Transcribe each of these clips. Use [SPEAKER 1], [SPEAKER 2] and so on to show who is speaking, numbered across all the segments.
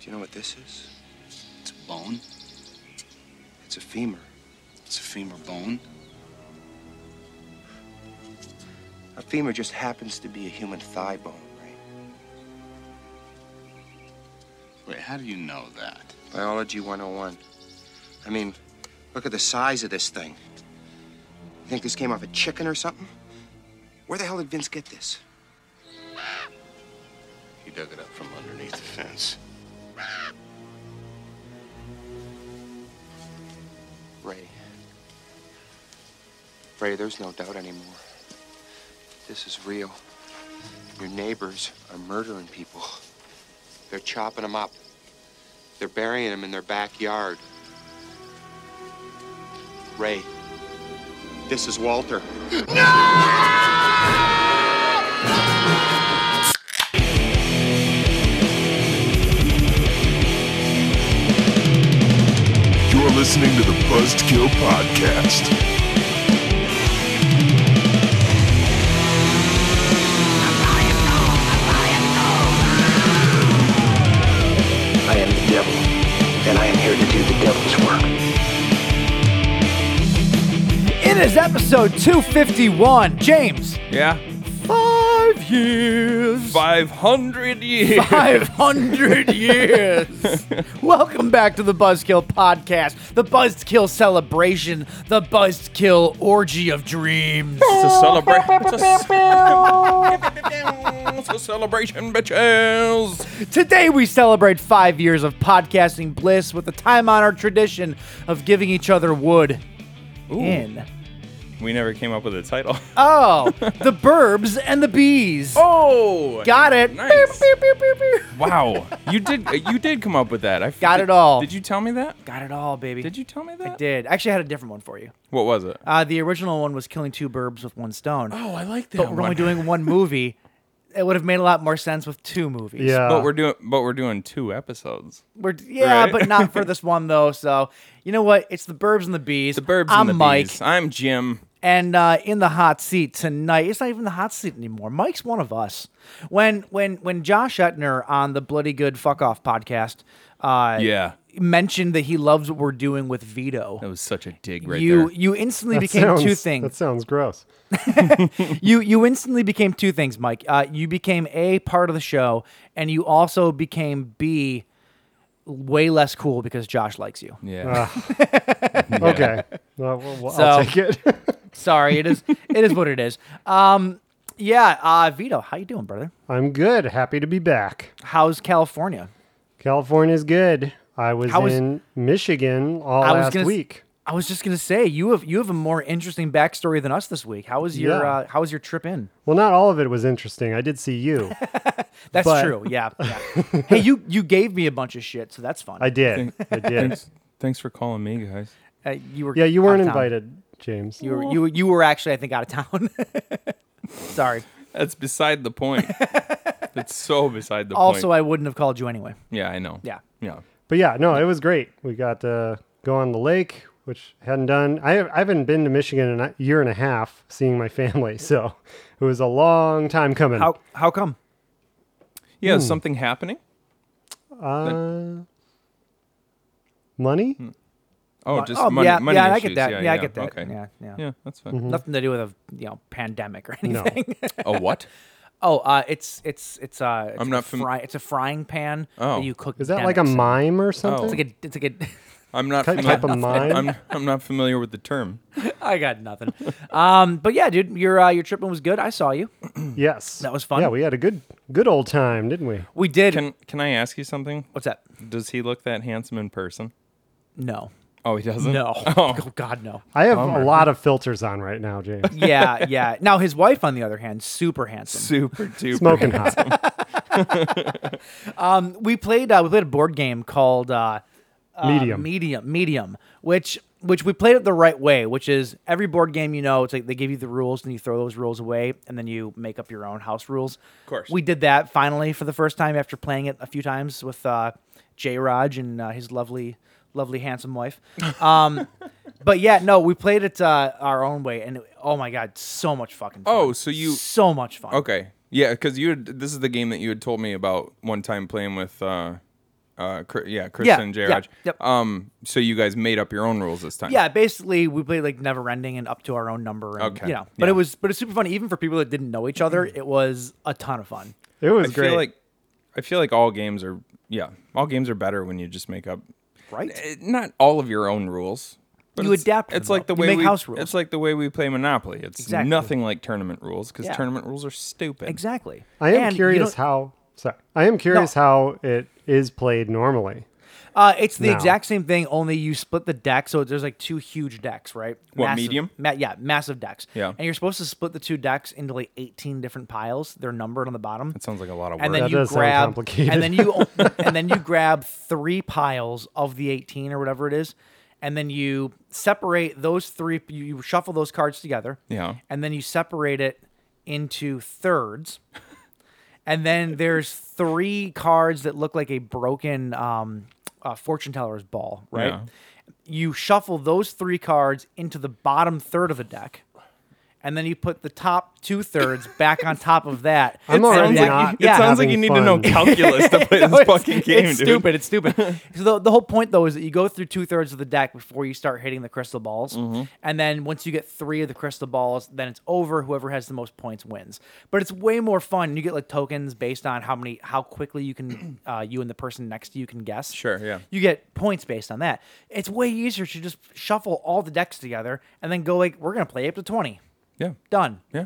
[SPEAKER 1] Do you know what this is?
[SPEAKER 2] It's a bone.
[SPEAKER 1] It's a femur.
[SPEAKER 2] It's a femur bone.
[SPEAKER 1] A femur just happens to be a human thigh bone, right?
[SPEAKER 2] Wait, how do you know that?
[SPEAKER 1] Biology 101. I mean, look at the size of this thing. You think this came off a chicken or something? Where the hell did Vince get this?
[SPEAKER 2] He dug it up from underneath the fence.
[SPEAKER 1] Ray. Ray, there's no doubt anymore. This is real. Your neighbors are murdering people. They're chopping them up. They're burying them in their backyard. Ray, this is Walter.
[SPEAKER 3] You're listening to the Buzzkill Podcast.
[SPEAKER 4] I am the devil, and I am here to do the devil's work.
[SPEAKER 5] It is episode 251. James,
[SPEAKER 6] Yeah.
[SPEAKER 5] five years.
[SPEAKER 6] 500 years.
[SPEAKER 5] 500 years. Welcome back to the Buzzkill Podcast, the Buzzkill celebration, the Buzzkill orgy of dreams.
[SPEAKER 6] It's a celebration. It's a, ce- it's a celebration, bitches.
[SPEAKER 5] Today we celebrate five years of podcasting bliss with the time honored tradition of giving each other wood. In.
[SPEAKER 6] We never came up with a title.
[SPEAKER 5] Oh, the burbs and the bees.
[SPEAKER 6] Oh,
[SPEAKER 5] Got it.
[SPEAKER 6] Nice.
[SPEAKER 5] Beep, beep, beep, beep, beep.
[SPEAKER 6] Wow, you did. You did come up with that. I
[SPEAKER 5] Got it all.
[SPEAKER 6] Did you tell me that?
[SPEAKER 5] Got it all, baby.
[SPEAKER 6] Did you tell me that?
[SPEAKER 5] I did. Actually, I had a different one for you.
[SPEAKER 6] What was it?
[SPEAKER 5] Uh, the original one was killing two burbs with one stone.
[SPEAKER 6] oh, I like that.
[SPEAKER 5] but we're
[SPEAKER 6] one.
[SPEAKER 5] only doing one movie. It would have made a lot more sense with two movies.
[SPEAKER 7] Yeah.
[SPEAKER 6] But we're doing. But we're doing two episodes.
[SPEAKER 5] We're, yeah,
[SPEAKER 6] Right.
[SPEAKER 5] but not for this one though. So you know what? It's the Burbs and the Bees.
[SPEAKER 6] The Burbs
[SPEAKER 5] I'm
[SPEAKER 6] and the
[SPEAKER 5] Mike,
[SPEAKER 6] Bees. I'm Jim.
[SPEAKER 5] and uh, in the hot seat tonight. It's not even the hot seat anymore. Mike's one of us. When when when Josh Etner on the Bloody Good Fuck Off podcast, uh,
[SPEAKER 6] Yeah,
[SPEAKER 5] mentioned that he loves what we're doing with Vito.
[SPEAKER 6] that was such a dig right
[SPEAKER 5] you
[SPEAKER 6] there.
[SPEAKER 5] you instantly
[SPEAKER 7] That
[SPEAKER 5] became
[SPEAKER 7] sounds-
[SPEAKER 5] two things.
[SPEAKER 7] That sounds gross.
[SPEAKER 5] you you instantly became two things, Mike. Uh, you became a part of the show, and you also became b way less cool because Josh likes you.
[SPEAKER 6] Yeah.
[SPEAKER 7] Okay. Well, well, well, I'll
[SPEAKER 5] So-
[SPEAKER 7] take it.
[SPEAKER 5] Sorry, it is it is what it is. Um, yeah, uh, Vito, how you doing, brother?
[SPEAKER 7] I'm good. Happy to be back.
[SPEAKER 5] How's California?
[SPEAKER 7] California's good. I was
[SPEAKER 5] How was-
[SPEAKER 7] in Michigan all
[SPEAKER 5] I was
[SPEAKER 7] last
[SPEAKER 5] gonna s-
[SPEAKER 7] week.
[SPEAKER 5] I was just gonna say you have you have a more interesting backstory than us this week. How was your
[SPEAKER 7] Yeah.
[SPEAKER 5] uh, how was your trip in?
[SPEAKER 7] Well, not all of it was interesting. I did see you.
[SPEAKER 5] That's
[SPEAKER 7] But-
[SPEAKER 5] true. Yeah. yeah. hey, you you gave me a bunch of shit, so that's fun.
[SPEAKER 7] I did. I did.
[SPEAKER 6] Thanks, thanks for calling me, guys.
[SPEAKER 5] uh, you were
[SPEAKER 7] Yeah, you
[SPEAKER 5] out
[SPEAKER 7] weren't
[SPEAKER 5] of town.
[SPEAKER 7] invited, James.
[SPEAKER 5] You were, you were- you were actually I think out of town. Sorry.
[SPEAKER 6] That's beside the point. That's so beside the point.
[SPEAKER 5] Also, I wouldn't have called you anyway.
[SPEAKER 6] yeah, I know.
[SPEAKER 5] Yeah.
[SPEAKER 6] Yeah.
[SPEAKER 7] But yeah, no, it was great. We got to go on the lake, which hadn't done. I, I haven't been to Michigan in a year and a half, seeing my family. So it was a long time coming.
[SPEAKER 5] How how come?
[SPEAKER 6] Yeah,
[SPEAKER 5] Hmm.
[SPEAKER 6] is something happening?
[SPEAKER 7] uh, money?
[SPEAKER 5] Hmm.
[SPEAKER 6] Oh, just
[SPEAKER 5] oh,
[SPEAKER 6] money,
[SPEAKER 5] yeah,
[SPEAKER 6] money
[SPEAKER 5] yeah,
[SPEAKER 6] issues.
[SPEAKER 5] I get that. Yeah, I get that.
[SPEAKER 6] Okay.
[SPEAKER 5] Yeah, Mm-hmm. yeah.
[SPEAKER 6] that's fine.
[SPEAKER 5] Nothing to do with a you know pandemic or
[SPEAKER 7] No.
[SPEAKER 5] anything.
[SPEAKER 6] A what?
[SPEAKER 5] oh, uh, it's it's it's uh, it's like
[SPEAKER 6] I'm not
[SPEAKER 5] a
[SPEAKER 6] fam-
[SPEAKER 5] fry, It's a frying pan
[SPEAKER 6] Oh.
[SPEAKER 5] that you cook.
[SPEAKER 7] Is that like a
[SPEAKER 5] demics in.
[SPEAKER 7] mime or something?
[SPEAKER 5] Oh. It's like a it's like a.
[SPEAKER 6] I'm not
[SPEAKER 7] Type-
[SPEAKER 6] familiar.
[SPEAKER 7] type of mime?
[SPEAKER 6] I'm, I'm not familiar with the term.
[SPEAKER 5] I got nothing. um, but yeah, dude, your uh, your tripping was good. I saw you.
[SPEAKER 7] Yes.
[SPEAKER 5] That was fun.
[SPEAKER 7] Yeah, we had a good good old time, didn't we?
[SPEAKER 5] We did.
[SPEAKER 6] Can Can I ask you something?
[SPEAKER 5] What's that?
[SPEAKER 6] Does he look that handsome in person?
[SPEAKER 5] No,
[SPEAKER 6] Oh, he doesn't.
[SPEAKER 5] no.
[SPEAKER 6] Oh.
[SPEAKER 5] God, no.
[SPEAKER 7] I have a lot of filters on right now, James.
[SPEAKER 5] Yeah, yeah. Now his wife, on the other hand, super handsome.
[SPEAKER 6] Super duper.
[SPEAKER 7] Smoking hot.
[SPEAKER 5] we played uh, we played a board game called uh,
[SPEAKER 7] Medium.
[SPEAKER 5] medium medium which which we played it the right way which is every board game you know it's like they give you the rules and you throw those rules away and then you make up your own house rules of
[SPEAKER 6] course.
[SPEAKER 5] we did that finally for the first time after playing it a few times with uh, j raj and uh, his lovely lovely handsome wife um but yeah no we played it uh, our own way and oh my god so much fucking fun.
[SPEAKER 6] Oh, so you-
[SPEAKER 5] so much fun
[SPEAKER 6] Okay. Yeah, because you. Had, this is the game that you had told me about one time playing with uh, Uh, Cr- yeah, Chris
[SPEAKER 5] Yeah,
[SPEAKER 6] and
[SPEAKER 5] yeah,
[SPEAKER 6] J.
[SPEAKER 5] yep.
[SPEAKER 6] Um, so you guys made up your own rules this time.
[SPEAKER 5] Yeah, basically we played like never ending and up to our own number. And,
[SPEAKER 6] Okay,
[SPEAKER 5] You know, but
[SPEAKER 6] yeah.
[SPEAKER 5] it
[SPEAKER 6] Mm-hmm.
[SPEAKER 5] was but it's super fun. Even for people that didn't know each other, it was a ton of fun.
[SPEAKER 7] It was
[SPEAKER 6] I
[SPEAKER 7] great.
[SPEAKER 6] feel like I feel like all games are yeah, all games are better when you just make up
[SPEAKER 5] Right.
[SPEAKER 6] eh, not all of your own rules. But
[SPEAKER 5] You
[SPEAKER 6] it's,
[SPEAKER 5] adapt
[SPEAKER 6] It's
[SPEAKER 5] them,
[SPEAKER 6] like the
[SPEAKER 5] though. You
[SPEAKER 6] way
[SPEAKER 5] make
[SPEAKER 6] we,
[SPEAKER 5] house rules.
[SPEAKER 6] It's like the way we play Monopoly. It's
[SPEAKER 5] Exactly.
[SPEAKER 6] nothing like tournament rules because
[SPEAKER 5] Yeah.
[SPEAKER 6] tournament rules are stupid.
[SPEAKER 5] Exactly.
[SPEAKER 7] I am
[SPEAKER 5] And you
[SPEAKER 7] curious
[SPEAKER 5] don't-
[SPEAKER 7] how. Sorry, I am curious how it is played normally.
[SPEAKER 5] Uh, it's the
[SPEAKER 7] No.
[SPEAKER 5] exact same thing, only you split the deck. So there's like two huge decks, right?
[SPEAKER 6] What, medium?
[SPEAKER 5] Ma- yeah, massive decks.
[SPEAKER 6] Yeah.
[SPEAKER 5] And you're supposed to split the two decks into like 18 different piles. They're numbered on the bottom.
[SPEAKER 6] That sounds like a lot of work.
[SPEAKER 5] and then
[SPEAKER 7] That
[SPEAKER 5] you
[SPEAKER 7] does sound
[SPEAKER 5] grab,
[SPEAKER 7] complicated.
[SPEAKER 5] and then you, and then you grab three piles of the 18 or whatever it is, and then you separate those three. You, you shuffle those cards together.
[SPEAKER 6] Yeah.
[SPEAKER 5] And then you separate it into thirds. And then there's three cards that look like a broken um, uh, fortune teller's ball, right?
[SPEAKER 6] Yeah.
[SPEAKER 5] You shuffle those three cards into the bottom third of the deck, and then you put the top two thirds back on top of that.
[SPEAKER 7] I'm
[SPEAKER 5] And
[SPEAKER 7] already
[SPEAKER 5] that-
[SPEAKER 7] not-
[SPEAKER 6] it
[SPEAKER 5] yeah.
[SPEAKER 6] sounds like
[SPEAKER 7] having
[SPEAKER 6] you need to
[SPEAKER 7] fun.
[SPEAKER 6] know calculus to play
[SPEAKER 5] No,
[SPEAKER 6] this
[SPEAKER 5] it's-
[SPEAKER 6] fucking game,
[SPEAKER 5] It's
[SPEAKER 6] dude.
[SPEAKER 5] stupid. It's stupid. so the, the whole point though is that you go through two thirds of the deck before you start hitting the crystal balls,
[SPEAKER 6] Mm-hmm.
[SPEAKER 5] and then once you get three of the crystal balls, then it's over. Whoever has the most points wins. But it's way more fun. You get like tokens based on how many, how quickly you can, uh, you and the person next to you can guess.
[SPEAKER 6] Sure, yeah.
[SPEAKER 5] You get points based on that. It's way easier to just shuffle all the decks together and then go like, we're gonna play up to twenty.
[SPEAKER 6] Yeah.
[SPEAKER 5] Done.
[SPEAKER 6] Yeah.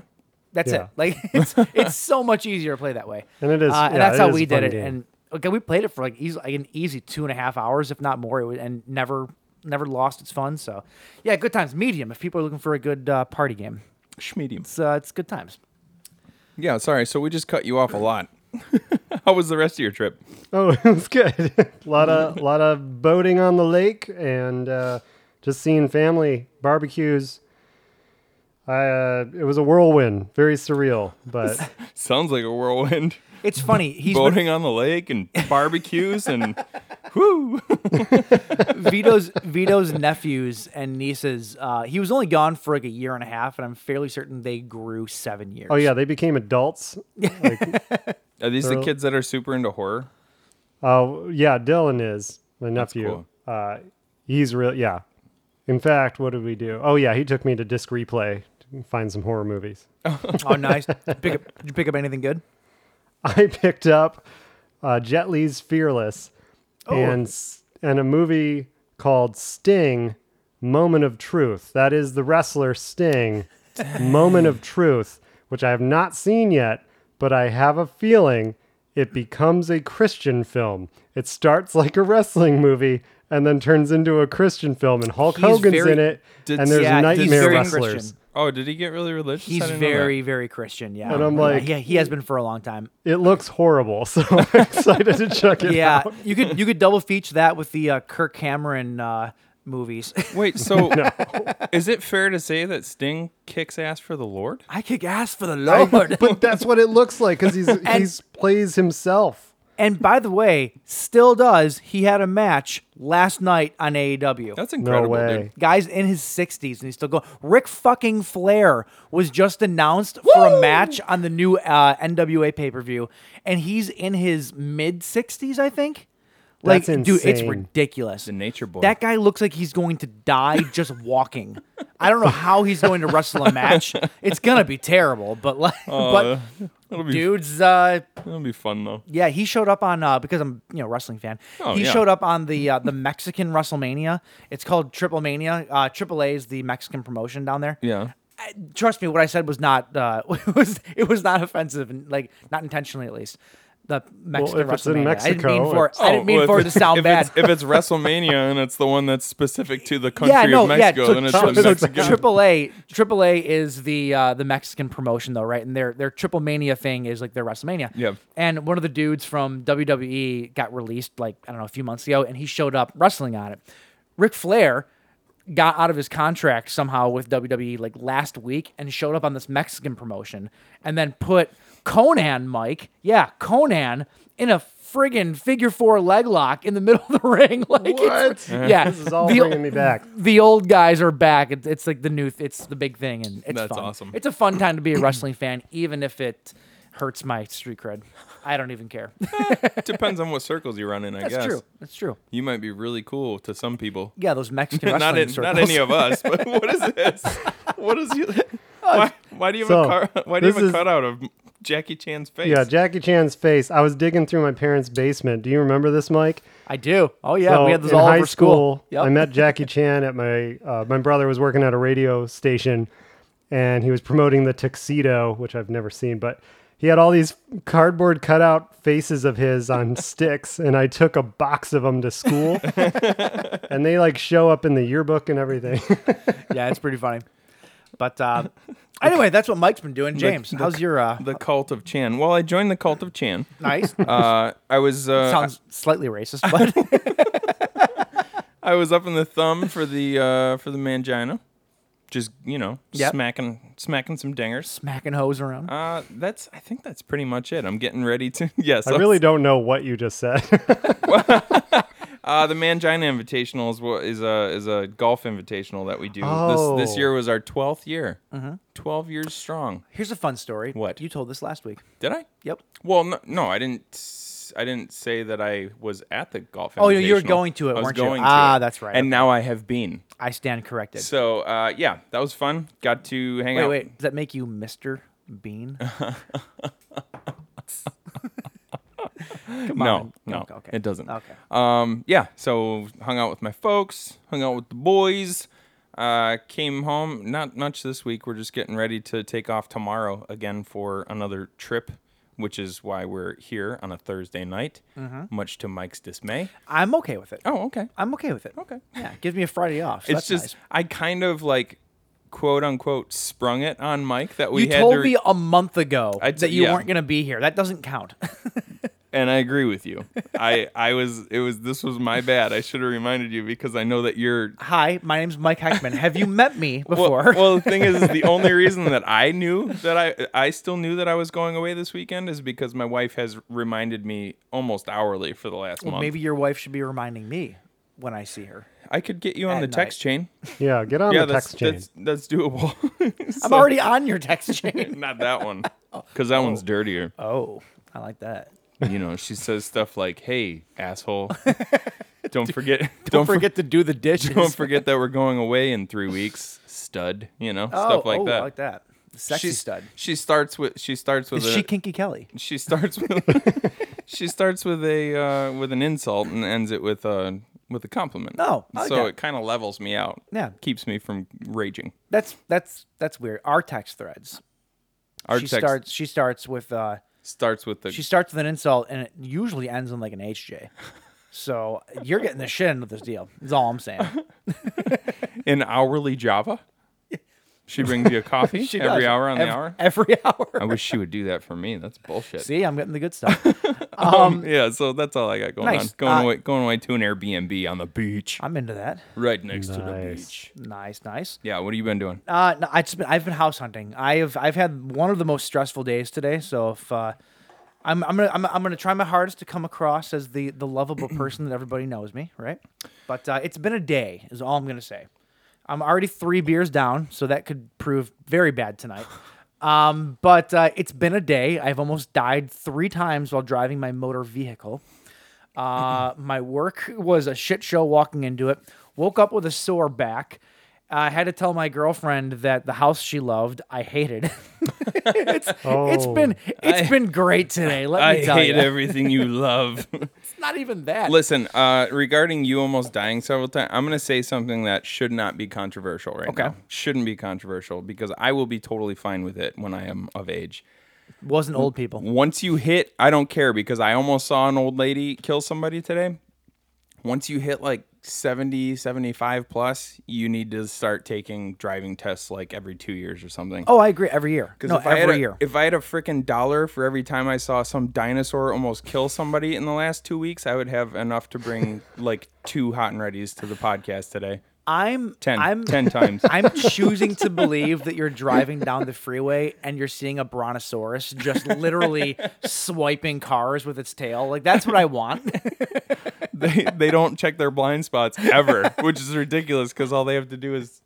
[SPEAKER 5] That's
[SPEAKER 7] Yeah.
[SPEAKER 5] it. Like it's it's so much easier to play that way.
[SPEAKER 7] And it is-
[SPEAKER 5] Uh, and
[SPEAKER 7] yeah,
[SPEAKER 5] that's
[SPEAKER 7] it
[SPEAKER 5] how
[SPEAKER 7] is
[SPEAKER 5] we
[SPEAKER 7] a fun
[SPEAKER 5] did it.
[SPEAKER 7] game.
[SPEAKER 5] And okay, we played it for like easy, like an easy two and a half hours, if not more. It was, and never never lost its fun. So yeah, good times. Medium. If people are looking for a good uh, party game,
[SPEAKER 6] Schmedium.
[SPEAKER 5] it's uh, it's good times.
[SPEAKER 6] Yeah, sorry. So we just cut you off a lot. How was the rest of your trip?
[SPEAKER 7] Oh, it was good. a lot of lot of boating on the lake and uh, just seeing family barbecues. I uh, it was a whirlwind, very surreal, but
[SPEAKER 6] Sounds like a whirlwind.
[SPEAKER 5] It's funny. He's been-
[SPEAKER 6] Boating on the lake and barbecues and whoo.
[SPEAKER 5] Vito's Vito's nephews and nieces. Uh, he was only gone for like a year and a half, and I'm fairly certain they grew seven years.
[SPEAKER 7] oh yeah, they became adults. Like,
[SPEAKER 6] Are these the
[SPEAKER 7] They're-
[SPEAKER 6] kids that are super into horror?
[SPEAKER 7] uh, yeah, Dylan is my nephew. Uh, he's real. Yeah. In fact, what did we do? Oh yeah, he took me to Disc Replay to find some horror movies.
[SPEAKER 5] Oh nice. Did you pick up, did you pick up anything good?
[SPEAKER 7] I picked up uh, Jet Li's Fearless
[SPEAKER 5] Oh.
[SPEAKER 7] and s- and a movie called Sting Moment of Truth. That is the wrestler Sting Moment of Truth, which I have not seen yet, but I have a feeling it becomes a Christian film. It starts like a wrestling movie and then turns into a Christian film and Hulk
[SPEAKER 5] He's
[SPEAKER 7] Hogan's
[SPEAKER 5] very-
[SPEAKER 7] in it
[SPEAKER 6] Did-
[SPEAKER 7] and there's
[SPEAKER 5] yeah, he's
[SPEAKER 7] nightmare
[SPEAKER 5] very
[SPEAKER 7] wrestlers.
[SPEAKER 5] Christian.
[SPEAKER 6] Oh, did he get really religious? I
[SPEAKER 5] He's
[SPEAKER 6] didn't know that.
[SPEAKER 5] very very Christian. Yeah.
[SPEAKER 7] And I'm
[SPEAKER 5] Yeah,
[SPEAKER 7] like-
[SPEAKER 5] yeah, he has been for a long time.
[SPEAKER 7] It looks horrible, so I'm excited to check it
[SPEAKER 5] yeah,
[SPEAKER 7] out.
[SPEAKER 5] you could you could double feature that with the uh, Kirk Cameron uh, movies.
[SPEAKER 6] Wait, so is it fair to say that Sting kicks ass for the Lord?
[SPEAKER 5] I kick ass for the
[SPEAKER 7] I-
[SPEAKER 5] Lord.
[SPEAKER 7] but that's what it looks like because he's he's plays himself.
[SPEAKER 5] and by the way, still does. He had a match last night on AEW.
[SPEAKER 6] That's
[SPEAKER 7] No
[SPEAKER 6] incredible,
[SPEAKER 7] way.
[SPEAKER 6] dude.
[SPEAKER 5] Guys in his 60s and he's still going. Rick fucking Flair was just announced for a match on the new uh, NWA pay per view, and he's in his mid 60s, I think. Like,
[SPEAKER 7] That's
[SPEAKER 5] dude, it's
[SPEAKER 7] insane.
[SPEAKER 5] ridiculous.
[SPEAKER 6] The nature boy.
[SPEAKER 5] That guy looks like he's going to die just walking. I don't know how he's going to wrestle a match. It's gonna be terrible, but like, but
[SPEAKER 6] It'll Uh, be,
[SPEAKER 5] dudes, uh,
[SPEAKER 6] it'll be fun though.
[SPEAKER 5] yeah, he showed up on uh, because I'm you know wrestling fan.
[SPEAKER 6] Oh,
[SPEAKER 5] he
[SPEAKER 6] yeah.
[SPEAKER 5] showed up on the uh, the Mexican WrestleMania. It's called Triple Mania. Uh, AAA is the Mexican promotion down there.
[SPEAKER 6] Yeah.
[SPEAKER 5] I- trust me, what I said was not uh, was it was not offensive and like not intentionally at least. The Mexican
[SPEAKER 7] if it's in
[SPEAKER 5] WrestleMania. I didn't mean
[SPEAKER 7] Mexico,
[SPEAKER 5] for I didn't mean
[SPEAKER 6] Oh, well,
[SPEAKER 5] for it
[SPEAKER 6] if-
[SPEAKER 5] to sound
[SPEAKER 6] if
[SPEAKER 5] bad.
[SPEAKER 6] It's, if it's WrestleMania and it's the one that's specific to the country of Mexico,
[SPEAKER 5] so-
[SPEAKER 6] then it's
[SPEAKER 5] so-
[SPEAKER 6] the
[SPEAKER 5] so
[SPEAKER 6] Mexican.
[SPEAKER 5] AAA, AAA is the uh, the Mexican promotion though, right? And their their Triple Mania thing is like their WrestleMania.
[SPEAKER 6] Yep.
[SPEAKER 5] And one of the dudes from WWE got released like I don't know a few months ago, and he showed up wrestling on it. Ric Flair got out of his contract somehow with WWE like last week and showed up on this Mexican promotion, and then put Conan Mike, yeah, Conan in a friggin' figure four leg lock in the middle of the ring. Like, it's-
[SPEAKER 7] What?
[SPEAKER 5] yeah,
[SPEAKER 7] This is all
[SPEAKER 5] the-
[SPEAKER 7] bringing me back.
[SPEAKER 5] the old guys are back. It's, it's like the new. It's the big thing, and it's
[SPEAKER 6] That's
[SPEAKER 5] fun.
[SPEAKER 6] awesome.
[SPEAKER 5] It's a fun time to be a wrestling fan, even if it hurts my street cred. I don't even care.
[SPEAKER 6] Depends on what circles you run in, I
[SPEAKER 5] That's
[SPEAKER 6] guess.
[SPEAKER 5] true. That's true.
[SPEAKER 6] You might be really cool to some people.
[SPEAKER 5] Yeah, those Mexican wrestling
[SPEAKER 6] not, in,
[SPEAKER 5] circles.
[SPEAKER 6] not any of us, but what is this? What is you? Why, why do you have
[SPEAKER 7] Uh, So,
[SPEAKER 6] a car, why do you
[SPEAKER 7] this
[SPEAKER 6] have a
[SPEAKER 7] is-
[SPEAKER 6] cutout of Jackie Chan's face?
[SPEAKER 7] Yeah, Jackie Chan's face. I was digging through my parents' basement. Do you remember this, Mike?
[SPEAKER 5] I do. Oh yeah,
[SPEAKER 7] So,
[SPEAKER 5] we had those
[SPEAKER 7] in
[SPEAKER 5] all
[SPEAKER 7] high
[SPEAKER 5] over
[SPEAKER 7] school.
[SPEAKER 5] school. Yep.
[SPEAKER 7] I met Jackie Chan at my uh, my brother was working at a radio station, and he was promoting the tuxedo, which I've never seen, but he had all these cardboard cutout faces of his on sticks, and I took a box of them to school, and they like show up in the yearbook and everything.
[SPEAKER 5] yeah, it's pretty funny. But uh, anyway, that's what Mike's been doing. James, how's your uh,
[SPEAKER 6] The cult of Chan. Well, I joined the cult of Chan.
[SPEAKER 5] nice?
[SPEAKER 6] Uh, I was uh,
[SPEAKER 5] Sounds slightly racist, but
[SPEAKER 6] I was up in the thumb for the uh, for the mangina, just you know,
[SPEAKER 5] Yep.
[SPEAKER 6] smacking smacking some dingers.
[SPEAKER 5] smacking hoes around.
[SPEAKER 6] Uh, that's I think that's pretty much it. I'm getting ready to yes.
[SPEAKER 7] I
[SPEAKER 6] I'm-
[SPEAKER 7] really don't know what you just said.
[SPEAKER 6] Uh, the Mangina Invitational is what is a is a golf invitational that we do. This
[SPEAKER 7] Oh. Mm-hmm.
[SPEAKER 6] this year was our twelfth year, twelve years strong.
[SPEAKER 5] Here's a fun story.
[SPEAKER 6] What?
[SPEAKER 5] you told this last week?
[SPEAKER 6] Did I?
[SPEAKER 5] Yep.
[SPEAKER 6] Well, no, no, I didn't. s- I didn't say that I was at the golf.
[SPEAKER 5] Oh, you were
[SPEAKER 6] Invitational.
[SPEAKER 5] going to it,
[SPEAKER 6] I was
[SPEAKER 5] weren't you?
[SPEAKER 6] going to
[SPEAKER 5] Ah,
[SPEAKER 6] it.
[SPEAKER 5] that's right.
[SPEAKER 6] And now I have been.
[SPEAKER 5] I stand corrected.
[SPEAKER 6] So uh, yeah, that was fun. Got to hang
[SPEAKER 5] wait,
[SPEAKER 6] out.
[SPEAKER 5] wait. Does that make you Mister Bean? Come
[SPEAKER 6] no,
[SPEAKER 5] on.
[SPEAKER 6] no,
[SPEAKER 5] Okay, okay.
[SPEAKER 6] it doesn't.
[SPEAKER 5] Okay.
[SPEAKER 6] Um, yeah, so hung out with my folks, hung out with the boys. Uh, came home. Not much this week. We're just getting ready to take off tomorrow again for another trip, which is why we're here on a Thursday night.
[SPEAKER 5] Mm-hmm.
[SPEAKER 6] Much to Mike's dismay.
[SPEAKER 5] I'm okay with it.
[SPEAKER 6] Oh, okay.
[SPEAKER 5] I'm okay with it.
[SPEAKER 6] Okay.
[SPEAKER 5] Yeah, gives me a Friday off. so that's
[SPEAKER 6] it's just
[SPEAKER 5] nice.
[SPEAKER 6] I kind of like quote unquote sprung it on Mike that we
[SPEAKER 5] you
[SPEAKER 6] had
[SPEAKER 5] told
[SPEAKER 6] to re-
[SPEAKER 5] me a month ago
[SPEAKER 6] I t-
[SPEAKER 5] that you
[SPEAKER 6] yeah.
[SPEAKER 5] weren't going to be here. That doesn't count.
[SPEAKER 6] and I agree with you. I I was it was this was my bad. I should have reminded you because I know that you're
[SPEAKER 5] Hi, my name's Mike Heckman. Have you met me before?
[SPEAKER 6] Well, well, the thing is, the only reason that I knew that I I still knew that I was going away this weekend is because my wife has reminded me almost hourly for the last
[SPEAKER 5] Well,
[SPEAKER 6] month.
[SPEAKER 5] maybe your wife should be reminding me when I see her.
[SPEAKER 6] I could get you on
[SPEAKER 5] At
[SPEAKER 6] the text
[SPEAKER 5] night.
[SPEAKER 6] chain.
[SPEAKER 7] yeah, get on
[SPEAKER 6] yeah,
[SPEAKER 7] the
[SPEAKER 6] that's,
[SPEAKER 7] text chain.
[SPEAKER 6] that's that's doable.
[SPEAKER 5] I'm already on your text chain.
[SPEAKER 6] Not that one, because that one's dirtier.
[SPEAKER 5] oh, I like that.
[SPEAKER 6] You know, she says stuff like, "Hey, asshole, don't forget, don't,
[SPEAKER 5] Don't,
[SPEAKER 6] for-
[SPEAKER 5] forget to do the dishes.
[SPEAKER 6] don't forget that we're going away in three weeks, stud." You know,
[SPEAKER 5] oh,
[SPEAKER 6] stuff like
[SPEAKER 5] oh, I
[SPEAKER 6] that.
[SPEAKER 5] like that. The sexy
[SPEAKER 6] She's-
[SPEAKER 5] stud.
[SPEAKER 6] She starts with she starts with
[SPEAKER 5] Is
[SPEAKER 6] a,
[SPEAKER 5] she Kinky Kelly?
[SPEAKER 6] she starts with she starts with a uh, with an insult and ends it with a with a compliment.
[SPEAKER 5] No, Oh, I like
[SPEAKER 6] so
[SPEAKER 5] that.
[SPEAKER 6] it kind of levels me out.
[SPEAKER 5] Yeah.
[SPEAKER 6] keeps me from raging.
[SPEAKER 5] That's that's that's weird. Our text threads.
[SPEAKER 6] Our
[SPEAKER 5] she
[SPEAKER 6] text
[SPEAKER 5] starts. She starts with. Uh,
[SPEAKER 6] starts with the
[SPEAKER 5] she starts with an insult, and it usually ends in like an HJ. So you're getting the shit end of this deal. That's all I'm saying.
[SPEAKER 6] an hourly Java. She brings you a coffee
[SPEAKER 5] She
[SPEAKER 6] every
[SPEAKER 5] does.
[SPEAKER 6] hour on
[SPEAKER 5] Ev-
[SPEAKER 6] the hour.
[SPEAKER 5] Every
[SPEAKER 6] I
[SPEAKER 5] hour.
[SPEAKER 6] wish she would do that for me. That's bullshit.
[SPEAKER 5] See, I'm getting the good stuff.
[SPEAKER 6] um, yeah, so that's all I got going
[SPEAKER 5] nice.
[SPEAKER 6] on. Going
[SPEAKER 5] Uh,
[SPEAKER 6] away, going away to an Airbnb on the beach,
[SPEAKER 5] I'm into that.
[SPEAKER 6] right next to the
[SPEAKER 7] Nice.
[SPEAKER 6] beach.
[SPEAKER 5] Nice, nice.
[SPEAKER 6] Yeah, what have you been doing?
[SPEAKER 5] Uh, no, I just been, I've been house hunting. I have I've had one of the most stressful days today. So if uh, I'm I'm gonna I'm, I'm gonna try my hardest to come across as the the lovable person that everybody knows me, right? But uh, it's been a day, is all I'm gonna say. I'm already three beers down, so that could prove very bad tonight. Um, but uh, it's been a day. I've almost died three times while driving my motor vehicle. Uh, my work was a shit show walking into it. Woke up with a sore back. I had to tell my girlfriend that the house she loved, I hated. it's, it's been it's been great today. Let
[SPEAKER 6] Oh. I
[SPEAKER 5] me tell
[SPEAKER 6] hate
[SPEAKER 5] you,
[SPEAKER 6] everything you love.
[SPEAKER 5] it's not even that.
[SPEAKER 6] Listen, uh, regarding you almost dying several times, I'm going to say something that should not be controversial right
[SPEAKER 5] Okay.
[SPEAKER 6] now. Shouldn't be controversial because I will be totally fine with it when I am of age.
[SPEAKER 5] wasn't old people.
[SPEAKER 6] Once you hit, I don't care because I almost saw an old lady kill somebody today. Once you hit like 70, 75 plus, you need to start taking driving tests like every two years or something.
[SPEAKER 5] Oh, I agree. Every year,
[SPEAKER 6] Because
[SPEAKER 5] no,
[SPEAKER 6] if, I had
[SPEAKER 5] every
[SPEAKER 6] a-
[SPEAKER 5] year.
[SPEAKER 6] if I had a freaking dollar for every time I saw some dinosaur almost kill somebody in the last two weeks, I would have enough to bring like two hot and readies to the podcast today.
[SPEAKER 5] I'm
[SPEAKER 6] 10
[SPEAKER 5] I'm
[SPEAKER 6] 10 times.
[SPEAKER 5] I'm choosing to believe that you're driving down the freeway and you're seeing a brontosaurus just literally swiping cars with its tail. Like that's what I want.
[SPEAKER 6] they, they don't check their blind spots ever, which is ridiculous because all they have to do is,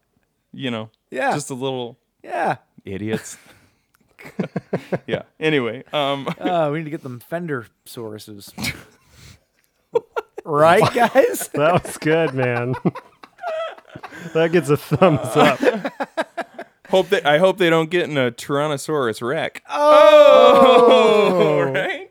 [SPEAKER 6] you know,
[SPEAKER 5] Yeah.
[SPEAKER 6] just a little
[SPEAKER 5] Yeah.
[SPEAKER 6] idiots. yeah. Anyway, um,
[SPEAKER 5] Uh, we need to get them fender sources. right,
[SPEAKER 6] uh,
[SPEAKER 5] guys?
[SPEAKER 7] That was good, man. that gets a thumbs
[SPEAKER 6] Uh,
[SPEAKER 7] up.
[SPEAKER 6] hope that I hope they don't get in a Tyrannosaurus wreck. Oh, right.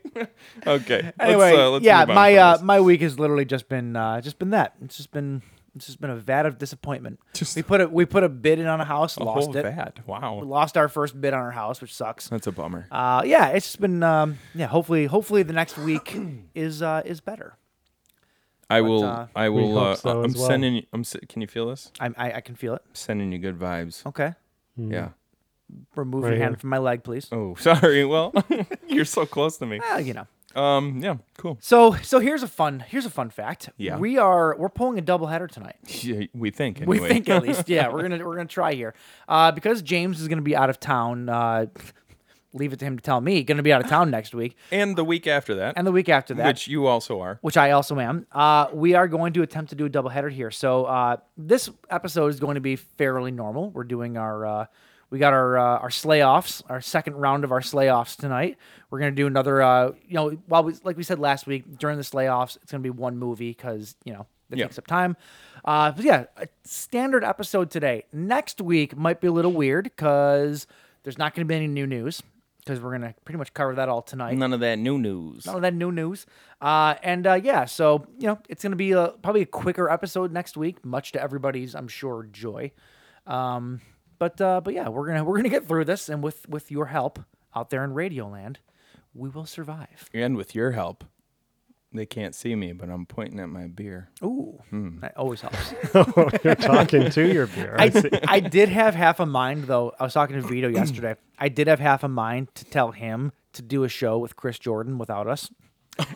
[SPEAKER 6] okay.
[SPEAKER 5] Anyway,
[SPEAKER 6] let's, uh, let's
[SPEAKER 5] yeah,
[SPEAKER 6] move on
[SPEAKER 5] my
[SPEAKER 6] from
[SPEAKER 5] uh,
[SPEAKER 6] this.
[SPEAKER 5] my week has literally just been uh, just been that. It's just been it's just been a vat of disappointment.
[SPEAKER 6] Just-
[SPEAKER 5] we put a we put a bid in on a house,
[SPEAKER 6] A
[SPEAKER 5] lost
[SPEAKER 6] whole
[SPEAKER 5] it.
[SPEAKER 6] vat.
[SPEAKER 5] We
[SPEAKER 6] Wow,
[SPEAKER 5] lost our first bid on our house, which sucks.
[SPEAKER 6] that's a bummer.
[SPEAKER 5] Uh, yeah, it's just been um, yeah. Hopefully, hopefully the next week is uh, is better.
[SPEAKER 6] I will.
[SPEAKER 5] uh,
[SPEAKER 6] I will.
[SPEAKER 7] hope
[SPEAKER 6] Uh,
[SPEAKER 7] so
[SPEAKER 6] I'm
[SPEAKER 7] as well.
[SPEAKER 6] sending. You, I'm. s- Can you feel this?
[SPEAKER 5] I'm, I I can feel it.
[SPEAKER 6] sending you good vibes.
[SPEAKER 5] Okay,
[SPEAKER 6] Yeah.
[SPEAKER 5] remove
[SPEAKER 7] Right
[SPEAKER 5] your hand
[SPEAKER 7] here.
[SPEAKER 5] from my leg, please.
[SPEAKER 6] Oh, sorry. Well, you're so close to me.
[SPEAKER 5] Ah, you know.
[SPEAKER 6] Um. Yeah. Cool.
[SPEAKER 5] So so here's a fun here's a fun fact.
[SPEAKER 6] Yeah.
[SPEAKER 5] we are we're pulling a doubleheader tonight.
[SPEAKER 6] Yeah, we think. Anyway.
[SPEAKER 5] We think at least. Yeah, we're gonna we're gonna try here uh, because James is gonna be out of town. Uh, leave it to him to tell me. Gonna be out of town next week
[SPEAKER 6] And the week after that,
[SPEAKER 5] and the week after that.
[SPEAKER 6] which you also are.
[SPEAKER 5] which I also am. Uh, we are going to attempt to do a doubleheader here. So uh, this episode is going to be fairly normal. We're doing our uh, we got our uh, our slay offs, our second round of our slay offs tonight. We're gonna do another. Uh, you know, while we like we said last week during the slay offs, it's gonna be one movie because you know that
[SPEAKER 6] Yeah.
[SPEAKER 5] takes up time. Uh, but yeah, a standard episode today. Next week might be a little weird because there's not gonna be any new news because we're gonna pretty much cover that all tonight
[SPEAKER 6] None of that new news.
[SPEAKER 5] none of that new news. Uh, and uh, yeah, so you know, it's gonna be a, probably a quicker episode next week, much to everybody's, I'm sure, joy. Um, but uh, but yeah, we're gonna we're gonna get through this, and with with your help out there in Radioland, we will survive.
[SPEAKER 6] And with your help, they can't see me, but I'm pointing at my beer.
[SPEAKER 5] Ooh, that always helps.
[SPEAKER 7] You're talking to your beer. I see.
[SPEAKER 5] I, I did have half a mind though. I was talking to Vito yesterday. I did have half a mind to tell him to do a show with Chris Jordan without us,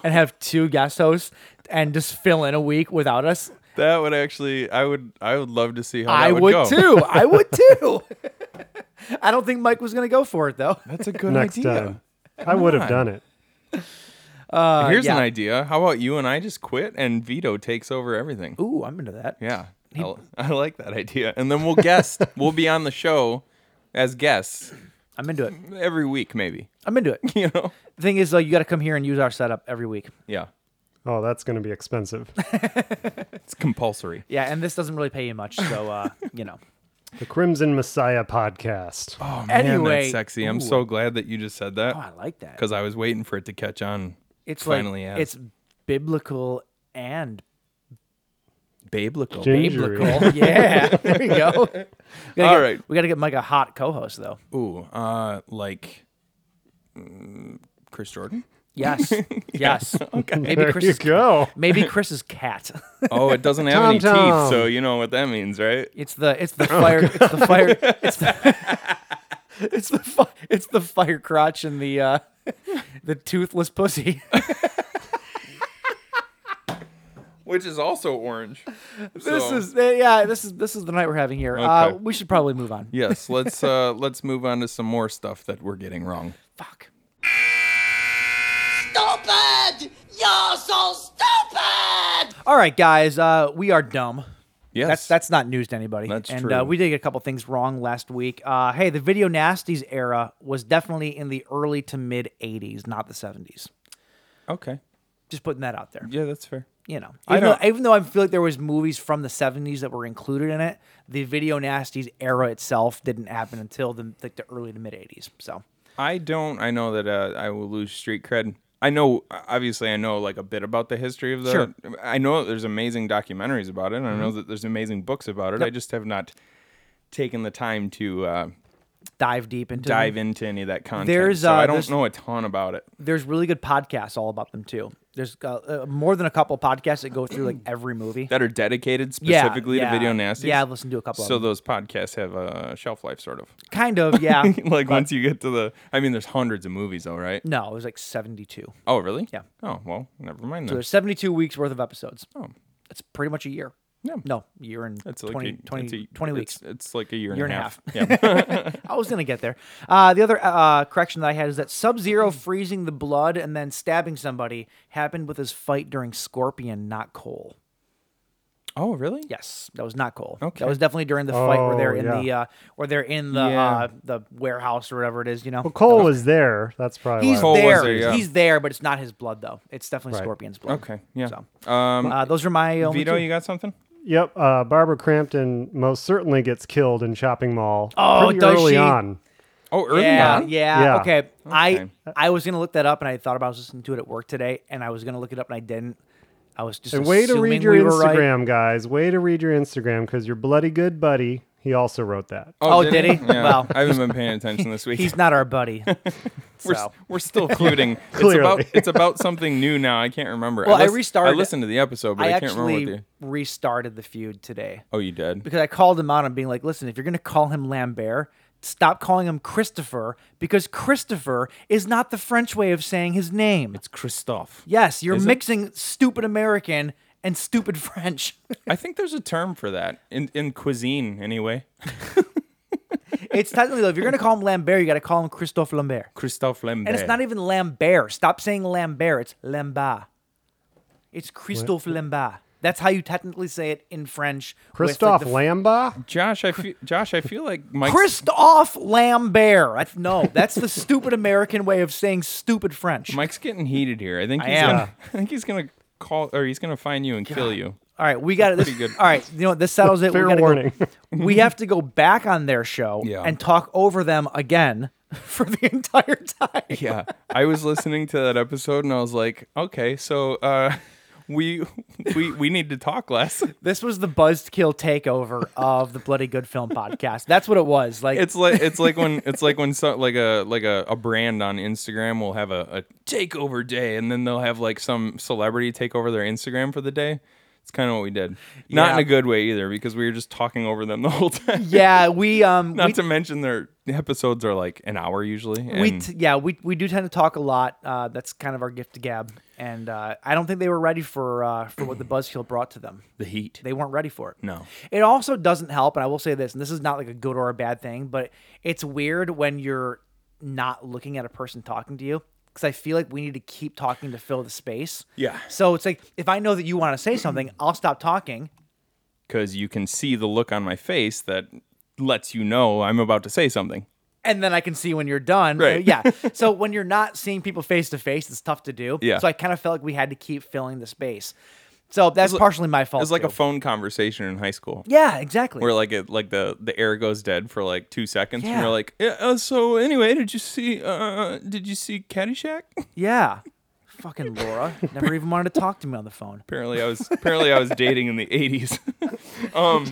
[SPEAKER 5] and have two guest hosts, and just fill in a week without us.
[SPEAKER 6] That would actually. I would. I would love to see how
[SPEAKER 5] I
[SPEAKER 6] that would,
[SPEAKER 5] would,
[SPEAKER 6] go.
[SPEAKER 5] too. I would too. I don't think Mike was going to go for it though.
[SPEAKER 6] That's a good
[SPEAKER 7] Next
[SPEAKER 6] idea.
[SPEAKER 7] time. I would have
[SPEAKER 6] on.
[SPEAKER 7] done it.
[SPEAKER 6] Here's
[SPEAKER 5] yeah.
[SPEAKER 6] an idea. How about you and I just quit and Vito takes over everything?
[SPEAKER 5] Ooh, I'm into that.
[SPEAKER 6] Yeah. I l- I like that idea. And then we'll guest. we'll be on the show as guests
[SPEAKER 5] I'm into it.
[SPEAKER 6] every week, maybe.
[SPEAKER 5] I'm into it.
[SPEAKER 6] You know?
[SPEAKER 5] The thing is, though, you got to come here and use our setup every week.
[SPEAKER 6] Yeah.
[SPEAKER 7] Oh, that's going to be expensive.
[SPEAKER 6] It's compulsory.
[SPEAKER 5] Yeah, and this doesn't really pay you much, so uh, you know.
[SPEAKER 7] The Crimson Messiah podcast.
[SPEAKER 6] Oh, man,
[SPEAKER 5] Anyway,
[SPEAKER 6] that's sexy. I'm
[SPEAKER 5] ooh.
[SPEAKER 6] so glad that you just said that
[SPEAKER 5] Oh, I like that.
[SPEAKER 6] because I was waiting for it to catch on.
[SPEAKER 5] It's
[SPEAKER 6] finally
[SPEAKER 5] like
[SPEAKER 6] has.
[SPEAKER 5] it's biblical and
[SPEAKER 6] biblical.
[SPEAKER 7] Gingery.
[SPEAKER 5] biblical. yeah, there you go. We gotta
[SPEAKER 6] All
[SPEAKER 5] get-
[SPEAKER 6] right.
[SPEAKER 5] we got to get Mike a hot co-host though.
[SPEAKER 6] Ooh, uh, like mm, Chris Jordan.
[SPEAKER 5] Yes, yes. okay. Maybe
[SPEAKER 7] There you
[SPEAKER 5] Chris's
[SPEAKER 7] go.
[SPEAKER 5] maybe Chris's cat.
[SPEAKER 6] Oh, it doesn't have any
[SPEAKER 7] Tom-tom.
[SPEAKER 6] teeth, so you know what that means, right?
[SPEAKER 5] It's the it's the
[SPEAKER 6] Oh,
[SPEAKER 5] fire it's the fire it's the it's the fi- it's the fire crotch and the uh, the toothless pussy.
[SPEAKER 6] Which is also orange.
[SPEAKER 5] this
[SPEAKER 6] So-
[SPEAKER 5] is eh, yeah this is this is the night we're having here. Uh,
[SPEAKER 6] Okay.
[SPEAKER 5] we should probably move on.
[SPEAKER 6] yes. Let's uh, let's move on to some more stuff that we're getting wrong.
[SPEAKER 5] Fuck.
[SPEAKER 8] stupid! You're so stupid!
[SPEAKER 5] All right, guys, uh, we are dumb.
[SPEAKER 6] Yes,
[SPEAKER 5] That's that's not news to anybody.
[SPEAKER 6] That's
[SPEAKER 5] and,
[SPEAKER 6] true.
[SPEAKER 5] Uh, we did get a couple things wrong last week. Uh, hey, the video nasties era was definitely in the early to mid '80s, not the '70s.
[SPEAKER 6] okay.
[SPEAKER 5] Just putting that out there.
[SPEAKER 6] Yeah, that's fair.
[SPEAKER 5] you know,
[SPEAKER 6] I
[SPEAKER 5] even though,
[SPEAKER 6] don't-
[SPEAKER 5] even though I feel like there was movies from the '70s that were included in it, the video nasties era itself didn't happen until the like the early to mid '80s. So
[SPEAKER 6] I don't. I know that uh, I will lose street cred. I know, obviously, I know like a bit about the history of the.
[SPEAKER 5] Sure. Mm-hmm.
[SPEAKER 6] I know that there's amazing documentaries about it. And I know that there's amazing books about it. I just have not taken the time to uh,
[SPEAKER 5] dive deep into them.
[SPEAKER 6] dive into any of that content.
[SPEAKER 5] There's,
[SPEAKER 6] so
[SPEAKER 5] uh,
[SPEAKER 6] I don't
[SPEAKER 5] there's-
[SPEAKER 6] know a ton about it.
[SPEAKER 5] There's really good podcasts all about them too. There's uh, uh, more than a couple podcasts that go through like every movie.
[SPEAKER 6] That are dedicated
[SPEAKER 5] Yeah,
[SPEAKER 6] specifically
[SPEAKER 5] yeah.
[SPEAKER 6] to video nasties.
[SPEAKER 5] Yeah, I've listened to a couple of
[SPEAKER 6] So
[SPEAKER 5] them.
[SPEAKER 6] those podcasts have a shelf life, sort of.
[SPEAKER 5] Kind of, yeah.
[SPEAKER 6] like once you get to the, I mean, there's hundreds of movies, though, right?
[SPEAKER 5] no, it was like 72.
[SPEAKER 6] Oh, really?
[SPEAKER 5] Yeah.
[SPEAKER 6] Oh well, never mind
[SPEAKER 5] So
[SPEAKER 6] then.
[SPEAKER 5] there's 72 weeks worth of episodes. Oh, that's pretty much a year.
[SPEAKER 6] Yeah.
[SPEAKER 5] No, year and
[SPEAKER 6] It's
[SPEAKER 5] 20,
[SPEAKER 6] a-
[SPEAKER 5] 20
[SPEAKER 6] it's a-
[SPEAKER 5] 20 weeks.
[SPEAKER 6] it's- It's like a year,
[SPEAKER 5] Year
[SPEAKER 6] and,
[SPEAKER 5] and a
[SPEAKER 6] a half. yeah.
[SPEAKER 5] I was gonna get there. Uh, the other uh, correction that I had is that Sub Zero
[SPEAKER 6] Mm-hmm.
[SPEAKER 5] freezing the blood and then stabbing somebody happened with his fight during Scorpion, not Cole.
[SPEAKER 6] Oh, really?
[SPEAKER 5] Yes, that was not Cole.
[SPEAKER 6] Okay.
[SPEAKER 5] that was definitely during the fight where they're
[SPEAKER 7] Oh,
[SPEAKER 5] in
[SPEAKER 7] yeah.
[SPEAKER 5] the uh, where they're in the
[SPEAKER 6] Yeah.
[SPEAKER 5] uh, the warehouse or whatever it is. You know,
[SPEAKER 7] Well, Cole was there. That's probably
[SPEAKER 5] he's
[SPEAKER 7] why.
[SPEAKER 6] Cole was
[SPEAKER 5] there.
[SPEAKER 6] there, yeah.
[SPEAKER 5] He's there, but it's not his blood though. It's definitely
[SPEAKER 7] Right.
[SPEAKER 5] Scorpion's blood.
[SPEAKER 6] Okay. Yeah.
[SPEAKER 5] So,
[SPEAKER 6] um,
[SPEAKER 5] uh, those are my only
[SPEAKER 6] Vito,
[SPEAKER 5] two.
[SPEAKER 6] you got something?
[SPEAKER 7] Yep. Uh, Barbara Crampton most certainly gets killed in Shopping Mall.
[SPEAKER 5] Oh,
[SPEAKER 7] pretty
[SPEAKER 5] does
[SPEAKER 7] early
[SPEAKER 5] she?
[SPEAKER 7] on.
[SPEAKER 6] Oh, early
[SPEAKER 5] yeah,
[SPEAKER 6] on.
[SPEAKER 5] Yeah,
[SPEAKER 7] Yeah.
[SPEAKER 5] Okay. I
[SPEAKER 6] Okay.
[SPEAKER 5] I was gonna look that up, and I thought about I was listening to it at work today, and I was gonna look it up, and I didn't. I was just
[SPEAKER 7] And way to
[SPEAKER 5] assuming
[SPEAKER 7] read your
[SPEAKER 5] we were right.
[SPEAKER 7] Instagram, guys. Way to read your Instagram because your bloody good buddy, he also wrote that.
[SPEAKER 5] Oh, did he?
[SPEAKER 6] Yeah.
[SPEAKER 5] Wow.
[SPEAKER 6] I haven't been paying attention this week.
[SPEAKER 5] He's not our buddy.
[SPEAKER 6] we're,
[SPEAKER 5] so.
[SPEAKER 6] we're still feuding. it's
[SPEAKER 7] Clearly.
[SPEAKER 6] about it's about something new now. I can't remember.
[SPEAKER 5] Well, I
[SPEAKER 6] lis-
[SPEAKER 5] restarted
[SPEAKER 6] I
[SPEAKER 5] it.
[SPEAKER 6] listened to the episode, but
[SPEAKER 5] I
[SPEAKER 6] I, can't remember what
[SPEAKER 5] actually
[SPEAKER 6] the.
[SPEAKER 5] restarted the feud today
[SPEAKER 6] Oh, you did.
[SPEAKER 5] because I called him out on being like, listen, if you're gonna call him Lambert, stop calling him Christopher because Christopher is not the French way of saying his name.
[SPEAKER 6] It's Christophe.
[SPEAKER 5] yes, you're
[SPEAKER 6] Is it?
[SPEAKER 5] mixing stupid American and stupid French.
[SPEAKER 6] I think there's a term for that in in cuisine anyway.
[SPEAKER 5] it's technically though, if you're gonna call him Lambert, you gotta call him Christophe Lambert.
[SPEAKER 6] Christophe Lambert.
[SPEAKER 5] And it's not even Lambert. Stop saying Lambert. It's Lambert. It's Christophe Lambert. That's how you technically say it in French. with, like,
[SPEAKER 7] Christoph
[SPEAKER 5] the f-
[SPEAKER 7] Lamba?
[SPEAKER 6] Josh. I feel Josh. I feel like Mike's
[SPEAKER 5] Christophe Lambert. That's, no, that's the stupid American way of saying stupid French.
[SPEAKER 6] Mike's getting heated here. I think
[SPEAKER 5] I
[SPEAKER 6] he's
[SPEAKER 5] am.
[SPEAKER 6] gonna I think he's gonna call or he's gonna find you and kill you.
[SPEAKER 5] All right, we got it. This,
[SPEAKER 6] Pretty good.
[SPEAKER 5] All right, you know what, this settles it.
[SPEAKER 7] Fair
[SPEAKER 5] we gotta
[SPEAKER 7] warning.
[SPEAKER 5] Go, we have to go back on their show
[SPEAKER 6] Yeah.
[SPEAKER 5] and talk over them again for the entire time.
[SPEAKER 6] Yeah. I was listening to that episode and I was like, okay, so uh, we we we need to talk less.
[SPEAKER 5] This was the buzzkill takeover of the Bloody Good Film podcast. That's what it was. Like
[SPEAKER 6] It's like it's like when it's like when so, like a like a, a brand on Instagram will have a, a takeover day and then they'll have like some celebrity take over their Instagram for the day. It's kind of what we did. Not in
[SPEAKER 5] Yeah.
[SPEAKER 6] a good way either because we were just talking over them the whole time.
[SPEAKER 5] yeah, we um
[SPEAKER 6] Not
[SPEAKER 5] we,
[SPEAKER 6] to mention their episodes are like an hour usually.
[SPEAKER 5] we
[SPEAKER 6] and-
[SPEAKER 5] t- yeah we we do tend to talk a lot. Uh, that's kind of our gift to Gab, and uh, I don't think they were ready for uh, for what the buzzkill brought to them.
[SPEAKER 6] the heat.
[SPEAKER 5] They weren't ready for it.
[SPEAKER 6] No.
[SPEAKER 5] It also doesn't help, and I will say this, and this is not like a good or a bad thing, but it's weird when you're not looking at a person talking to you because I feel like we need to keep talking to fill the space.
[SPEAKER 6] Yeah.
[SPEAKER 5] So it's like if I know that you want to say something, I'll stop talking.
[SPEAKER 6] because you can see the look on my face that lets you know I'm about to say something.
[SPEAKER 5] And then I can see when you're done.
[SPEAKER 6] Right.
[SPEAKER 5] Yeah. so when you're not seeing people face to face, it's tough to do.
[SPEAKER 6] Yeah.
[SPEAKER 5] So I kind of felt like we had to keep filling the space. So that's partially my fault.
[SPEAKER 6] It's like a
[SPEAKER 5] too.
[SPEAKER 6] phone conversation in high school.
[SPEAKER 5] yeah, exactly.
[SPEAKER 6] Where like it, like the the air goes dead for like two seconds, and
[SPEAKER 5] Yeah.
[SPEAKER 6] you're like, yeah, uh, so anyway, did you see, uh, did you see Caddyshack?
[SPEAKER 5] yeah. Fucking Laura never even wanted to talk to me on the phone.
[SPEAKER 6] apparently, I was apparently I was dating in the '80s. um,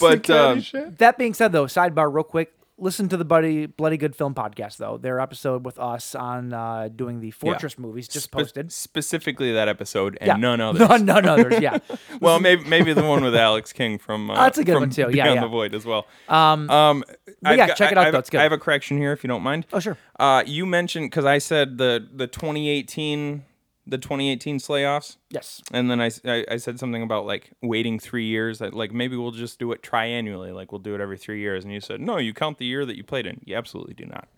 [SPEAKER 6] but um,
[SPEAKER 5] That being said, though, sidebar real quick. Listen to the Buddy Bloody Good Film podcast, though. Their episode with us on uh, doing the Fortress movies just
[SPEAKER 6] spe-
[SPEAKER 5] posted.
[SPEAKER 6] specifically that episode and
[SPEAKER 5] Yeah.
[SPEAKER 6] none others.
[SPEAKER 5] None, none others. Yeah.
[SPEAKER 6] well, maybe maybe the one with Alex King from uh,
[SPEAKER 5] that's a good
[SPEAKER 6] from
[SPEAKER 5] one, too. Yeah,
[SPEAKER 6] Beyond
[SPEAKER 5] yeah.
[SPEAKER 6] the Void as well. Um, um I've
[SPEAKER 5] yeah,
[SPEAKER 6] got-
[SPEAKER 5] check it
[SPEAKER 6] I-
[SPEAKER 5] out,
[SPEAKER 6] I've-
[SPEAKER 5] though. It's good.
[SPEAKER 6] I have a correction here, if you don't mind.
[SPEAKER 5] Oh, sure.
[SPEAKER 6] Uh, you mentioned because I said the the 2018 the 2018 slayoffs.
[SPEAKER 5] yes.
[SPEAKER 6] And then I, s- I- I said something about like waiting three years. That like maybe we'll just do it triannually. Like we'll do it every three years. And you said no, you count the year that you played in. You absolutely do not.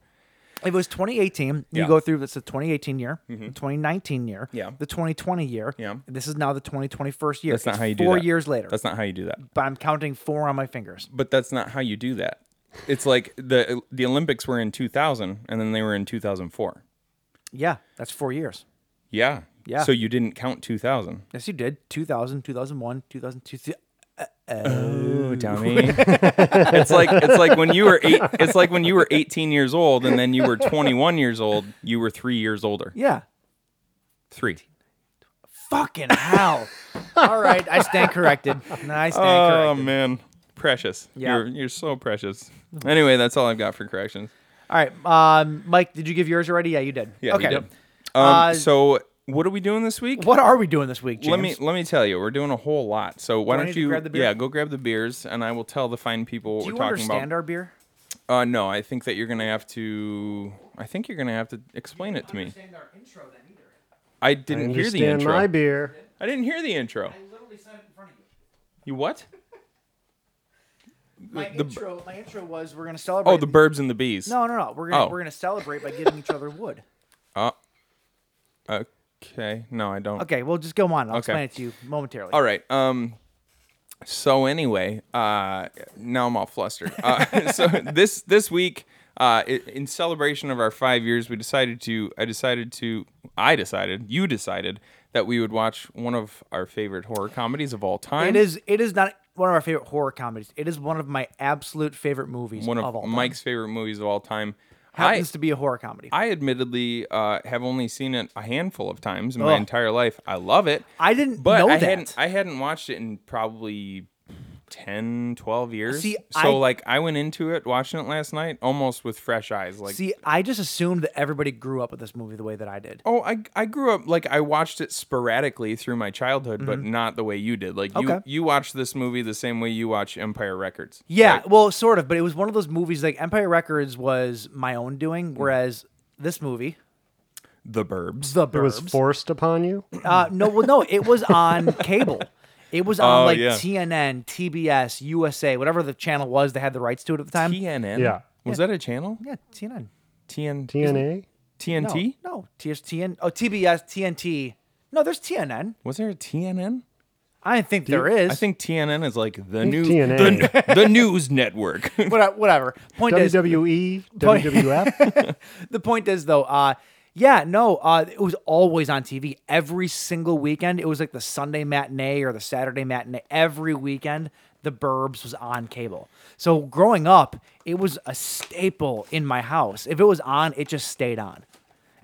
[SPEAKER 5] It was 2018. You
[SPEAKER 6] Yeah. Mm-hmm.
[SPEAKER 5] go through that's the 2018 year, the 2019 year,
[SPEAKER 6] Yeah.
[SPEAKER 5] the 2020 year.
[SPEAKER 6] Yeah.
[SPEAKER 5] This is now the 2021st year.
[SPEAKER 6] That's not
[SPEAKER 5] It's
[SPEAKER 6] how you do
[SPEAKER 5] Four
[SPEAKER 6] that.
[SPEAKER 5] years later.
[SPEAKER 6] That's not how you do that.
[SPEAKER 5] but I'm counting four on my fingers.
[SPEAKER 6] but that's not how you do that. It's like the the Olympics were in 2000 and then they were in 2004.
[SPEAKER 5] Yeah. That's four years.
[SPEAKER 6] Yeah.
[SPEAKER 5] Yeah.
[SPEAKER 6] So you didn't count 2000.
[SPEAKER 5] Yes, you did. 2000, 2001, 2002. th-
[SPEAKER 6] Oh, dummy. it's like it's like when you were eight, it's like when you were 18 years old and then you were 21 years old, you were 3 years older.
[SPEAKER 5] Yeah.
[SPEAKER 6] 3.
[SPEAKER 5] Fucking hell. All right. I stand corrected. I stand
[SPEAKER 6] Oh
[SPEAKER 5] corrected.
[SPEAKER 6] man. Precious.
[SPEAKER 5] Yeah.
[SPEAKER 6] You're you're so precious. Anyway, that's all I've got for corrections.
[SPEAKER 5] All right, um, Mike, did you give yours already? Yeah, you did.
[SPEAKER 6] Yeah, we
[SPEAKER 5] Okay.
[SPEAKER 6] did. Um,
[SPEAKER 5] Uh,
[SPEAKER 6] so what are we doing this week?
[SPEAKER 5] What are we doing this week, James?
[SPEAKER 6] Let me let me tell you, we're doing a whole lot. So why
[SPEAKER 5] Do I
[SPEAKER 6] Do
[SPEAKER 5] need
[SPEAKER 6] not
[SPEAKER 5] to
[SPEAKER 6] you
[SPEAKER 5] grab the beer?
[SPEAKER 6] Yeah, go grab the beers, and I will tell the fine people what
[SPEAKER 5] Do you
[SPEAKER 6] we're talking
[SPEAKER 5] understand
[SPEAKER 6] about.
[SPEAKER 5] our beer?
[SPEAKER 6] uh, no, I think that you're gonna have to. I think you're gonna have to explain it to me.
[SPEAKER 5] our intro then either.
[SPEAKER 6] I
[SPEAKER 7] I
[SPEAKER 6] didn't hear the
[SPEAKER 7] understand
[SPEAKER 6] intro.
[SPEAKER 7] my beer.
[SPEAKER 6] I didn't hear the intro.
[SPEAKER 5] I literally said it in front of you.
[SPEAKER 6] You what?
[SPEAKER 5] My
[SPEAKER 6] the-
[SPEAKER 5] intro, my intro was we're gonna celebrate.
[SPEAKER 6] Oh, the burbs and the bees.
[SPEAKER 5] No, no, no. We're gonna
[SPEAKER 6] Oh.
[SPEAKER 5] we're gonna celebrate by giving each other wood.
[SPEAKER 6] Okay. No, I don't.
[SPEAKER 5] Okay, well, just go on. I'll
[SPEAKER 6] Okay.
[SPEAKER 5] explain it to you momentarily.
[SPEAKER 6] All right. Um, So anyway, uh, now I'm all flustered. Uh, so this this week, uh, i- in celebration of our five years, we decided to. I decided to. I decided. You decided that we would watch one of our favorite horror comedies of all time.
[SPEAKER 5] It is. It is not one of our favorite horror comedies. It is one of my absolute favorite movies
[SPEAKER 6] one
[SPEAKER 5] all
[SPEAKER 6] of
[SPEAKER 5] time.
[SPEAKER 6] Mike's favorite movies of all time. I,
[SPEAKER 5] happens to be a horror comedy. I,
[SPEAKER 6] I admittedly uh, have only seen it a handful of times in my entire life. I love it.
[SPEAKER 5] didn't
[SPEAKER 6] but
[SPEAKER 5] know
[SPEAKER 6] I
[SPEAKER 5] that.
[SPEAKER 6] hadn't I hadn't watched it in probably 10 12 years.
[SPEAKER 5] See,
[SPEAKER 6] so
[SPEAKER 5] I-
[SPEAKER 6] like I went into it watching it last night almost with fresh eyes like
[SPEAKER 5] See, I just assumed that everybody grew up with this movie the way that I did.
[SPEAKER 6] Oh, I, I grew up like I watched it sporadically through my childhood, but not the way you did. Like you
[SPEAKER 5] Mm-hmm. Okay.
[SPEAKER 6] you watched this movie the same way you watch Empire Records.
[SPEAKER 5] Yeah,
[SPEAKER 6] Like,
[SPEAKER 5] well, sort of, but it was one of those movies like Empire Records was my own
[SPEAKER 6] Mm.
[SPEAKER 5] doing, whereas this movie,
[SPEAKER 6] the Burbs.
[SPEAKER 5] The Burbs,
[SPEAKER 7] It was forced upon you.
[SPEAKER 5] uh, no, well, no, it was on cable. It was on
[SPEAKER 6] Oh,
[SPEAKER 5] like
[SPEAKER 6] yeah.
[SPEAKER 5] TNN, TBS, USA, whatever the channel was. They had the rights to it at the time.
[SPEAKER 6] TNN.
[SPEAKER 7] Yeah.
[SPEAKER 6] Was that a channel?
[SPEAKER 5] yeah, TNN.
[SPEAKER 6] TN,
[SPEAKER 7] TNA.
[SPEAKER 5] No,
[SPEAKER 6] TNT?
[SPEAKER 5] no, TSTN. Oh, TBS, TNT. No, there's TNN.
[SPEAKER 6] Was there a TNN?
[SPEAKER 5] I didn't think there is.
[SPEAKER 6] I think TNN is like the new
[SPEAKER 7] TNA.
[SPEAKER 6] the, the news network.
[SPEAKER 5] Whata- whatever. Point is,
[SPEAKER 7] WWE, WWF.
[SPEAKER 5] the point is though uh yeah no uh it was always on tv every single weekend it was like the sunday matinee or the saturday matinee every weekend the burbs was on cable so growing up it was a staple in my house if it was on it just stayed on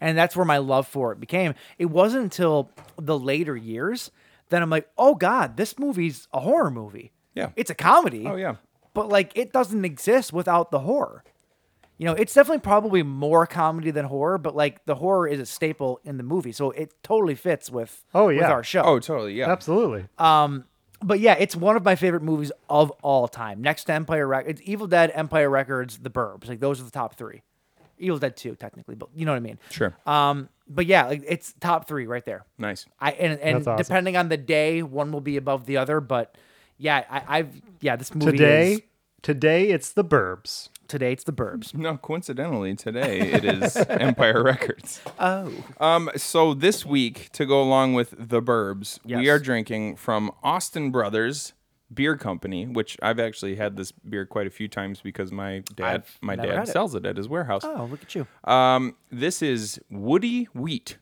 [SPEAKER 5] and that's where my love for it became it wasn't until the later years that i'm like oh god this movie's a horror movie
[SPEAKER 6] Yeah.
[SPEAKER 5] it's a comedy
[SPEAKER 6] Oh, yeah.
[SPEAKER 5] but like it doesn't exist without the horror you know, it's definitely probably more comedy than horror, but like the horror is a staple in the movie, so it totally fits with
[SPEAKER 7] Oh,
[SPEAKER 5] with
[SPEAKER 7] yeah.
[SPEAKER 5] our show.
[SPEAKER 6] oh, totally. Yeah.
[SPEAKER 7] Absolutely.
[SPEAKER 5] But yeah, it's one of my favorite movies of all time. Next to Empire Records, it's Evil Dead, Empire Records, The Burbs. Like those are the top three. Evil Dead two, technically, but you know what I mean.
[SPEAKER 6] Sure.
[SPEAKER 5] Um, but yeah, like it's top three right there.
[SPEAKER 6] nice.
[SPEAKER 5] I and, and
[SPEAKER 7] That's awesome.
[SPEAKER 5] depending on the day, one will be above the other. But yeah, I, I've yeah, this movie
[SPEAKER 7] today,
[SPEAKER 5] is-
[SPEAKER 7] today it's the Burbs.
[SPEAKER 5] today it's The Burbs.
[SPEAKER 6] No, coincidentally, today it is Empire Records.
[SPEAKER 5] Oh,
[SPEAKER 6] Um, so this week, to go along with the Burbs, we
[SPEAKER 5] Yes.
[SPEAKER 6] are drinking from Austin Brothers Beer Company, which I've actually had this beer quite a few times because my dad,
[SPEAKER 5] I've
[SPEAKER 6] my
[SPEAKER 5] never
[SPEAKER 6] dad
[SPEAKER 5] had it.
[SPEAKER 6] sells it at his warehouse.
[SPEAKER 5] oh, look at you.
[SPEAKER 6] Um, this is Woody Wheat.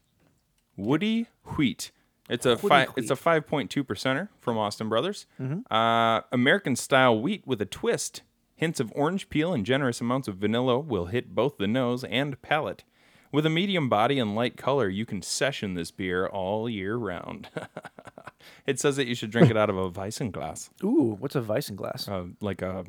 [SPEAKER 6] Woody Wheat. It's a fi- it's a five point two percenter from Austin Brothers. Uh, American style wheat with a twist. Hints of orange peel and generous amounts of vanilla will hit both the nose and palate. With a medium body and light color, you can session this beer all year round. it says that you should drink it out of a Weissenglas,
[SPEAKER 5] Ooh, what's a Weissenglass?
[SPEAKER 6] uh, like a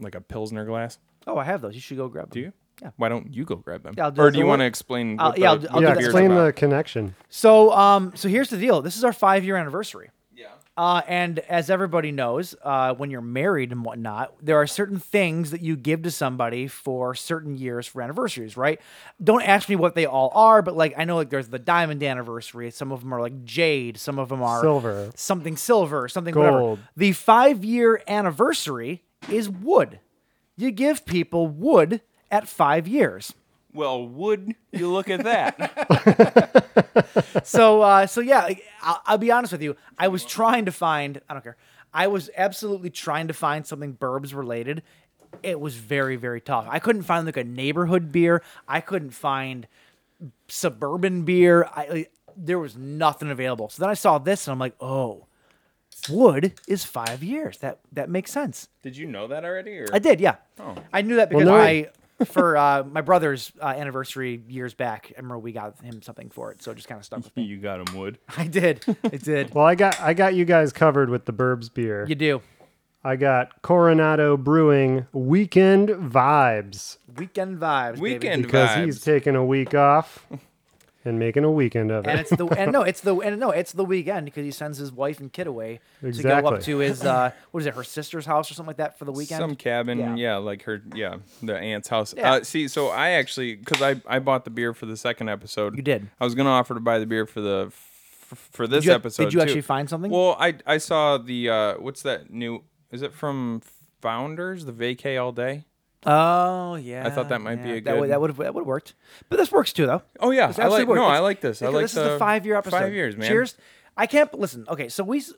[SPEAKER 6] like a pilsner glass.
[SPEAKER 5] oh, I have those. You should go grab them.
[SPEAKER 6] Do you? Yeah. Why don't you go grab them?
[SPEAKER 5] Yeah, I'll do
[SPEAKER 6] or
[SPEAKER 5] it.
[SPEAKER 6] do you
[SPEAKER 5] So
[SPEAKER 6] want to
[SPEAKER 5] what-
[SPEAKER 6] explain?
[SPEAKER 5] I'll-
[SPEAKER 6] what
[SPEAKER 5] yeah, I'll do-
[SPEAKER 6] the,
[SPEAKER 5] I'll
[SPEAKER 6] what
[SPEAKER 5] do
[SPEAKER 7] Yeah,
[SPEAKER 5] that.
[SPEAKER 6] beer's
[SPEAKER 7] explain
[SPEAKER 6] about?
[SPEAKER 7] the connection.
[SPEAKER 5] So, um, so here's the deal. This is our five year anniversary. Yeah. Uh, and as everybody knows, uh, when you're married and whatnot, there are certain things that you give to somebody for certain years for anniversaries, right? Don't ask me what they all are, but like I know like there's the diamond anniversary. Some of them are like jade. Some of them are
[SPEAKER 7] Silver.
[SPEAKER 5] Something silver. Something
[SPEAKER 7] Gold.
[SPEAKER 5] whatever. The five year anniversary is wood. You give people wood at five years.
[SPEAKER 6] Well, would you look at that?
[SPEAKER 5] so uh, so yeah, like, I'll, I'll be honest with you. I was trying to find. I don't care. I was absolutely trying to find something Burbs related. It was very very tough. I couldn't find like a neighborhood beer. I couldn't find suburban beer. I like, there was nothing available. So then I saw this and I'm like, oh, wood is five years. That that makes sense.
[SPEAKER 6] Did you know that already? Or?
[SPEAKER 5] I did, yeah. I knew that because
[SPEAKER 7] no.
[SPEAKER 5] I, for uh, my brother's uh, anniversary years back, I remember we got him something for it, so it just kind of stuck with me.
[SPEAKER 6] You got him, Wood.
[SPEAKER 5] I did, I did.
[SPEAKER 7] Well, I got I got you guys covered with the Burbs beer.
[SPEAKER 5] you do.
[SPEAKER 7] I got Coronado Brewing Weekend Vibes
[SPEAKER 5] Weekend vibes. baby.
[SPEAKER 6] Weekend
[SPEAKER 7] because
[SPEAKER 6] vibes.
[SPEAKER 7] he's taking a week off and making a weekend of
[SPEAKER 5] And
[SPEAKER 7] it.
[SPEAKER 5] it's the and no, it's the and no, it's the weekend because he sends his wife and kid away to go
[SPEAKER 7] Exactly.
[SPEAKER 5] up to his uh, what is it, her sister's house or something like that for the weekend.
[SPEAKER 6] Some cabin, yeah.
[SPEAKER 5] Yeah.
[SPEAKER 6] like her, yeah, the aunt's house.
[SPEAKER 5] Yeah.
[SPEAKER 6] Uh, see, so I actually, because I, I bought the beer for the second episode.
[SPEAKER 5] You did.
[SPEAKER 6] I was gonna offer to buy the beer for the f- for this
[SPEAKER 5] you- did
[SPEAKER 6] episode.
[SPEAKER 5] you
[SPEAKER 6] too.
[SPEAKER 5] actually find something?
[SPEAKER 6] Well, I I saw the uh, what's that new? Is it from Founders? The vacay all day.
[SPEAKER 5] oh yeah,
[SPEAKER 6] I thought that might be
[SPEAKER 5] yeah.
[SPEAKER 6] a
[SPEAKER 5] that would
[SPEAKER 6] good-
[SPEAKER 5] that would have that would have worked. But this works too, though.
[SPEAKER 6] Oh, yeah.
[SPEAKER 5] This
[SPEAKER 6] I like-
[SPEAKER 5] absolutely
[SPEAKER 6] no,
[SPEAKER 5] works.
[SPEAKER 6] I like this. I
[SPEAKER 5] It's-
[SPEAKER 6] like
[SPEAKER 5] this is
[SPEAKER 6] the
[SPEAKER 5] a five year episode.
[SPEAKER 6] five years, man.
[SPEAKER 5] Cheers. I can't listen. Okay, so we s-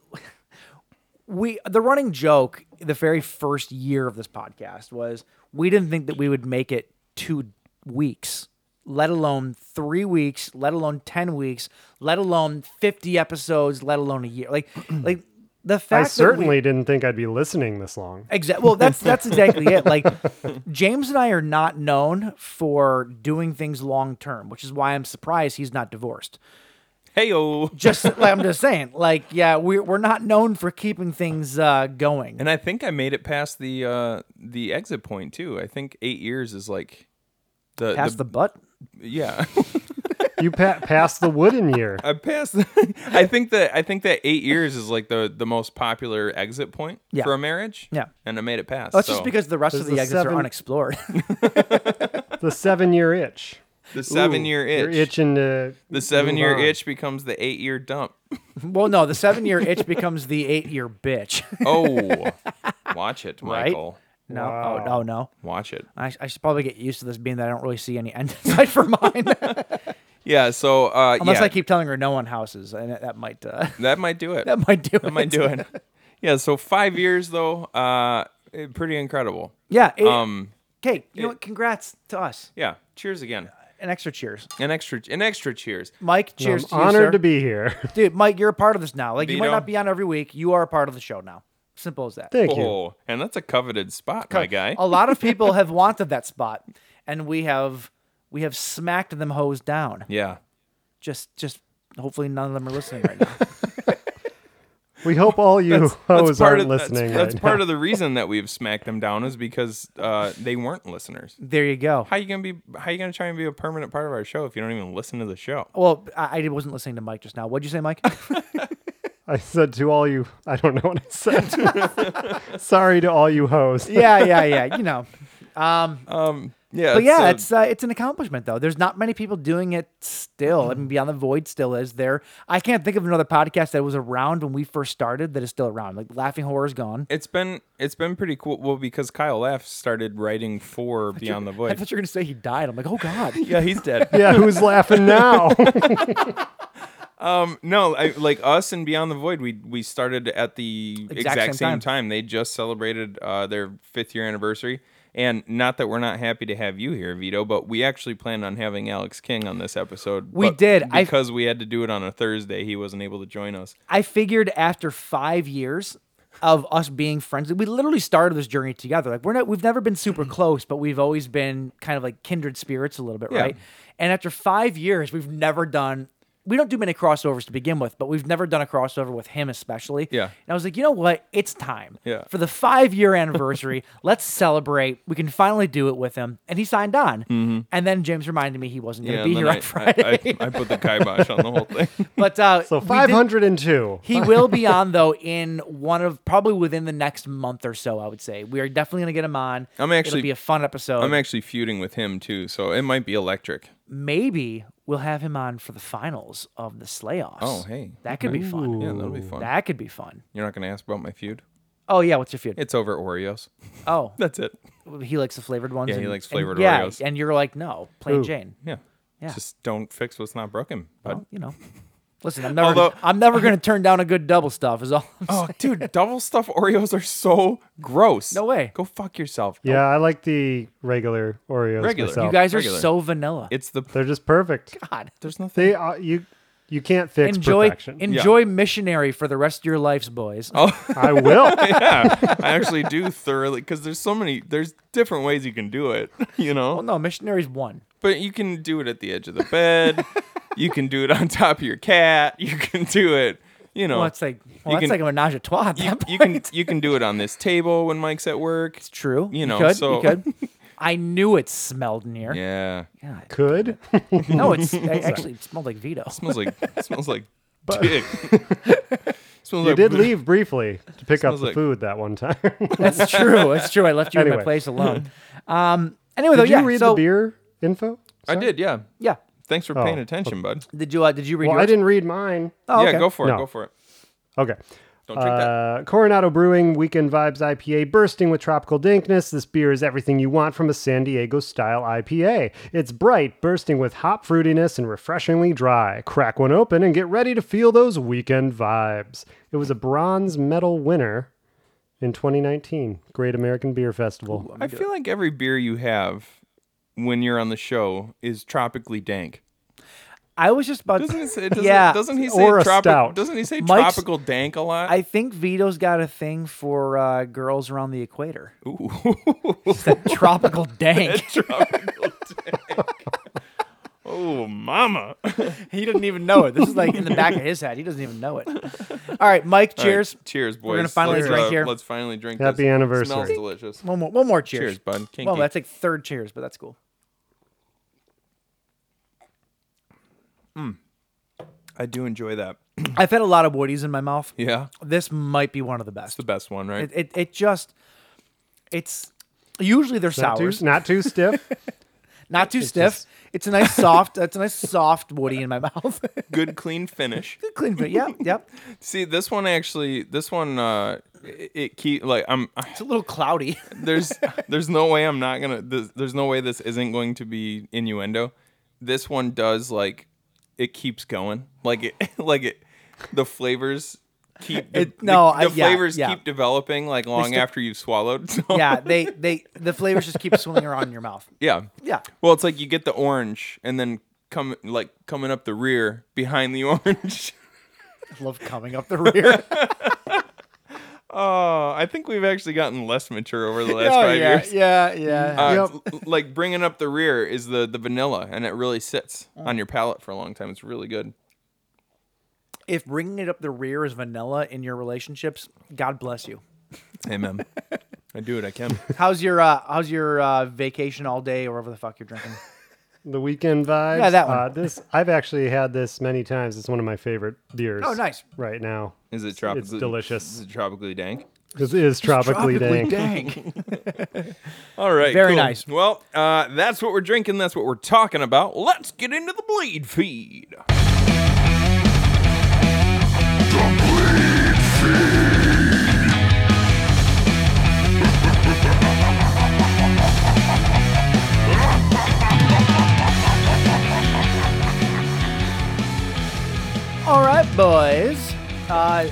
[SPEAKER 5] we the running joke the very first year of this podcast was we didn't think that we would make it two weeks let alone three weeks let alone 10 weeks let alone 50 episodes let alone a year like like the
[SPEAKER 7] I
[SPEAKER 5] fact that we-
[SPEAKER 7] certainly didn't think I'd be listening this long.
[SPEAKER 5] Exactly. Well, that's that's exactly it. Like James and I are not known for doing things long term, which is why I'm surprised he's not divorced.
[SPEAKER 6] Hey, oh.
[SPEAKER 5] Just like I'm just saying, like yeah, we're we're not known for keeping things uh, going.
[SPEAKER 6] And I think I made it past the uh, the exit point too. I think eight years is like the,
[SPEAKER 5] Past the, butt.
[SPEAKER 6] yeah.
[SPEAKER 7] You pa- passed the wooden year.
[SPEAKER 6] I passed. The, I think that I think that eight years is like the the most popular exit point
[SPEAKER 5] Yeah.
[SPEAKER 6] for a marriage.
[SPEAKER 5] Yeah.
[SPEAKER 6] and I made it past.
[SPEAKER 5] That's
[SPEAKER 6] so
[SPEAKER 5] just because the rest of
[SPEAKER 7] There's
[SPEAKER 5] the,
[SPEAKER 7] the
[SPEAKER 5] exits
[SPEAKER 7] seven-
[SPEAKER 5] are unexplored.
[SPEAKER 7] The seven year itch.
[SPEAKER 6] the seven year
[SPEAKER 7] You're
[SPEAKER 6] itch,
[SPEAKER 7] itching to.
[SPEAKER 6] the seven year
[SPEAKER 7] move on.
[SPEAKER 6] itch becomes the eight year dump.
[SPEAKER 5] well, no, the seven year itch becomes the eight year bitch.
[SPEAKER 6] Oh, watch it,
[SPEAKER 5] Right?
[SPEAKER 6] Michael.
[SPEAKER 5] no, oh no, no.
[SPEAKER 6] Watch it.
[SPEAKER 5] I, I should probably get used to this being that I don't really see any end in sight for mine,
[SPEAKER 6] Yeah. So uh,
[SPEAKER 5] unless
[SPEAKER 6] yeah,
[SPEAKER 5] I keep telling her no on houses, and that, that might uh,
[SPEAKER 6] that might do it.
[SPEAKER 5] that might do
[SPEAKER 6] That might do it. Yeah. So five years though, uh, eh, pretty incredible.
[SPEAKER 5] Yeah. It,
[SPEAKER 6] Um.
[SPEAKER 5] Okay, you know what? Congrats to us.
[SPEAKER 6] Yeah. Cheers again.
[SPEAKER 5] An extra cheers.
[SPEAKER 6] An extra. An extra cheers.
[SPEAKER 5] Mike,
[SPEAKER 7] I'm
[SPEAKER 5] cheers to you,
[SPEAKER 7] honored
[SPEAKER 5] sir.
[SPEAKER 7] to be here.
[SPEAKER 5] Dude, Mike, you're a part of this now. Like, you might
[SPEAKER 6] Vito.
[SPEAKER 5] not be on every week. You are a part of the show now. Simple as that.
[SPEAKER 7] Thank you.
[SPEAKER 6] Oh, and that's a coveted spot, my guy.
[SPEAKER 5] A lot of people have wanted that spot, and we have we have smacked them hosed down.
[SPEAKER 6] Yeah.
[SPEAKER 5] Just just hopefully none of them are listening right now.
[SPEAKER 7] We hope all you hoes
[SPEAKER 6] part
[SPEAKER 7] aren't
[SPEAKER 6] of, that's-
[SPEAKER 7] listening.
[SPEAKER 6] That's,
[SPEAKER 7] right
[SPEAKER 6] part of the reason that we've smacked them down is because uh, they weren't listeners.
[SPEAKER 5] there you go.
[SPEAKER 6] How you gonna be? How you gonna try and be a permanent part of our show if you don't even listen to the show?
[SPEAKER 5] Well, I, I wasn't listening to Mike just now. What'd you say, Mike?
[SPEAKER 7] now. I said to all you. I don't know what I said. Sorry to all you hoes.
[SPEAKER 5] yeah, yeah, yeah. You know. Um,
[SPEAKER 6] Yeah.
[SPEAKER 5] but yeah,
[SPEAKER 6] so-
[SPEAKER 5] it's uh, it's an accomplishment though. There's not many people doing it still. I mean, Beyond the Void still is there. I can't think of another podcast that was around when we first started that is still around. Like Laughing Horror is gone.
[SPEAKER 6] it's been it's been pretty cool. Well, because Kyle F started writing for Beyond the
[SPEAKER 5] I
[SPEAKER 6] Void.
[SPEAKER 5] thought you were gonna say he died. I'm like, oh god.
[SPEAKER 6] Yeah, he's dead.
[SPEAKER 7] Yeah, who's laughing now?
[SPEAKER 6] No, I, like us and Beyond the Void, we we started at the exact,
[SPEAKER 5] Exact same
[SPEAKER 6] same,
[SPEAKER 5] time.
[SPEAKER 6] time. They just celebrated uh, their fifth year anniversary, and not that we're not happy to have you here, Vito, but we actually planned on having Alex King on this episode.
[SPEAKER 5] We
[SPEAKER 6] but
[SPEAKER 5] did. I-
[SPEAKER 6] because we had to do it on a Thursday. He wasn't able to join us.
[SPEAKER 5] I figured after five years of us being friends, we literally started this journey together. Like we're not, we've never been super
[SPEAKER 6] Mm-hmm.
[SPEAKER 5] close, but we've always been kind of like kindred spirits a little bit,
[SPEAKER 6] Yeah.
[SPEAKER 5] right? And after five years, we've never done. We don't do many crossovers to begin with, but we've never done a crossover with him especially.
[SPEAKER 6] Yeah.
[SPEAKER 5] And I was like, you know what? It's time.
[SPEAKER 6] Yeah.
[SPEAKER 5] For the five year anniversary, let's celebrate. We can finally do it with him. And he signed on. And then James reminded me he wasn't going to
[SPEAKER 6] Mm-hmm. and
[SPEAKER 5] be
[SPEAKER 6] then
[SPEAKER 5] here
[SPEAKER 6] I,
[SPEAKER 5] on Friday.
[SPEAKER 6] I, I, I put the kibosh on the whole thing.
[SPEAKER 5] but uh,
[SPEAKER 7] So
[SPEAKER 5] we did-
[SPEAKER 7] 502.
[SPEAKER 5] he will be on though in one of probably within the next month or so. I would say we are definitely gonna get him on.
[SPEAKER 6] I'm
[SPEAKER 5] It'll
[SPEAKER 6] actually-
[SPEAKER 5] be a fun episode.
[SPEAKER 6] I'm actually feuding with him too, so it might be electric.
[SPEAKER 5] Maybe we'll have him on for the finals of the slayoffs.
[SPEAKER 6] Oh, hey.
[SPEAKER 5] that could be fun.
[SPEAKER 6] Yeah, that'll be fun.
[SPEAKER 5] That could be fun.
[SPEAKER 6] You're not gonna ask about my feud.
[SPEAKER 5] Oh yeah, what's your feud?
[SPEAKER 6] It's over Oreos.
[SPEAKER 5] oh,
[SPEAKER 6] That's it.
[SPEAKER 5] he likes the flavored ones.
[SPEAKER 6] Yeah, he
[SPEAKER 5] and-
[SPEAKER 6] likes
[SPEAKER 5] and-
[SPEAKER 6] flavored
[SPEAKER 5] yeah,
[SPEAKER 6] Oreos.
[SPEAKER 5] and you're like, no, plain Jane.
[SPEAKER 6] Yeah.
[SPEAKER 5] Yeah.
[SPEAKER 6] Just don't fix what's not broken. But
[SPEAKER 5] Well, you know, listen, I'm never,
[SPEAKER 6] Although-
[SPEAKER 5] I'm never gonna turn down a good double stuff. Is all. I'm
[SPEAKER 6] Oh, dude, double stuff Oreos are so gross.
[SPEAKER 5] No way.
[SPEAKER 6] Go fuck yourself. Oh,
[SPEAKER 7] Yeah, I like the regular Oreos
[SPEAKER 6] Regular.
[SPEAKER 7] myself.
[SPEAKER 5] you guys are
[SPEAKER 6] regular.
[SPEAKER 5] so vanilla.
[SPEAKER 6] It's the
[SPEAKER 7] They're just perfect.
[SPEAKER 5] God.
[SPEAKER 6] there's nothing.
[SPEAKER 7] They are, you you can't fix
[SPEAKER 5] Enjoy,
[SPEAKER 7] perfection.
[SPEAKER 5] enjoy missionary for the rest of your lives, boys.
[SPEAKER 7] I will.
[SPEAKER 6] yeah, I actually do thoroughly because there's so many. There's different ways you can do it. You know,
[SPEAKER 5] Well, Oh, no, missionaries won.
[SPEAKER 6] but you can do it at the edge of the bed. you can do it on top of your cat. You can do it. You know,
[SPEAKER 5] Well, it's like well,
[SPEAKER 6] Oh. you
[SPEAKER 5] that's
[SPEAKER 6] can-
[SPEAKER 5] like a menage a trois. At that
[SPEAKER 6] you,
[SPEAKER 5] point.
[SPEAKER 6] you can you can do it on this table when Mike's at work.
[SPEAKER 5] It's true.
[SPEAKER 6] you know,
[SPEAKER 5] could,
[SPEAKER 6] so-
[SPEAKER 5] you could. I knew it smelled near.
[SPEAKER 6] Yeah,
[SPEAKER 5] God.
[SPEAKER 7] Could.
[SPEAKER 5] No, it's it actually it smelled like Vito.
[SPEAKER 6] smells like smells like dick. smells
[SPEAKER 7] You
[SPEAKER 6] like
[SPEAKER 7] did leave briefly to pick up
[SPEAKER 6] Smells
[SPEAKER 7] the
[SPEAKER 6] like-
[SPEAKER 7] food that one time.
[SPEAKER 5] That's true. That's true. I left you in my
[SPEAKER 7] Anyway.
[SPEAKER 5] place alone. Um. Anyway, though,
[SPEAKER 7] Did
[SPEAKER 5] yeah.
[SPEAKER 7] you read
[SPEAKER 5] so,
[SPEAKER 7] the beer info?
[SPEAKER 6] I did. Yeah.
[SPEAKER 5] Yeah.
[SPEAKER 6] Thanks for
[SPEAKER 7] Oh.
[SPEAKER 6] paying attention, bud.
[SPEAKER 5] Did you uh, did you read?
[SPEAKER 7] Well,
[SPEAKER 5] yours?
[SPEAKER 7] I didn't read mine.
[SPEAKER 5] Oh,
[SPEAKER 6] yeah,
[SPEAKER 5] okay.
[SPEAKER 6] go for it.
[SPEAKER 7] No.
[SPEAKER 6] Go for it.
[SPEAKER 7] Okay.
[SPEAKER 6] Don't drink that.
[SPEAKER 7] Uh, Coronado Brewing Weekend Vibes IPA, bursting with tropical dankness. This beer is everything you want from a San Diego style IPA. It's bright, bursting with hop fruitiness, and refreshingly dry. Crack one open and get ready to feel those weekend vibes. It was a bronze medal winner in 2019, Great American Beer Festival.
[SPEAKER 6] I feel like every beer you have when you're on the show is tropically dank.
[SPEAKER 5] I was just about.
[SPEAKER 6] Doesn't
[SPEAKER 5] to,
[SPEAKER 6] it say, doesn't,
[SPEAKER 5] yeah.
[SPEAKER 6] doesn't he say
[SPEAKER 7] or a
[SPEAKER 6] tropical?
[SPEAKER 7] stout.
[SPEAKER 6] Doesn't he say
[SPEAKER 5] Mike's-
[SPEAKER 6] tropical dank a lot?
[SPEAKER 5] I think Vito's got a thing for uh, girls around the equator.
[SPEAKER 6] Ooh.
[SPEAKER 5] Tropical dank.
[SPEAKER 6] tropical dank. Oh, mama.
[SPEAKER 5] He didn't even know it. This is like in the back of his head. He doesn't even know it. All right, Mike. Cheers.
[SPEAKER 6] All right, cheers, boys.
[SPEAKER 5] We're gonna finally
[SPEAKER 6] let's,
[SPEAKER 5] drink
[SPEAKER 6] uh,
[SPEAKER 5] here.
[SPEAKER 6] Let's finally drink.
[SPEAKER 7] Happy
[SPEAKER 6] this.
[SPEAKER 7] anniversary.
[SPEAKER 6] Smells delicious.
[SPEAKER 5] One more. One more cheers.
[SPEAKER 6] Cheers, bud. Kinky.
[SPEAKER 5] Well, that's like third cheers, but that's cool.
[SPEAKER 6] I do enjoy that.
[SPEAKER 5] I've had a lot of woodies in my mouth.
[SPEAKER 6] Yeah,
[SPEAKER 5] This might be one of the
[SPEAKER 6] it's
[SPEAKER 5] best.
[SPEAKER 6] the best one, right?
[SPEAKER 5] It it, it just, it's usually they're
[SPEAKER 7] Not too,
[SPEAKER 5] sours, not,
[SPEAKER 7] not too stiff.
[SPEAKER 5] too stiff. It's a nice soft. It's a nice soft woody in my mouth.
[SPEAKER 6] Good, clean finish.
[SPEAKER 5] Clean, but yeah, yep.
[SPEAKER 6] See, this one actually, this one, uh, it, it keep like I'm.
[SPEAKER 5] It's a little cloudy.
[SPEAKER 6] There's, there's no way I'm not gonna. There's, there's no way this isn't going to be innuendo. This one does like, it keeps going. Like it, like it, the flavors keep. de-
[SPEAKER 5] It- no,
[SPEAKER 6] the,
[SPEAKER 5] I-
[SPEAKER 6] the
[SPEAKER 5] yeah,
[SPEAKER 6] flavors
[SPEAKER 5] yeah.
[SPEAKER 6] keep developing like long
[SPEAKER 5] stick-
[SPEAKER 6] after you've swallowed. So,
[SPEAKER 5] yeah, they they the flavors just keep swinging around in your mouth.
[SPEAKER 6] yeah,
[SPEAKER 5] Yeah.
[SPEAKER 6] Well, it's like you get the orange and then come like coming up the rear behind the orange.
[SPEAKER 5] I love coming up the rear.
[SPEAKER 6] Oh, I think we've actually gotten less mature over the last
[SPEAKER 5] Oh,
[SPEAKER 6] five
[SPEAKER 5] yeah,
[SPEAKER 6] years.
[SPEAKER 5] yeah, yeah.
[SPEAKER 6] Uh, l- Like bringing up the rear is the the vanilla, and it really sits
[SPEAKER 5] Mm.
[SPEAKER 6] on your palate for a long time. It's really good.
[SPEAKER 5] if bringing it up the rear is vanilla in your relationships, God bless you.
[SPEAKER 6] Amen. I do what I can.
[SPEAKER 5] How's your uh, how's your uh, vacation all day or whatever the fuck you're drinking?
[SPEAKER 7] the weekend vibes.
[SPEAKER 5] Yeah, that one.
[SPEAKER 7] Uh, this I've actually had this many times. It's one of my favorite beers.
[SPEAKER 5] Oh, nice.
[SPEAKER 7] Right now,
[SPEAKER 6] Is it tropical?
[SPEAKER 7] it's delicious.
[SPEAKER 6] Is it tropically dank?
[SPEAKER 7] This is tropically, dank.
[SPEAKER 6] All right.
[SPEAKER 5] Very
[SPEAKER 6] cool.
[SPEAKER 5] nice.
[SPEAKER 6] Well, uh, that's what we're drinking. That's what we're talking about. Let's get into the bleed feed.
[SPEAKER 5] All right, boys. Uh,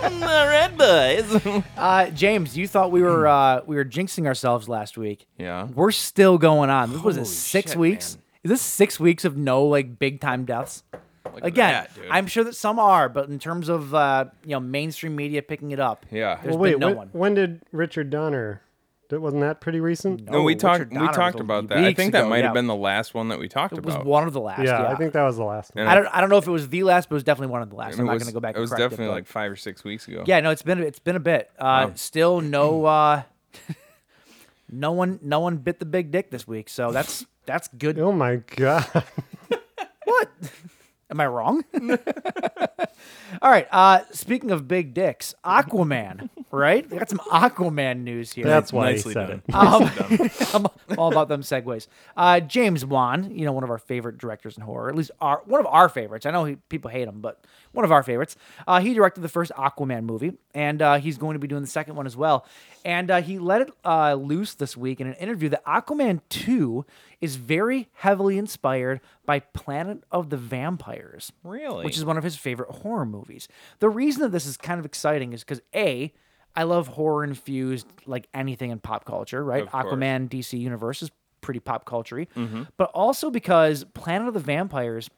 [SPEAKER 6] All right, boys.
[SPEAKER 5] uh, James, you thought we were uh, we were jinxing ourselves last week.
[SPEAKER 6] Yeah.
[SPEAKER 5] We're still going on. This was it,
[SPEAKER 6] Holy
[SPEAKER 5] six
[SPEAKER 6] shit,
[SPEAKER 5] weeks.
[SPEAKER 6] man.
[SPEAKER 5] Is this six weeks of no like big time deaths?
[SPEAKER 6] Look at
[SPEAKER 5] Again,
[SPEAKER 6] that, dude.
[SPEAKER 5] I'm sure that some are, but in terms of uh, you know mainstream media picking it up,
[SPEAKER 6] Yeah.
[SPEAKER 5] there's
[SPEAKER 7] Well, wait,
[SPEAKER 5] been no
[SPEAKER 7] when,
[SPEAKER 5] one.
[SPEAKER 7] when did Richard Donner? That wasn't that pretty recent?
[SPEAKER 6] No, we
[SPEAKER 5] Oh, Richard
[SPEAKER 6] talked. We
[SPEAKER 5] Donner was
[SPEAKER 6] talked
[SPEAKER 5] a
[SPEAKER 6] about
[SPEAKER 5] few
[SPEAKER 6] that. I
[SPEAKER 5] weeks
[SPEAKER 6] think that
[SPEAKER 5] ago,
[SPEAKER 6] might
[SPEAKER 5] yeah.
[SPEAKER 6] have been the last one that we talked
[SPEAKER 5] It was
[SPEAKER 6] about.
[SPEAKER 5] one of the last.
[SPEAKER 7] Yeah,
[SPEAKER 5] Yeah,
[SPEAKER 7] I think that was the last one.
[SPEAKER 5] I don't. I don't know if it was the last, but it was definitely one of the last.
[SPEAKER 6] And
[SPEAKER 5] I'm
[SPEAKER 6] it
[SPEAKER 5] not
[SPEAKER 6] was-
[SPEAKER 5] going to go back.
[SPEAKER 6] It
[SPEAKER 5] and
[SPEAKER 6] was
[SPEAKER 5] correct
[SPEAKER 6] definitely
[SPEAKER 5] but-
[SPEAKER 6] like five or six weeks ago.
[SPEAKER 5] Yeah, no, it's been it's been a bit. Uh, Still no uh, no one no one bit the big dick this week, so that's that's good.
[SPEAKER 7] Oh my god!
[SPEAKER 5] What? Am I wrong? All right. Uh, speaking of big dicks, Aquaman, right? We got some Aquaman news here.
[SPEAKER 7] That's why he
[SPEAKER 6] Nicely
[SPEAKER 7] said
[SPEAKER 6] done.
[SPEAKER 7] it.
[SPEAKER 5] Um, I'm all about them segues. Uh, James Wan, you know, one of our favorite directors in horror, at least our, one of our favorites. I know he, people hate him, but one of our favorites. Uh, he directed the first Aquaman movie, and uh, he's going to be doing the second one as well. And uh, he let it uh, loose this week in an interview that Aquaman 2 is very heavily inspired by Planet of the Vampires.
[SPEAKER 6] Really?
[SPEAKER 5] Which is one of his favorite horror movies. The reason that this is kind of exciting is because A, I love horror infused like anything in pop culture, right?
[SPEAKER 6] Of course. Mm-hmm.
[SPEAKER 5] Aquaman DC universe is pretty pop culture but also because Planet of the Vampires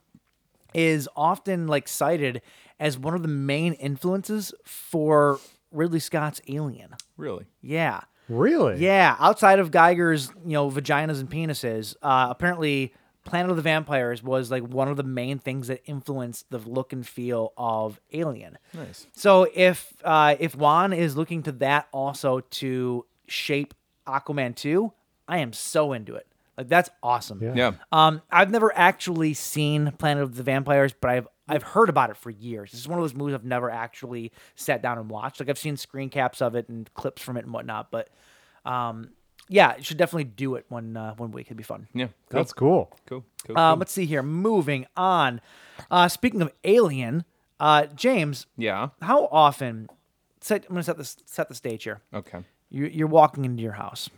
[SPEAKER 5] is often like cited as one of the main influences for Ridley Scott's Alien.
[SPEAKER 6] Really.
[SPEAKER 5] Yeah.
[SPEAKER 7] Really?
[SPEAKER 5] Yeah, outside of Geiger's, you know, vaginas and penises, uh, apparently Planet of the Vampires was like one of the main things that influenced the look and feel of Alien. Nice. So if uh, if Juan is looking to that also to shape Aquaman two, I am so into it. Like that's awesome.
[SPEAKER 6] Yeah.
[SPEAKER 5] Um, I've never actually seen Planet of the Vampires, but I've I've heard about it for years. This is one of those movies I've never actually sat down and watched. Like I've seen screen caps of it and clips from it and whatnot, but um, yeah, it should definitely do it one uh, one week. It'd be fun. Uh,
[SPEAKER 6] Yeah. Cool.
[SPEAKER 7] That's cool.
[SPEAKER 6] Cool. Cool.
[SPEAKER 5] Um, let's see here. Moving on. Uh, speaking of Uh, Alien, Uh, James,
[SPEAKER 6] Yeah.
[SPEAKER 5] how often? Set, I'm gonna set this set the stage here.
[SPEAKER 6] Okay.
[SPEAKER 5] You, you're walking into your house.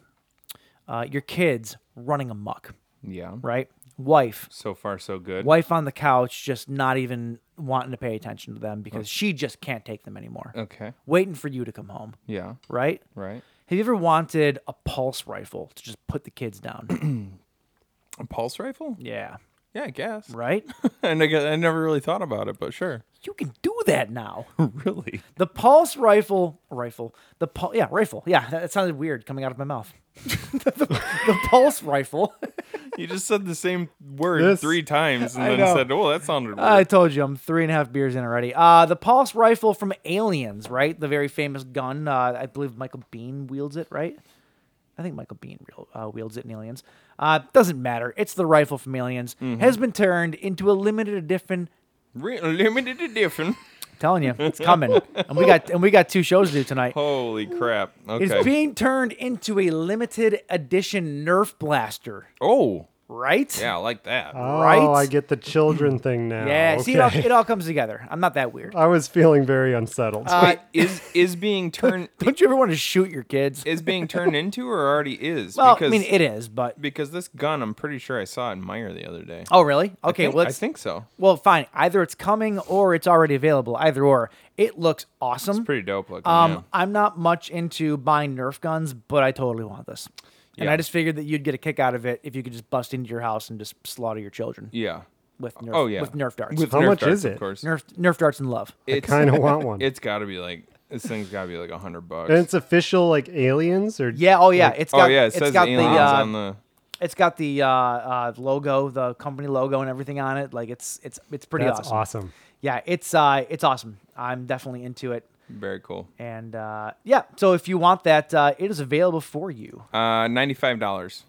[SPEAKER 5] Uh, your kids running amok,
[SPEAKER 6] Yeah.
[SPEAKER 5] right? Wife,
[SPEAKER 6] So far, so good.
[SPEAKER 5] wife on the couch, just not even wanting to pay attention to them because she just can't take them anymore.
[SPEAKER 6] Okay.
[SPEAKER 5] Waiting for you to come home,
[SPEAKER 6] Yeah.
[SPEAKER 5] right?
[SPEAKER 6] Right.
[SPEAKER 5] Have you ever wanted a pulse rifle to just put the kids down?
[SPEAKER 6] A pulse rifle?
[SPEAKER 5] yeah,
[SPEAKER 6] Yeah, I guess.
[SPEAKER 5] right?
[SPEAKER 6] and I, guess, I never really thought about it, but sure.
[SPEAKER 5] you can do that now.
[SPEAKER 6] Really?
[SPEAKER 5] The pulse rifle, rifle, the pul- yeah, rifle. Yeah, that, that sounded weird coming out of my mouth. the, the pulse rifle.
[SPEAKER 6] You just said the same word
[SPEAKER 7] This-
[SPEAKER 6] three times and
[SPEAKER 5] I
[SPEAKER 6] then
[SPEAKER 5] know. Uh,
[SPEAKER 6] said, "Oh, that sounded weird."
[SPEAKER 5] I told you I'm three and a half beers in already. Uh, the pulse rifle from Aliens, right? The very famous gun. Uh, I believe Michael Bean wields it, right? I think Michael Bean real, uh, wields it in Aliens. Uh, doesn't matter. It's the rifle from Aliens.
[SPEAKER 6] Mm-hmm.
[SPEAKER 5] Has been turned into a limited edition.
[SPEAKER 6] Re- limited edition.
[SPEAKER 5] Telling you, it's coming, and we got and we got two shows to do tonight.
[SPEAKER 6] Holy crap!
[SPEAKER 5] It's
[SPEAKER 6] Oh, Okay.
[SPEAKER 5] being turned into a limited edition Nerf blaster,
[SPEAKER 6] oh,
[SPEAKER 5] right?
[SPEAKER 6] yeah, I like that.
[SPEAKER 7] Oh,
[SPEAKER 5] Right?
[SPEAKER 7] I get the children thing now.
[SPEAKER 5] Yeah, see, it all,
[SPEAKER 7] Okay.
[SPEAKER 5] it all comes together. I'm not that
[SPEAKER 6] Uh,
[SPEAKER 5] weird.
[SPEAKER 7] I was feeling very unsettled.
[SPEAKER 5] Uh,
[SPEAKER 6] Wait, is is being turned
[SPEAKER 5] Don't you ever want to shoot your kids?
[SPEAKER 6] is being turned into or already is?
[SPEAKER 5] well,
[SPEAKER 6] because
[SPEAKER 5] I mean, it is, but
[SPEAKER 6] because this gun, I'm pretty sure I saw it in Meyer the other day.
[SPEAKER 5] oh, really? Okay,
[SPEAKER 6] I think,
[SPEAKER 5] well,
[SPEAKER 6] I
[SPEAKER 5] it's,
[SPEAKER 6] think so.
[SPEAKER 5] well, fine. Either it's coming or it's already available. Either or, it looks awesome.
[SPEAKER 6] Pretty dope looking.
[SPEAKER 5] um,
[SPEAKER 6] yeah.
[SPEAKER 5] I'm not much into buying Nerf guns, but I totally want this. And
[SPEAKER 6] Yeah.
[SPEAKER 5] I just figured that you'd get a kick out of it if you could just bust into your house and just slaughter your children
[SPEAKER 6] yeah.
[SPEAKER 5] with Nerf,
[SPEAKER 6] Oh yeah.
[SPEAKER 5] with Nerf darts.
[SPEAKER 6] With
[SPEAKER 7] How
[SPEAKER 6] Nerf
[SPEAKER 7] much
[SPEAKER 6] darts,
[SPEAKER 7] is
[SPEAKER 6] Of
[SPEAKER 7] it?
[SPEAKER 6] course.
[SPEAKER 5] Nerf, Nerf darts and love.
[SPEAKER 6] It's
[SPEAKER 7] kind of want one.
[SPEAKER 6] It's got to be like this thing's got to be like a hundred bucks.
[SPEAKER 7] and it's official, like aliens or
[SPEAKER 5] Yeah, oh yeah, it's
[SPEAKER 6] oh
[SPEAKER 5] got
[SPEAKER 6] yeah, it
[SPEAKER 5] it's
[SPEAKER 6] says
[SPEAKER 5] got
[SPEAKER 6] aliens
[SPEAKER 5] the uh,
[SPEAKER 6] on the.
[SPEAKER 5] it's got the uh, uh, logo, the company logo, and everything on it. Like it's it's it's pretty
[SPEAKER 7] That's
[SPEAKER 5] awesome.
[SPEAKER 7] awesome.
[SPEAKER 5] Yeah, it's uh it's awesome. I'm definitely into it,
[SPEAKER 6] Very cool.
[SPEAKER 5] and uh, yeah. So if you want that, uh, it is available for you.
[SPEAKER 6] Uh, ninety-five dollars.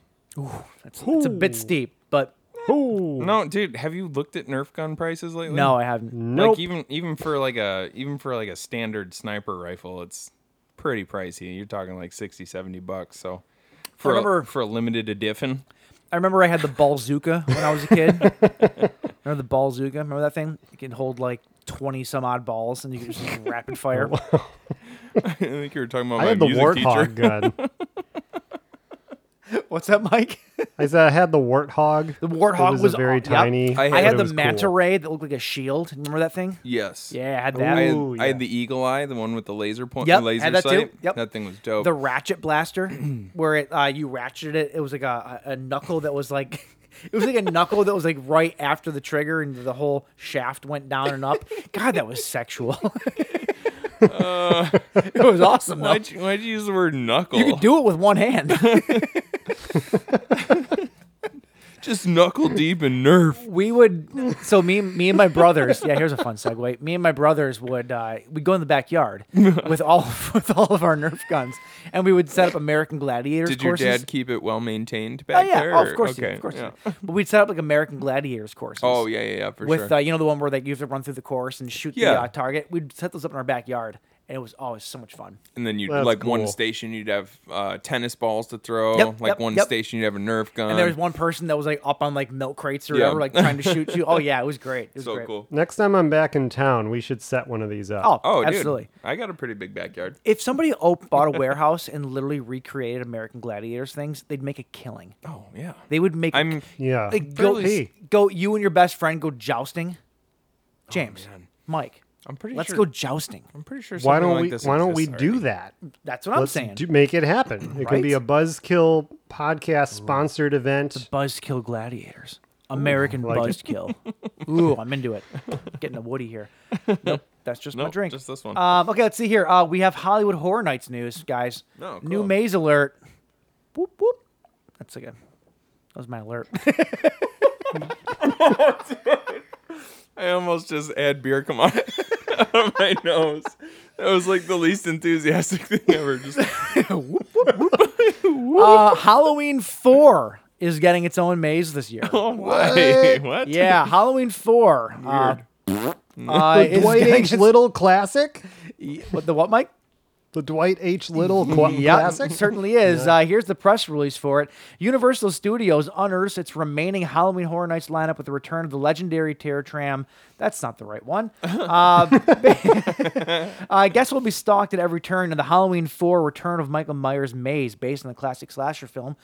[SPEAKER 5] It's, it's a bit steep, but
[SPEAKER 7] Ooh,
[SPEAKER 6] No, dude, have you looked at Nerf gun prices lately?
[SPEAKER 5] no, I haven't.
[SPEAKER 7] nope.
[SPEAKER 6] Like even even for like a even for like a standard sniper rifle, it's pretty pricey. You're talking like 60, 70 bucks. So for
[SPEAKER 5] remember-
[SPEAKER 6] a, for a limited edition,
[SPEAKER 5] I remember I had the Balzuka when I was a kid. remember the Balzuka? Remember that thing? It can hold like twenty some odd balls, and you can just rapid fire.
[SPEAKER 6] I think you were talking about
[SPEAKER 7] I
[SPEAKER 6] my
[SPEAKER 7] had the
[SPEAKER 6] music
[SPEAKER 7] warthog
[SPEAKER 6] teacher.
[SPEAKER 7] gun.
[SPEAKER 5] What's that, Mike?
[SPEAKER 7] I said I had the warthog.
[SPEAKER 5] The warthog
[SPEAKER 7] It was,
[SPEAKER 5] was
[SPEAKER 7] a very
[SPEAKER 5] yep.
[SPEAKER 7] tiny.
[SPEAKER 6] I
[SPEAKER 5] I
[SPEAKER 6] Yeah,
[SPEAKER 5] had
[SPEAKER 6] but
[SPEAKER 5] the
[SPEAKER 7] was cool.
[SPEAKER 5] manta ray that looked like a shield. Remember that thing?
[SPEAKER 6] Yes.
[SPEAKER 5] Yeah, I had
[SPEAKER 6] I
[SPEAKER 5] that.
[SPEAKER 6] had,
[SPEAKER 7] Ooh,
[SPEAKER 6] I
[SPEAKER 7] yeah.
[SPEAKER 6] had the eagle eye, the one with the laser point,
[SPEAKER 5] Yep,
[SPEAKER 6] laser
[SPEAKER 5] had that too.
[SPEAKER 6] sight.
[SPEAKER 5] Yep.
[SPEAKER 6] That thing was dope.
[SPEAKER 5] the ratchet blaster where it uh, you ratcheted it it was like a, a knuckle that was like it was like a knuckle that was like right after the trigger and the whole shaft went down and up god that was sexual it was awesome though.
[SPEAKER 6] Uh. why'd, you, why'd you use the word knuckle?
[SPEAKER 5] you could do it with one hand
[SPEAKER 6] just knuckle deep and Nerf.
[SPEAKER 5] we would so me me and my brothers yeah here's a fun segue me and my brothers would uh we'd go in the backyard with all with all of our nerf guns and we would set up american gladiators
[SPEAKER 6] Did your
[SPEAKER 5] courses
[SPEAKER 6] dad keep it well maintained
[SPEAKER 5] Oh
[SPEAKER 6] back
[SPEAKER 5] yeah,
[SPEAKER 6] there?
[SPEAKER 5] oh,
[SPEAKER 6] or-
[SPEAKER 5] of course, he did,
[SPEAKER 6] okay,
[SPEAKER 5] of course. he
[SPEAKER 6] yeah.
[SPEAKER 5] did. But we'd set up like American Gladiators courses.
[SPEAKER 6] Oh yeah, yeah, yeah, for
[SPEAKER 5] with
[SPEAKER 6] sure.
[SPEAKER 5] uh, you know the one where like you have to run through the course and shoot the
[SPEAKER 6] Yeah.
[SPEAKER 5] uh, target. We'd set those up in our backyard, and it was always so much fun.
[SPEAKER 6] and then you'd
[SPEAKER 7] That's
[SPEAKER 6] like one
[SPEAKER 7] cool.
[SPEAKER 6] station you'd have uh, tennis balls to throw.
[SPEAKER 5] Yep,
[SPEAKER 6] like
[SPEAKER 5] yep,
[SPEAKER 6] one
[SPEAKER 5] yep.
[SPEAKER 6] station you'd have a Nerf gun.
[SPEAKER 5] And there was one person that was like up on like milk crates or
[SPEAKER 6] Um, Yeah.
[SPEAKER 5] whatever, like trying to shoot you. Oh yeah, it was great. It was
[SPEAKER 6] so
[SPEAKER 5] great.
[SPEAKER 6] cool.
[SPEAKER 7] Next time I'm back in town, we should set one of these up.
[SPEAKER 5] Oh,
[SPEAKER 6] Oh, dude,
[SPEAKER 5] absolutely.
[SPEAKER 6] I got a pretty big backyard.
[SPEAKER 5] If somebody op- bought a warehouse and literally recreated American Gladiators things, they'd make a killing.
[SPEAKER 6] Oh yeah.
[SPEAKER 5] They would make. a
[SPEAKER 6] I'm
[SPEAKER 5] k-
[SPEAKER 7] yeah.
[SPEAKER 5] like, go,
[SPEAKER 7] Hey,
[SPEAKER 5] go. You and your best friend go jousting. James, Mike,
[SPEAKER 6] Oh, I'm pretty
[SPEAKER 5] let's
[SPEAKER 6] sure-
[SPEAKER 5] go jousting.
[SPEAKER 6] I'm pretty sure.
[SPEAKER 7] why
[SPEAKER 6] something
[SPEAKER 7] don't
[SPEAKER 6] like
[SPEAKER 7] we?
[SPEAKER 6] this
[SPEAKER 7] Why don't we
[SPEAKER 6] exists
[SPEAKER 7] do
[SPEAKER 6] already.
[SPEAKER 7] that?
[SPEAKER 5] That's what I'm
[SPEAKER 7] Let's
[SPEAKER 5] saying.
[SPEAKER 7] do- make it happen. It can be a Buzzkill podcast sponsored event.
[SPEAKER 5] Buzzkill Gladiators. American
[SPEAKER 7] like it.
[SPEAKER 5] Buzzkill. Ooh, I'm into it. Getting a Woody here. Nope, that's just my
[SPEAKER 6] Nope,
[SPEAKER 5] drink.
[SPEAKER 6] just this one.
[SPEAKER 5] Um, okay, let's see here. Uh, we have Hollywood Horror Nights news, guys.
[SPEAKER 6] Oh,
[SPEAKER 5] New
[SPEAKER 6] cool.
[SPEAKER 5] maze alert. Whoop whoop. That's like a. That was my alert.
[SPEAKER 6] I almost just had beer come on out of my nose. That was like the least enthusiastic thing ever. Just
[SPEAKER 5] uh, Halloween Four is getting its own maze this year.
[SPEAKER 6] oh, why? What?
[SPEAKER 5] Yeah, Halloween Four. Uh, uh, is
[SPEAKER 7] Dwight
[SPEAKER 5] getting
[SPEAKER 7] H.
[SPEAKER 5] its-
[SPEAKER 7] Little classic.
[SPEAKER 5] What the what, Mike?
[SPEAKER 7] The Dwight H. Little qu-
[SPEAKER 5] Yeah,
[SPEAKER 7] classic.
[SPEAKER 5] it certainly is. Uh, here's the press release for it. Universal Studios unearths its remaining Halloween Horror Nights lineup with the return of the legendary Terror Tram. That's not the right one. Uh, I guess we'll be stalked at every turn in the Halloween 4 Return of Michael Myers Maze, based on the classic slasher film.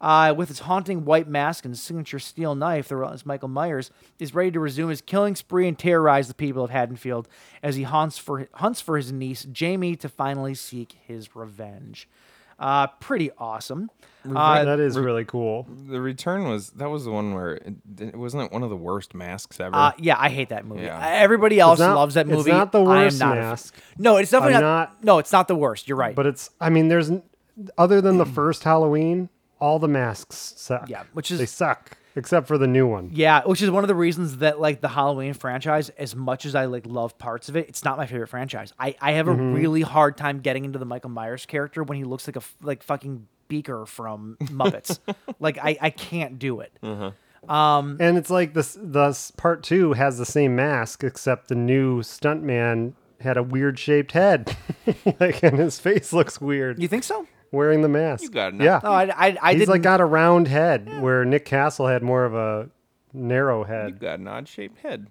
[SPEAKER 5] Uh, with its haunting white mask and signature steel knife, the relentless Michael Myers is ready to resume his killing spree and terrorize the people of Haddonfield as he hunts for, hunts for his niece, Jamie, to finally seek his revenge. Uh, pretty awesome. Uh,
[SPEAKER 7] that is really cool.
[SPEAKER 6] The return was that was the one where it, it wasn't it one of the worst masks ever.
[SPEAKER 5] Uh, yeah, I hate that movie.
[SPEAKER 6] Yeah.
[SPEAKER 5] Uh, Everybody else
[SPEAKER 7] not-
[SPEAKER 5] loves that
[SPEAKER 7] it's
[SPEAKER 5] movie.
[SPEAKER 7] not the
[SPEAKER 5] I am
[SPEAKER 7] worst
[SPEAKER 5] not a-
[SPEAKER 7] mask.
[SPEAKER 5] No, it's definitely
[SPEAKER 7] I'm
[SPEAKER 5] not,
[SPEAKER 7] not-
[SPEAKER 5] No, it's not the worst. You're right.
[SPEAKER 7] But it's, I mean, there's, n- other than the first Halloween, all the masks suck.
[SPEAKER 5] Yeah, which is-
[SPEAKER 7] they suck except for the new one.
[SPEAKER 5] Yeah, which is one of the reasons that like the Halloween franchise, as much as I like love parts of it, it's not my favorite franchise. I, I have a
[SPEAKER 7] Mm-hmm.
[SPEAKER 5] really hard time getting into the Michael Myers character when he looks like a f- like fucking beaker from Muppets. like I, I can't do it.
[SPEAKER 7] Mm. And it's like this the s- part 2 has the same mask except the new stuntman had a weird shaped head. like and his face looks weird
[SPEAKER 5] You think so?
[SPEAKER 7] wearing the mask. You
[SPEAKER 6] got it.
[SPEAKER 7] Yeah.
[SPEAKER 5] No, I Oh, I, I
[SPEAKER 7] He's
[SPEAKER 5] didn't.
[SPEAKER 7] like got a round head where Nick Castle had more of a narrow head.
[SPEAKER 6] You've got an odd shaped head.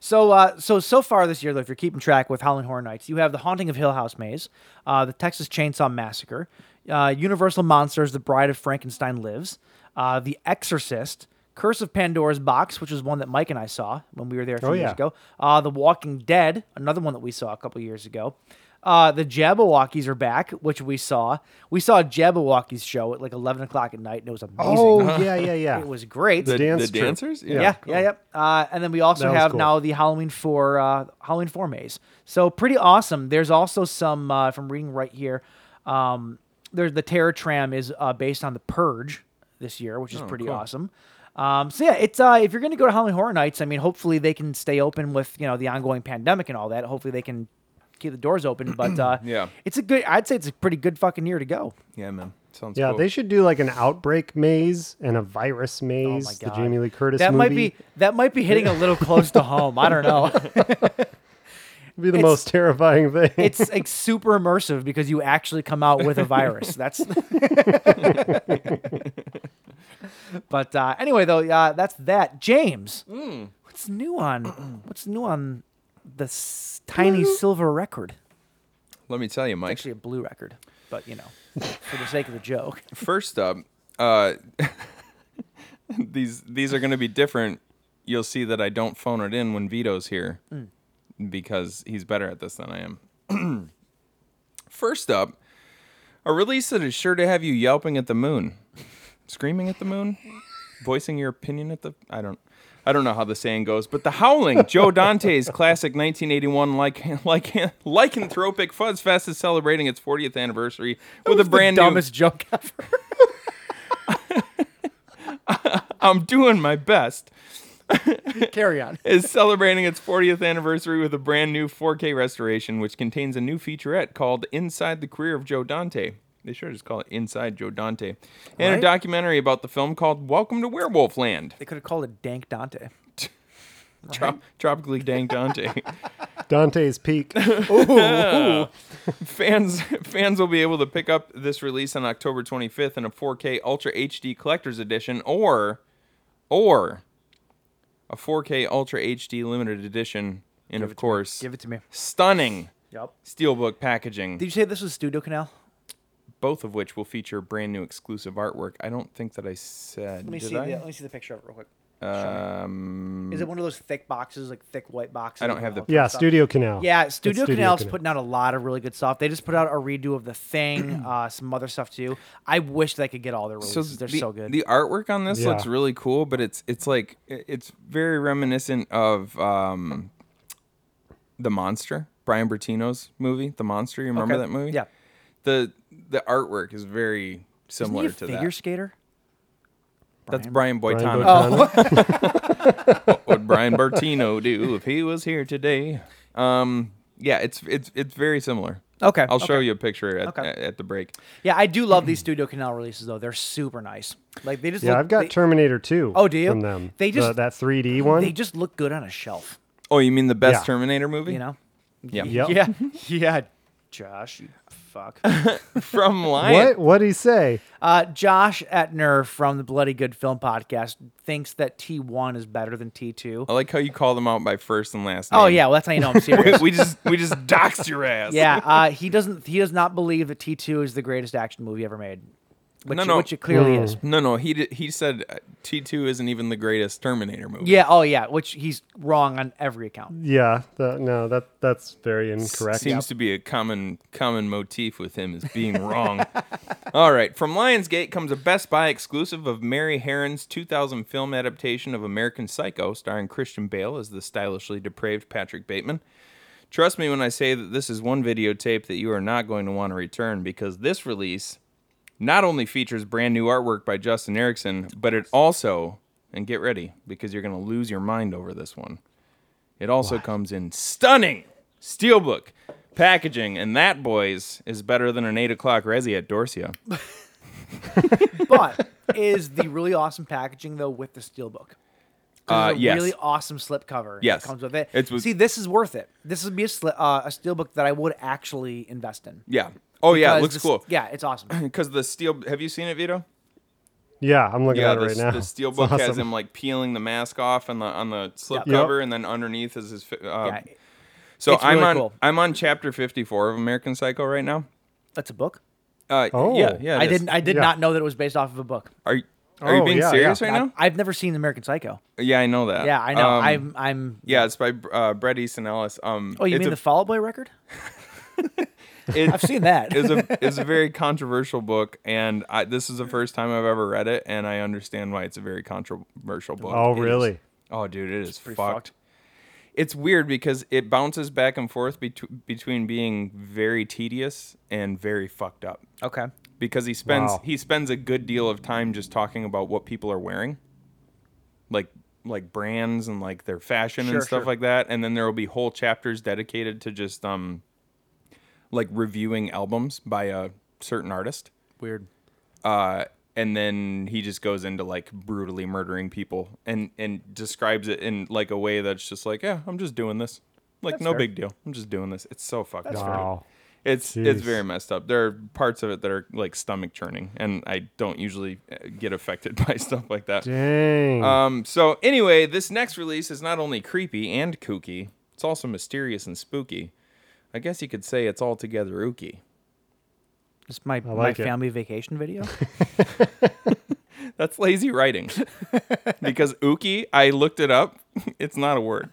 [SPEAKER 5] So, uh, so so far this year, though, if you're keeping track with Howling Horror Nights, you have The Haunting of Hill House Maze, uh, The Texas Chainsaw Massacre, uh, Universal Monsters: The Bride of Frankenstein Lives, uh, The Exorcist, Curse of Pandora's Box, which is one that Mike and I saw when we were there a few
[SPEAKER 7] Oh,
[SPEAKER 5] years
[SPEAKER 7] yeah.
[SPEAKER 5] ago. Uh, the Walking Dead, another one that we saw a couple years ago. Uh, the Jabberwockies are back, which we saw. We saw a Jabberwockies show at like 11 o'clock at night, and it was amazing.
[SPEAKER 7] Oh, yeah, yeah, yeah.
[SPEAKER 5] It was great.
[SPEAKER 6] The,
[SPEAKER 7] dance
[SPEAKER 6] the
[SPEAKER 7] troupe.
[SPEAKER 6] dancers?
[SPEAKER 5] Yeah, yeah, yep. Uh, and then we also
[SPEAKER 7] That was
[SPEAKER 5] have
[SPEAKER 7] cool.
[SPEAKER 5] now the Halloween four, uh, Halloween four maze. So pretty awesome. There's also some uh, if I'm reading right here. Um, there's the Terror Tram is uh, based on the Purge this year,
[SPEAKER 7] Oh,
[SPEAKER 5] which is pretty awesome. Um, so yeah, it's uh, if you're going to go to Halloween Horror Nights, I mean, hopefully they can stay open with you know the ongoing pandemic and all that. Hopefully they can keep the doors open. But uh,
[SPEAKER 6] Yeah.
[SPEAKER 5] it's a good. I'd say it's a pretty good fucking year to go.
[SPEAKER 6] Yeah, man. Sounds
[SPEAKER 7] yeah,
[SPEAKER 6] cool.
[SPEAKER 7] they should do like an outbreak maze and a virus maze. the
[SPEAKER 5] God.
[SPEAKER 7] Jamie Lee Curtis
[SPEAKER 5] that
[SPEAKER 7] movie
[SPEAKER 5] might be that might be hitting a little close to home. I don't know.
[SPEAKER 7] It'd be the
[SPEAKER 5] it's-
[SPEAKER 7] most terrifying thing.
[SPEAKER 5] it's like super immersive because you actually come out with a virus. That's. but uh, anyway, though, uh, that's that. James,
[SPEAKER 6] Mm.
[SPEAKER 5] what's new on what's new on this tiny
[SPEAKER 6] Mm.
[SPEAKER 5] silver record?
[SPEAKER 6] Let me tell you, Mike.
[SPEAKER 5] Actually, a blue record, but you know, for the sake of the joke.
[SPEAKER 6] First up, uh, these these are going to be different. You'll see that I don't phone it in when Vito's here because he's better at this than I am. First up, a release that is sure to have you yelping at the moon, screaming at the moon, voicing your opinion at the I don't I don't know how the saying goes, but the howling Joe Dante's classic 1981 like like lycanthropic Fuzz Fest is celebrating its 40th anniversary with a brand new
[SPEAKER 5] dumbest joke ever.
[SPEAKER 6] I'm doing my best.
[SPEAKER 5] Carry on.
[SPEAKER 6] Is celebrating its 40th anniversary with a brand new 4K restoration, which contains a new featurette called "Inside the Career of Joe Dante." They should just call it "Inside Joe Dante," and a
[SPEAKER 5] Right.
[SPEAKER 6] documentary about the film called "Welcome to Werewolf Land."
[SPEAKER 5] They could have called it Dank Dante.
[SPEAKER 6] Trop- tropically dank Dante.
[SPEAKER 7] Dante's Peak.
[SPEAKER 6] fans fans will be able to pick up this release on October 25th in a 4K Ultra HD Collector's Edition or or a 4K Ultra HD Limited Edition and of course
[SPEAKER 5] Give it to me.
[SPEAKER 6] stunning
[SPEAKER 5] Yep.
[SPEAKER 6] steelbook packaging,
[SPEAKER 5] Did you say this was Studio Canal?
[SPEAKER 6] both of which will feature brand new exclusive artwork. I don't think that I said.
[SPEAKER 5] Let me
[SPEAKER 6] did
[SPEAKER 5] see. The,
[SPEAKER 6] I?
[SPEAKER 5] let me see the picture of it real quick.
[SPEAKER 6] um,
[SPEAKER 5] Is it one of those thick boxes, like thick white boxes?
[SPEAKER 6] I don't
[SPEAKER 5] with
[SPEAKER 6] have the
[SPEAKER 5] all
[SPEAKER 7] yeah,
[SPEAKER 5] stuff?
[SPEAKER 7] Studio Canal.
[SPEAKER 5] Yeah,
[SPEAKER 7] It's
[SPEAKER 5] Studio, Canal's
[SPEAKER 7] Canal.
[SPEAKER 5] putting out a lot of really good stuff. They just put out a redo of the thing, uh, some other stuff too. I wish they could get all their
[SPEAKER 6] so
[SPEAKER 5] releases. Oh, They're
[SPEAKER 6] the,
[SPEAKER 5] so good.
[SPEAKER 6] The artwork on this
[SPEAKER 7] Yeah.
[SPEAKER 6] looks really cool, but it's it's like i- it's very reminiscent of um, the monster, Brian Bertino's movie, The Monster. You remember
[SPEAKER 5] Okay.
[SPEAKER 6] that movie?
[SPEAKER 5] Yeah.
[SPEAKER 6] The the artwork is very
[SPEAKER 5] Isn't
[SPEAKER 6] similar
[SPEAKER 5] he a
[SPEAKER 6] to
[SPEAKER 5] figure
[SPEAKER 6] that.
[SPEAKER 5] skater?
[SPEAKER 6] That's Brian
[SPEAKER 7] Brian
[SPEAKER 6] Boitano.
[SPEAKER 7] Boitano.
[SPEAKER 6] what would Brian Bertino do if he was here today? Um, yeah, it's it's it's very similar.
[SPEAKER 5] Okay,
[SPEAKER 6] I'll show
[SPEAKER 5] okay.
[SPEAKER 6] you a picture at,
[SPEAKER 5] Okay.
[SPEAKER 6] at, at the break.
[SPEAKER 5] Yeah, I do love these Studio Canal releases though. They're super nice. Like they just
[SPEAKER 7] Yeah,
[SPEAKER 5] look,
[SPEAKER 7] I've got
[SPEAKER 5] they,
[SPEAKER 7] Terminator 2.
[SPEAKER 5] Oh, do you?
[SPEAKER 7] From them.
[SPEAKER 5] They
[SPEAKER 7] The-
[SPEAKER 5] just-
[SPEAKER 7] that 3D one.
[SPEAKER 5] they just look good on a shelf.
[SPEAKER 6] Oh, you mean the best
[SPEAKER 7] Yeah.
[SPEAKER 6] Terminator movie?
[SPEAKER 5] You know?
[SPEAKER 6] Yeah.
[SPEAKER 7] Yep.
[SPEAKER 5] Yeah. yeah. Josh, you fuck.
[SPEAKER 6] from Lion.
[SPEAKER 7] What? What'd he say?
[SPEAKER 5] Uh, Josh Etner from the Bloody Good Film Podcast thinks that T1 is better than T2.
[SPEAKER 6] I like how you call them out by first and last name.
[SPEAKER 5] Oh yeah, well that's how you know I'm serious.
[SPEAKER 6] we just we just doxed your ass.
[SPEAKER 5] yeah, uh, he doesn't. He does not believe that T2 is the greatest action movie ever made. Which,
[SPEAKER 6] No, no.
[SPEAKER 5] which it clearly is.
[SPEAKER 6] No, no. He did, he said uh, T two isn't even the greatest Terminator movie.
[SPEAKER 5] Yeah. Oh yeah. Which he's wrong on every account.
[SPEAKER 7] Yeah. The, no, that that's very
[SPEAKER 6] S-
[SPEAKER 7] incorrect.
[SPEAKER 6] Seems to be a common common motif with him is being wrong. All right, from Lionsgate comes a Best Buy exclusive of Mary Herron's 2000 film adaptation of American Psycho, starring Christian Bale as the stylishly depraved Patrick Bateman. Trust me when I say that this is one videotape that you are not going to want to return because this release not only features brand new artwork by Justin Erickson, but it also and get ready because you're going to lose your mind over this one. It also comes in stunning steelbook packaging, and that, boys, is better than an eight o'clock resi at Dorsia.
[SPEAKER 5] But is the really awesome packaging though with the steelbook? 'Cause
[SPEAKER 6] Uh,
[SPEAKER 5] it's a
[SPEAKER 6] yes.
[SPEAKER 5] Really awesome slip cover.
[SPEAKER 6] Yes.
[SPEAKER 5] That comes with it.
[SPEAKER 6] It's with-
[SPEAKER 5] See, this is worth it. This would be a sli- uh, a steelbook that I would actually invest in.
[SPEAKER 6] Yeah. Oh yeah, it
[SPEAKER 5] Because
[SPEAKER 6] looks
[SPEAKER 5] this-
[SPEAKER 6] cool.
[SPEAKER 5] Yeah, it's awesome.
[SPEAKER 6] Because the steel. Have you seen it, Vito?
[SPEAKER 7] yeah, I'm looking
[SPEAKER 6] Yeah.
[SPEAKER 7] at it
[SPEAKER 6] The,
[SPEAKER 7] right now.
[SPEAKER 6] the
[SPEAKER 7] It's
[SPEAKER 6] steel book has
[SPEAKER 7] awesome.
[SPEAKER 6] him like peeling the mask off on the on the slip
[SPEAKER 7] Yep.
[SPEAKER 6] cover, and then underneath is his. fi- Uh,
[SPEAKER 5] Yeah,
[SPEAKER 6] so
[SPEAKER 5] it's
[SPEAKER 6] I'm
[SPEAKER 5] really
[SPEAKER 6] on
[SPEAKER 5] cool.
[SPEAKER 6] I'm on chapter 54 of American Psycho right now.
[SPEAKER 5] that's a book.
[SPEAKER 6] Uh,
[SPEAKER 7] Oh.
[SPEAKER 6] yeah, yeah. it
[SPEAKER 5] I
[SPEAKER 6] is.
[SPEAKER 5] didn't. I did
[SPEAKER 7] Yeah.
[SPEAKER 5] not know that it was based off of a book.
[SPEAKER 6] Are you- are you
[SPEAKER 7] Oh,
[SPEAKER 6] being
[SPEAKER 7] yeah,
[SPEAKER 6] serious
[SPEAKER 7] yeah.
[SPEAKER 6] right now?
[SPEAKER 5] I, have never seen American Psycho.
[SPEAKER 6] Yeah, I know that.
[SPEAKER 5] Yeah, I know.
[SPEAKER 6] Um,
[SPEAKER 5] I'm. I'm.
[SPEAKER 6] Yeah, it's by uh, Brett Easton Ellis. Um,
[SPEAKER 5] Oh, you
[SPEAKER 6] it's
[SPEAKER 5] mean
[SPEAKER 6] a-
[SPEAKER 5] the Fall Out Boy record?
[SPEAKER 6] it-
[SPEAKER 5] I've seen that.
[SPEAKER 6] is a is a very controversial book, and I, this is the first time I've ever read it, and I understand why it's a very controversial book.
[SPEAKER 7] Oh,
[SPEAKER 6] It is-
[SPEAKER 7] really?
[SPEAKER 6] oh, dude, it is fucked.
[SPEAKER 5] fucked.
[SPEAKER 6] It's weird because it bounces back and forth betw- between being very tedious and very fucked up.
[SPEAKER 5] okay.
[SPEAKER 6] Because he spends
[SPEAKER 7] Wow.
[SPEAKER 6] he spends a good deal of time just talking about what people are wearing, like like brands and like their fashion
[SPEAKER 5] Sure,
[SPEAKER 6] and stuff
[SPEAKER 5] sure.
[SPEAKER 6] like that. And then there will be whole chapters dedicated to just um like reviewing albums by a certain artist
[SPEAKER 5] Weird.
[SPEAKER 6] uh, and then he just goes into like brutally murdering people and and describes it in like a way that's just like yeah i'm just doing this like no big deal i'm just doing this it's so fucked up
[SPEAKER 7] Wow.
[SPEAKER 6] it's
[SPEAKER 7] Jeez.
[SPEAKER 6] it's very messed up there are parts of it that are like stomach churning and i don't usually uh, get affected by stuff like that
[SPEAKER 7] Dang.
[SPEAKER 6] um, so anyway, this next release is not only creepy and kooky, it's also mysterious and spooky. I guess you could say it's altogether ooky.
[SPEAKER 5] It's my
[SPEAKER 7] like
[SPEAKER 5] my
[SPEAKER 7] it.
[SPEAKER 5] family vacation video.
[SPEAKER 6] That's lazy writing. because ooky, I looked it up. It's not a word.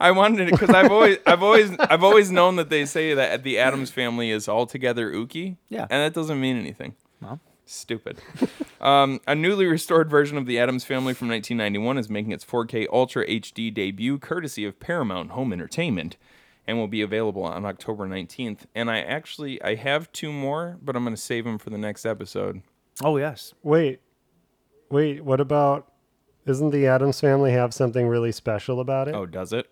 [SPEAKER 6] I wanted it because I've always, I've always, I've always known that they say that the Adams family is altogether ooky.
[SPEAKER 5] Yeah.
[SPEAKER 6] and that doesn't mean anything.
[SPEAKER 5] Well.
[SPEAKER 6] Stupid. um, a newly restored version of the Adams Family from 1991 is making its 4K Ultra HD debut, courtesy of Paramount Home Entertainment, and will be available on October 19th. And I actually, I have two more, but I'm going to save them for the next episode.
[SPEAKER 5] oh yes.
[SPEAKER 7] wait, wait. What about? Isn't the Adams family have something really special about it?
[SPEAKER 6] Oh, does it?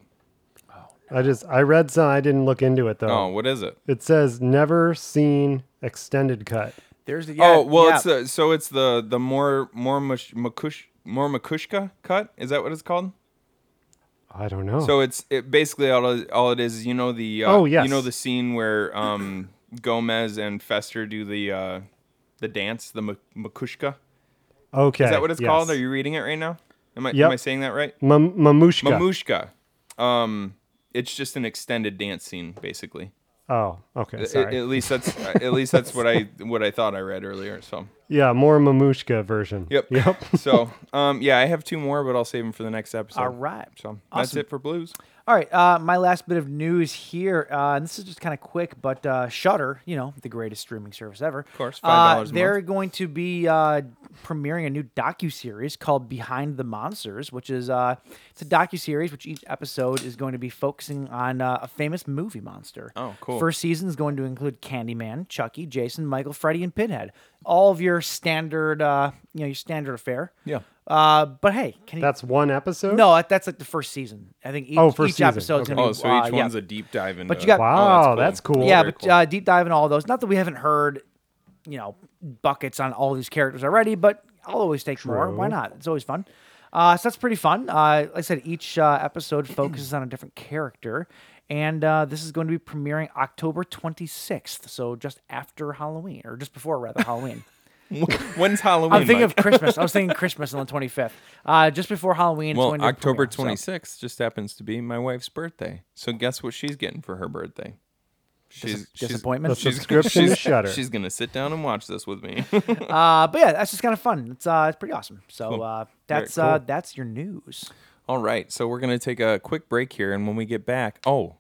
[SPEAKER 7] I just I read some. I didn't look into it
[SPEAKER 6] Oh,
[SPEAKER 7] though.
[SPEAKER 6] what is it?
[SPEAKER 7] It says never seen extended cut.
[SPEAKER 5] There's the.
[SPEAKER 6] oh well,
[SPEAKER 5] yeah.
[SPEAKER 6] it's the, so it's the the more more mush, makush, more makushka cut. Is that what it's called?
[SPEAKER 7] I don't know.
[SPEAKER 6] So it's it basically all it- all it is. You know the uh,
[SPEAKER 7] Oh,
[SPEAKER 6] you know
[SPEAKER 7] yes.
[SPEAKER 6] the scene where um Gomez and Fester do the uh the dance the ma- makushka.
[SPEAKER 7] okay.
[SPEAKER 6] Is that what it's
[SPEAKER 7] yes.
[SPEAKER 6] called? Are you reading it right now? Am I
[SPEAKER 7] Yep.
[SPEAKER 6] am I saying that right?
[SPEAKER 7] Mam- Mamushka.
[SPEAKER 6] Mamushka. Um, it's just an extended dance scene basically.
[SPEAKER 7] oh, okay.
[SPEAKER 6] At,
[SPEAKER 7] Sorry.
[SPEAKER 6] at least that's at least that's what I what I thought I read earlier. So.
[SPEAKER 7] yeah, more Mamushka version.
[SPEAKER 6] Yep.
[SPEAKER 7] Yep.
[SPEAKER 6] so, um, yeah, I have two more, but I'll save them for the next episode.
[SPEAKER 5] All right.
[SPEAKER 6] So that's
[SPEAKER 5] Awesome.
[SPEAKER 6] it for blues.
[SPEAKER 5] All right, uh, my last bit of news here, uh, and this is just kind of quick, but uh, Shutter, you know, the greatest streaming service ever. Of
[SPEAKER 6] course, $5 a
[SPEAKER 5] uh, They're
[SPEAKER 6] month.
[SPEAKER 5] going to be uh, premiering a new docu series called Behind the Monsters, which is uh, it's a docu series which each episode is going to be focusing on uh, a famous movie monster.
[SPEAKER 6] Oh, cool.
[SPEAKER 5] First season is going to include Candyman, Chucky, Jason, Michael, Freddy, and Pinhead. All of your standard, uh, you know, your standard affair.
[SPEAKER 6] Yeah.
[SPEAKER 5] Uh, but hey, can you?
[SPEAKER 7] That's one episode.
[SPEAKER 5] No, that- that's like the first season. I think each,
[SPEAKER 7] Oh, first
[SPEAKER 5] each
[SPEAKER 7] season.
[SPEAKER 5] episode's
[SPEAKER 7] Okay.
[SPEAKER 5] gonna
[SPEAKER 6] Oh,
[SPEAKER 5] be.
[SPEAKER 6] so
[SPEAKER 5] uh,
[SPEAKER 6] each
[SPEAKER 5] yeah.
[SPEAKER 6] one's a deep dive into.
[SPEAKER 5] But you got-
[SPEAKER 7] Wow, that's cool.
[SPEAKER 5] Yeah,
[SPEAKER 6] Very
[SPEAKER 5] but
[SPEAKER 6] Oh, cool.
[SPEAKER 5] uh, deep dive in all those. Not that we haven't heard, you know, buckets on all these characters already, but I'll always take more. Why
[SPEAKER 7] True.
[SPEAKER 5] not? It's always fun. Uh, so that's pretty fun. Uh, like I said, each uh, episode focuses on a different character, and uh, this is going to be premiering October 26th, so just after Halloween, or just before rather Halloween.
[SPEAKER 6] When's Halloween?
[SPEAKER 5] I'm thinking
[SPEAKER 6] Mike?
[SPEAKER 5] of Christmas. I was thinking Christmas on the 25th, uh, just before Halloween. it's
[SPEAKER 6] well,
[SPEAKER 5] going to
[SPEAKER 6] October
[SPEAKER 5] premiere,
[SPEAKER 6] 26th
[SPEAKER 5] so-
[SPEAKER 6] just happens to be my wife's birthday. So guess what she's getting for her birthday? She's, she's-
[SPEAKER 5] disappointment? The
[SPEAKER 7] subscription to
[SPEAKER 6] she's-
[SPEAKER 7] Shudder.
[SPEAKER 6] She's gonna sit down and watch this with me.
[SPEAKER 5] Uh, but yeah, that's just kind of fun. It's uh, it's pretty awesome. So uh, that's uh, that's your news.
[SPEAKER 6] All right, so we're gonna take a quick break here, and when we get back, oh,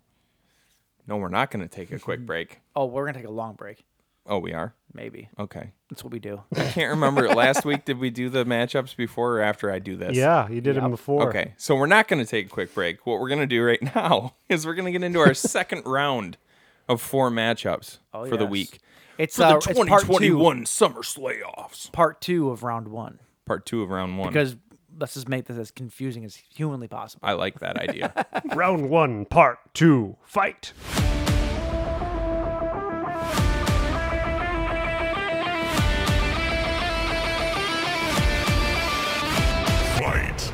[SPEAKER 6] no, we're not gonna take a quick break.
[SPEAKER 5] Oh, we're gonna take a long break.
[SPEAKER 6] Oh, we are.
[SPEAKER 5] Maybe
[SPEAKER 6] Okay.
[SPEAKER 5] that's what we do.
[SPEAKER 6] I can't remember. Last week, did we do the matchups before or after I do this?
[SPEAKER 7] Yeah, you did them before.
[SPEAKER 6] Okay, so we're not going to take a quick break. What we're going to do right now is we're going to get into our second round of four matchups
[SPEAKER 5] Oh,
[SPEAKER 6] for the
[SPEAKER 5] yes.
[SPEAKER 6] week.
[SPEAKER 5] It's
[SPEAKER 6] For
[SPEAKER 5] uh,
[SPEAKER 6] the
[SPEAKER 5] it's part two,
[SPEAKER 6] 2021 Summer Slayoffs.
[SPEAKER 5] part two of round one.
[SPEAKER 6] Part two of round one.
[SPEAKER 5] Because let's just make this as confusing as humanly possible.
[SPEAKER 6] I like that idea.
[SPEAKER 7] Round one, part two, fight. Uh,
[SPEAKER 3] Fight.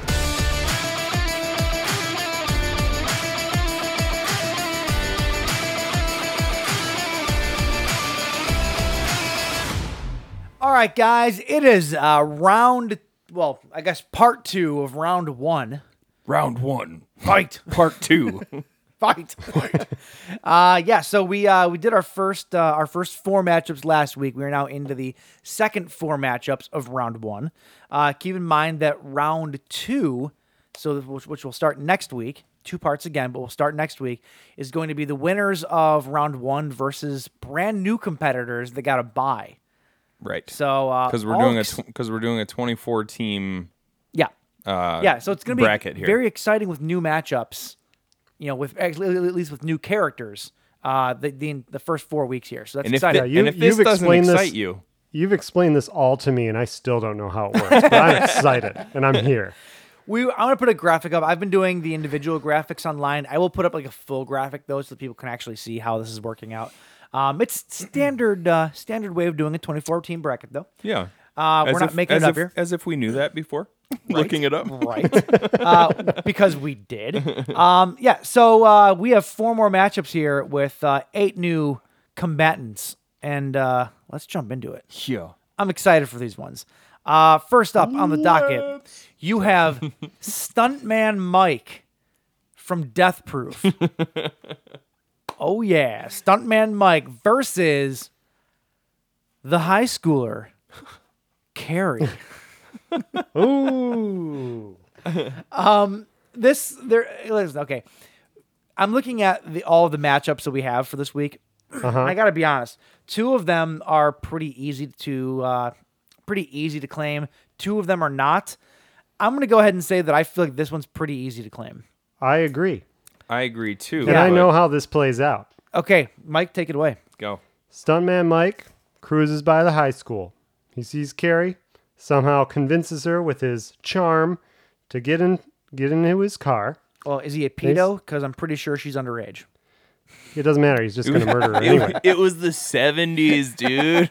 [SPEAKER 5] All right, guys, it is uh, round. Well, I guess part two of round one.
[SPEAKER 6] round one,
[SPEAKER 5] Fight.
[SPEAKER 6] part two.
[SPEAKER 5] fight. uh, yeah, so we uh, we did our first uh, our first four matchups last week. We are now into the second four matchups of round one. Uh, keep in mind that round two, so th- which, which will start next week, two parts again, but we'll start next week is going to be the winners of round one versus brand new competitors that got a buy.
[SPEAKER 6] right.
[SPEAKER 5] So uh,
[SPEAKER 6] because we're
[SPEAKER 5] all
[SPEAKER 6] doing a
[SPEAKER 5] ex-
[SPEAKER 6] because we're doing a 24 team.
[SPEAKER 5] yeah.
[SPEAKER 6] Uh,
[SPEAKER 5] yeah, so it's going to be
[SPEAKER 6] bracket here.
[SPEAKER 5] very exciting with new matchups. You know, with at least with new characters. Uh, the the, the first four weeks here, so that's
[SPEAKER 6] And if,
[SPEAKER 5] exciting.
[SPEAKER 6] thi-
[SPEAKER 7] you-
[SPEAKER 6] and if this
[SPEAKER 7] you've
[SPEAKER 6] doesn't
[SPEAKER 7] explained this-
[SPEAKER 6] excite you,
[SPEAKER 7] You've explained this all to me, and I still don't know how it works, but I'm excited and I'm here.
[SPEAKER 5] we I'm gonna put a graphic up. I've been doing the individual graphics online. I will put up like a full graphic though, so that people can actually see how this is working out. Um, it's standard uh, standard way of doing a 24 team bracket though.
[SPEAKER 6] yeah.
[SPEAKER 5] Uh, we're
[SPEAKER 6] As
[SPEAKER 5] not
[SPEAKER 6] if-
[SPEAKER 5] making it
[SPEAKER 6] as
[SPEAKER 5] up
[SPEAKER 6] if-
[SPEAKER 5] here.
[SPEAKER 6] As if we knew that before. Looking it up.
[SPEAKER 5] right? uh, because we did. Um, yeah. So uh, we have four more matchups here with uh, eight new combatants, and uh, let's jump into it.
[SPEAKER 6] Yeah.
[SPEAKER 5] I'm excited for these ones. Uh, first up on the docket, you have Stuntman Mike from Death Proof. oh yeah, Stuntman Mike versus the high schooler Carrie.
[SPEAKER 7] Ooh.
[SPEAKER 5] this there listen, okay i'm looking at the all the matchups that we have for this week
[SPEAKER 7] Uh-huh.
[SPEAKER 5] and i gotta be honest two of them are pretty easy to uh pretty easy to claim two of them are not i'm gonna go ahead and say that i feel like this one's pretty easy to claim
[SPEAKER 7] I agree.
[SPEAKER 6] I agree too.
[SPEAKER 7] And I
[SPEAKER 6] but-
[SPEAKER 7] know how this plays out.
[SPEAKER 5] okay mike take it away
[SPEAKER 6] Go.
[SPEAKER 7] Stuntman Mike cruises by the high school. He sees Carrie, somehow convinces her with his charm to get in get into his car.
[SPEAKER 5] well is he a pedo because i'm pretty sure she's underage
[SPEAKER 7] It doesn't matter, he's just gonna murder her anyway.
[SPEAKER 6] It was the 70s, dude.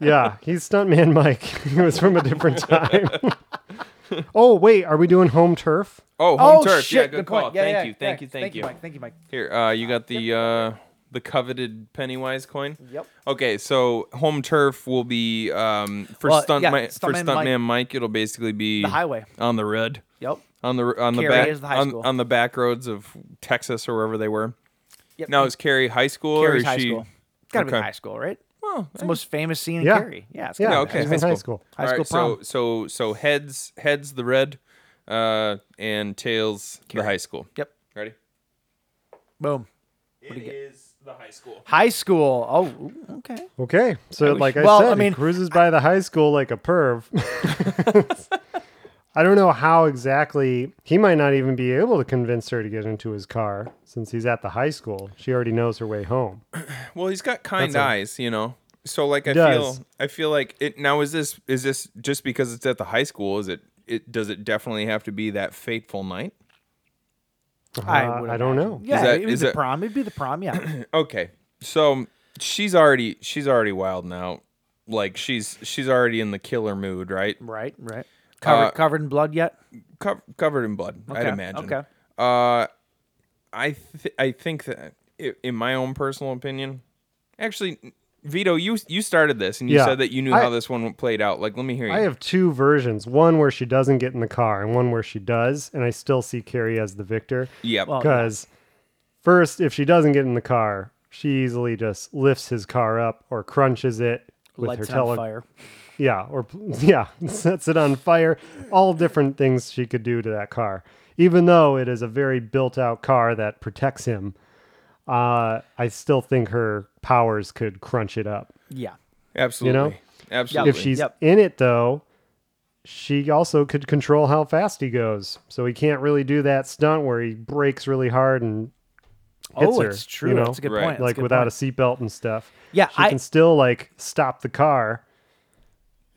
[SPEAKER 7] Yeah, he's Stuntman Mike. he was from a different time. oh wait, are we doing home turf?
[SPEAKER 6] oh, home
[SPEAKER 5] oh
[SPEAKER 6] turf.
[SPEAKER 5] shit
[SPEAKER 6] yeah, good,
[SPEAKER 5] good
[SPEAKER 6] call.
[SPEAKER 5] point Yeah,
[SPEAKER 6] thank
[SPEAKER 5] yeah,
[SPEAKER 6] you.
[SPEAKER 5] yeah.
[SPEAKER 6] Thank you. Thank you.
[SPEAKER 5] mike thank you mike
[SPEAKER 6] Here, uh, you got the uh, the coveted Pennywise coin.
[SPEAKER 5] Yep.
[SPEAKER 6] Okay, so home turf will be um, for
[SPEAKER 5] Well,
[SPEAKER 6] stunt
[SPEAKER 5] yeah,
[SPEAKER 6] Mi- for
[SPEAKER 5] Stuntman
[SPEAKER 6] stuntman
[SPEAKER 5] Mike.
[SPEAKER 6] Mike. It'll basically be
[SPEAKER 5] The highway.
[SPEAKER 6] on the road.
[SPEAKER 5] yep
[SPEAKER 6] On the on the
[SPEAKER 5] Cary
[SPEAKER 6] back
[SPEAKER 5] is the high
[SPEAKER 6] on,
[SPEAKER 5] school.
[SPEAKER 6] on the back roads of Texas or wherever they were.
[SPEAKER 5] yep
[SPEAKER 6] Now is Carrie high school
[SPEAKER 5] Carrie's
[SPEAKER 6] or is
[SPEAKER 5] high
[SPEAKER 6] she?
[SPEAKER 5] school it's gotta be
[SPEAKER 6] Okay.
[SPEAKER 5] high school right
[SPEAKER 6] Well, eh.
[SPEAKER 5] it's the most famous scene in
[SPEAKER 7] Yeah.
[SPEAKER 5] Carrie. yeah it's
[SPEAKER 7] Yeah,
[SPEAKER 5] gotta be
[SPEAKER 6] okay.
[SPEAKER 7] he's in
[SPEAKER 6] High
[SPEAKER 7] high
[SPEAKER 6] school.
[SPEAKER 7] school.
[SPEAKER 5] high
[SPEAKER 6] All
[SPEAKER 5] school
[SPEAKER 6] right,
[SPEAKER 5] prom.
[SPEAKER 6] So so so heads heads the red, uh, and tails the high school.
[SPEAKER 5] yep
[SPEAKER 6] Ready?
[SPEAKER 5] boom
[SPEAKER 6] It is the high school.
[SPEAKER 5] High school. Oh, ooh, okay.
[SPEAKER 7] Okay, so like I
[SPEAKER 5] Well,
[SPEAKER 7] said,
[SPEAKER 5] I mean,
[SPEAKER 7] he cruises by the high school like a perv. I don't know how exactly he might not even be able to convince her to get into his car since he's at the high school. She already knows her way home.
[SPEAKER 6] Well, he's got kind eyes, you know. So like I
[SPEAKER 7] does.
[SPEAKER 6] feel I feel like it now is this is this just because it's at the high school is it it does it definitely have to be that fateful night?
[SPEAKER 5] I,
[SPEAKER 7] Uh,
[SPEAKER 5] would
[SPEAKER 7] I don't
[SPEAKER 5] imagine.
[SPEAKER 7] know.
[SPEAKER 5] Yeah,
[SPEAKER 6] that-
[SPEAKER 5] it would
[SPEAKER 6] is
[SPEAKER 5] be the
[SPEAKER 6] that-
[SPEAKER 5] prom. It'd be the prom. Yeah.
[SPEAKER 6] Okay. So she's already she's already wild now. Like she's she's already in the killer mood, right?
[SPEAKER 5] right. Right. Covered, covered in blood yet?
[SPEAKER 6] Cov covered in blood. Uh, I'd
[SPEAKER 5] Okay,
[SPEAKER 6] imagine.
[SPEAKER 5] okay.
[SPEAKER 6] Uh, I th- I think that i in my own personal opinion, actually, Vito, you you started this and you
[SPEAKER 7] Yeah.
[SPEAKER 6] said that you knew
[SPEAKER 7] I-
[SPEAKER 6] how this one played out. Like, let me hear you.
[SPEAKER 7] I have two versions: one where she doesn't get in the car, and one where she does. And I still see Carrie as the victor.
[SPEAKER 6] Yep.
[SPEAKER 5] Well-
[SPEAKER 7] Because first, if she doesn't get in the car, she easily just lifts his car up or crunches it with her
[SPEAKER 5] Lights it on
[SPEAKER 7] tele.
[SPEAKER 5] fire.
[SPEAKER 7] Yeah, or yeah, sets it on fire. All different things she could do to that car, even though it is a very built-out car that protects him. Uh, I still think her powers could crunch it up.
[SPEAKER 5] Yeah.
[SPEAKER 6] Absolutely. Absolutely.
[SPEAKER 7] If she's
[SPEAKER 5] Yep.
[SPEAKER 7] in it though, she also could control how fast he goes. So he can't really do that stunt where he brakes really hard and hits
[SPEAKER 5] oh,
[SPEAKER 7] her,
[SPEAKER 5] it's true.
[SPEAKER 7] you know?
[SPEAKER 5] That's a good
[SPEAKER 6] Right.
[SPEAKER 5] point. That's a
[SPEAKER 7] like
[SPEAKER 5] good
[SPEAKER 7] without
[SPEAKER 5] point.
[SPEAKER 7] a seatbelt and stuff.
[SPEAKER 5] Yeah,
[SPEAKER 7] she
[SPEAKER 5] I-
[SPEAKER 7] can still like stop the car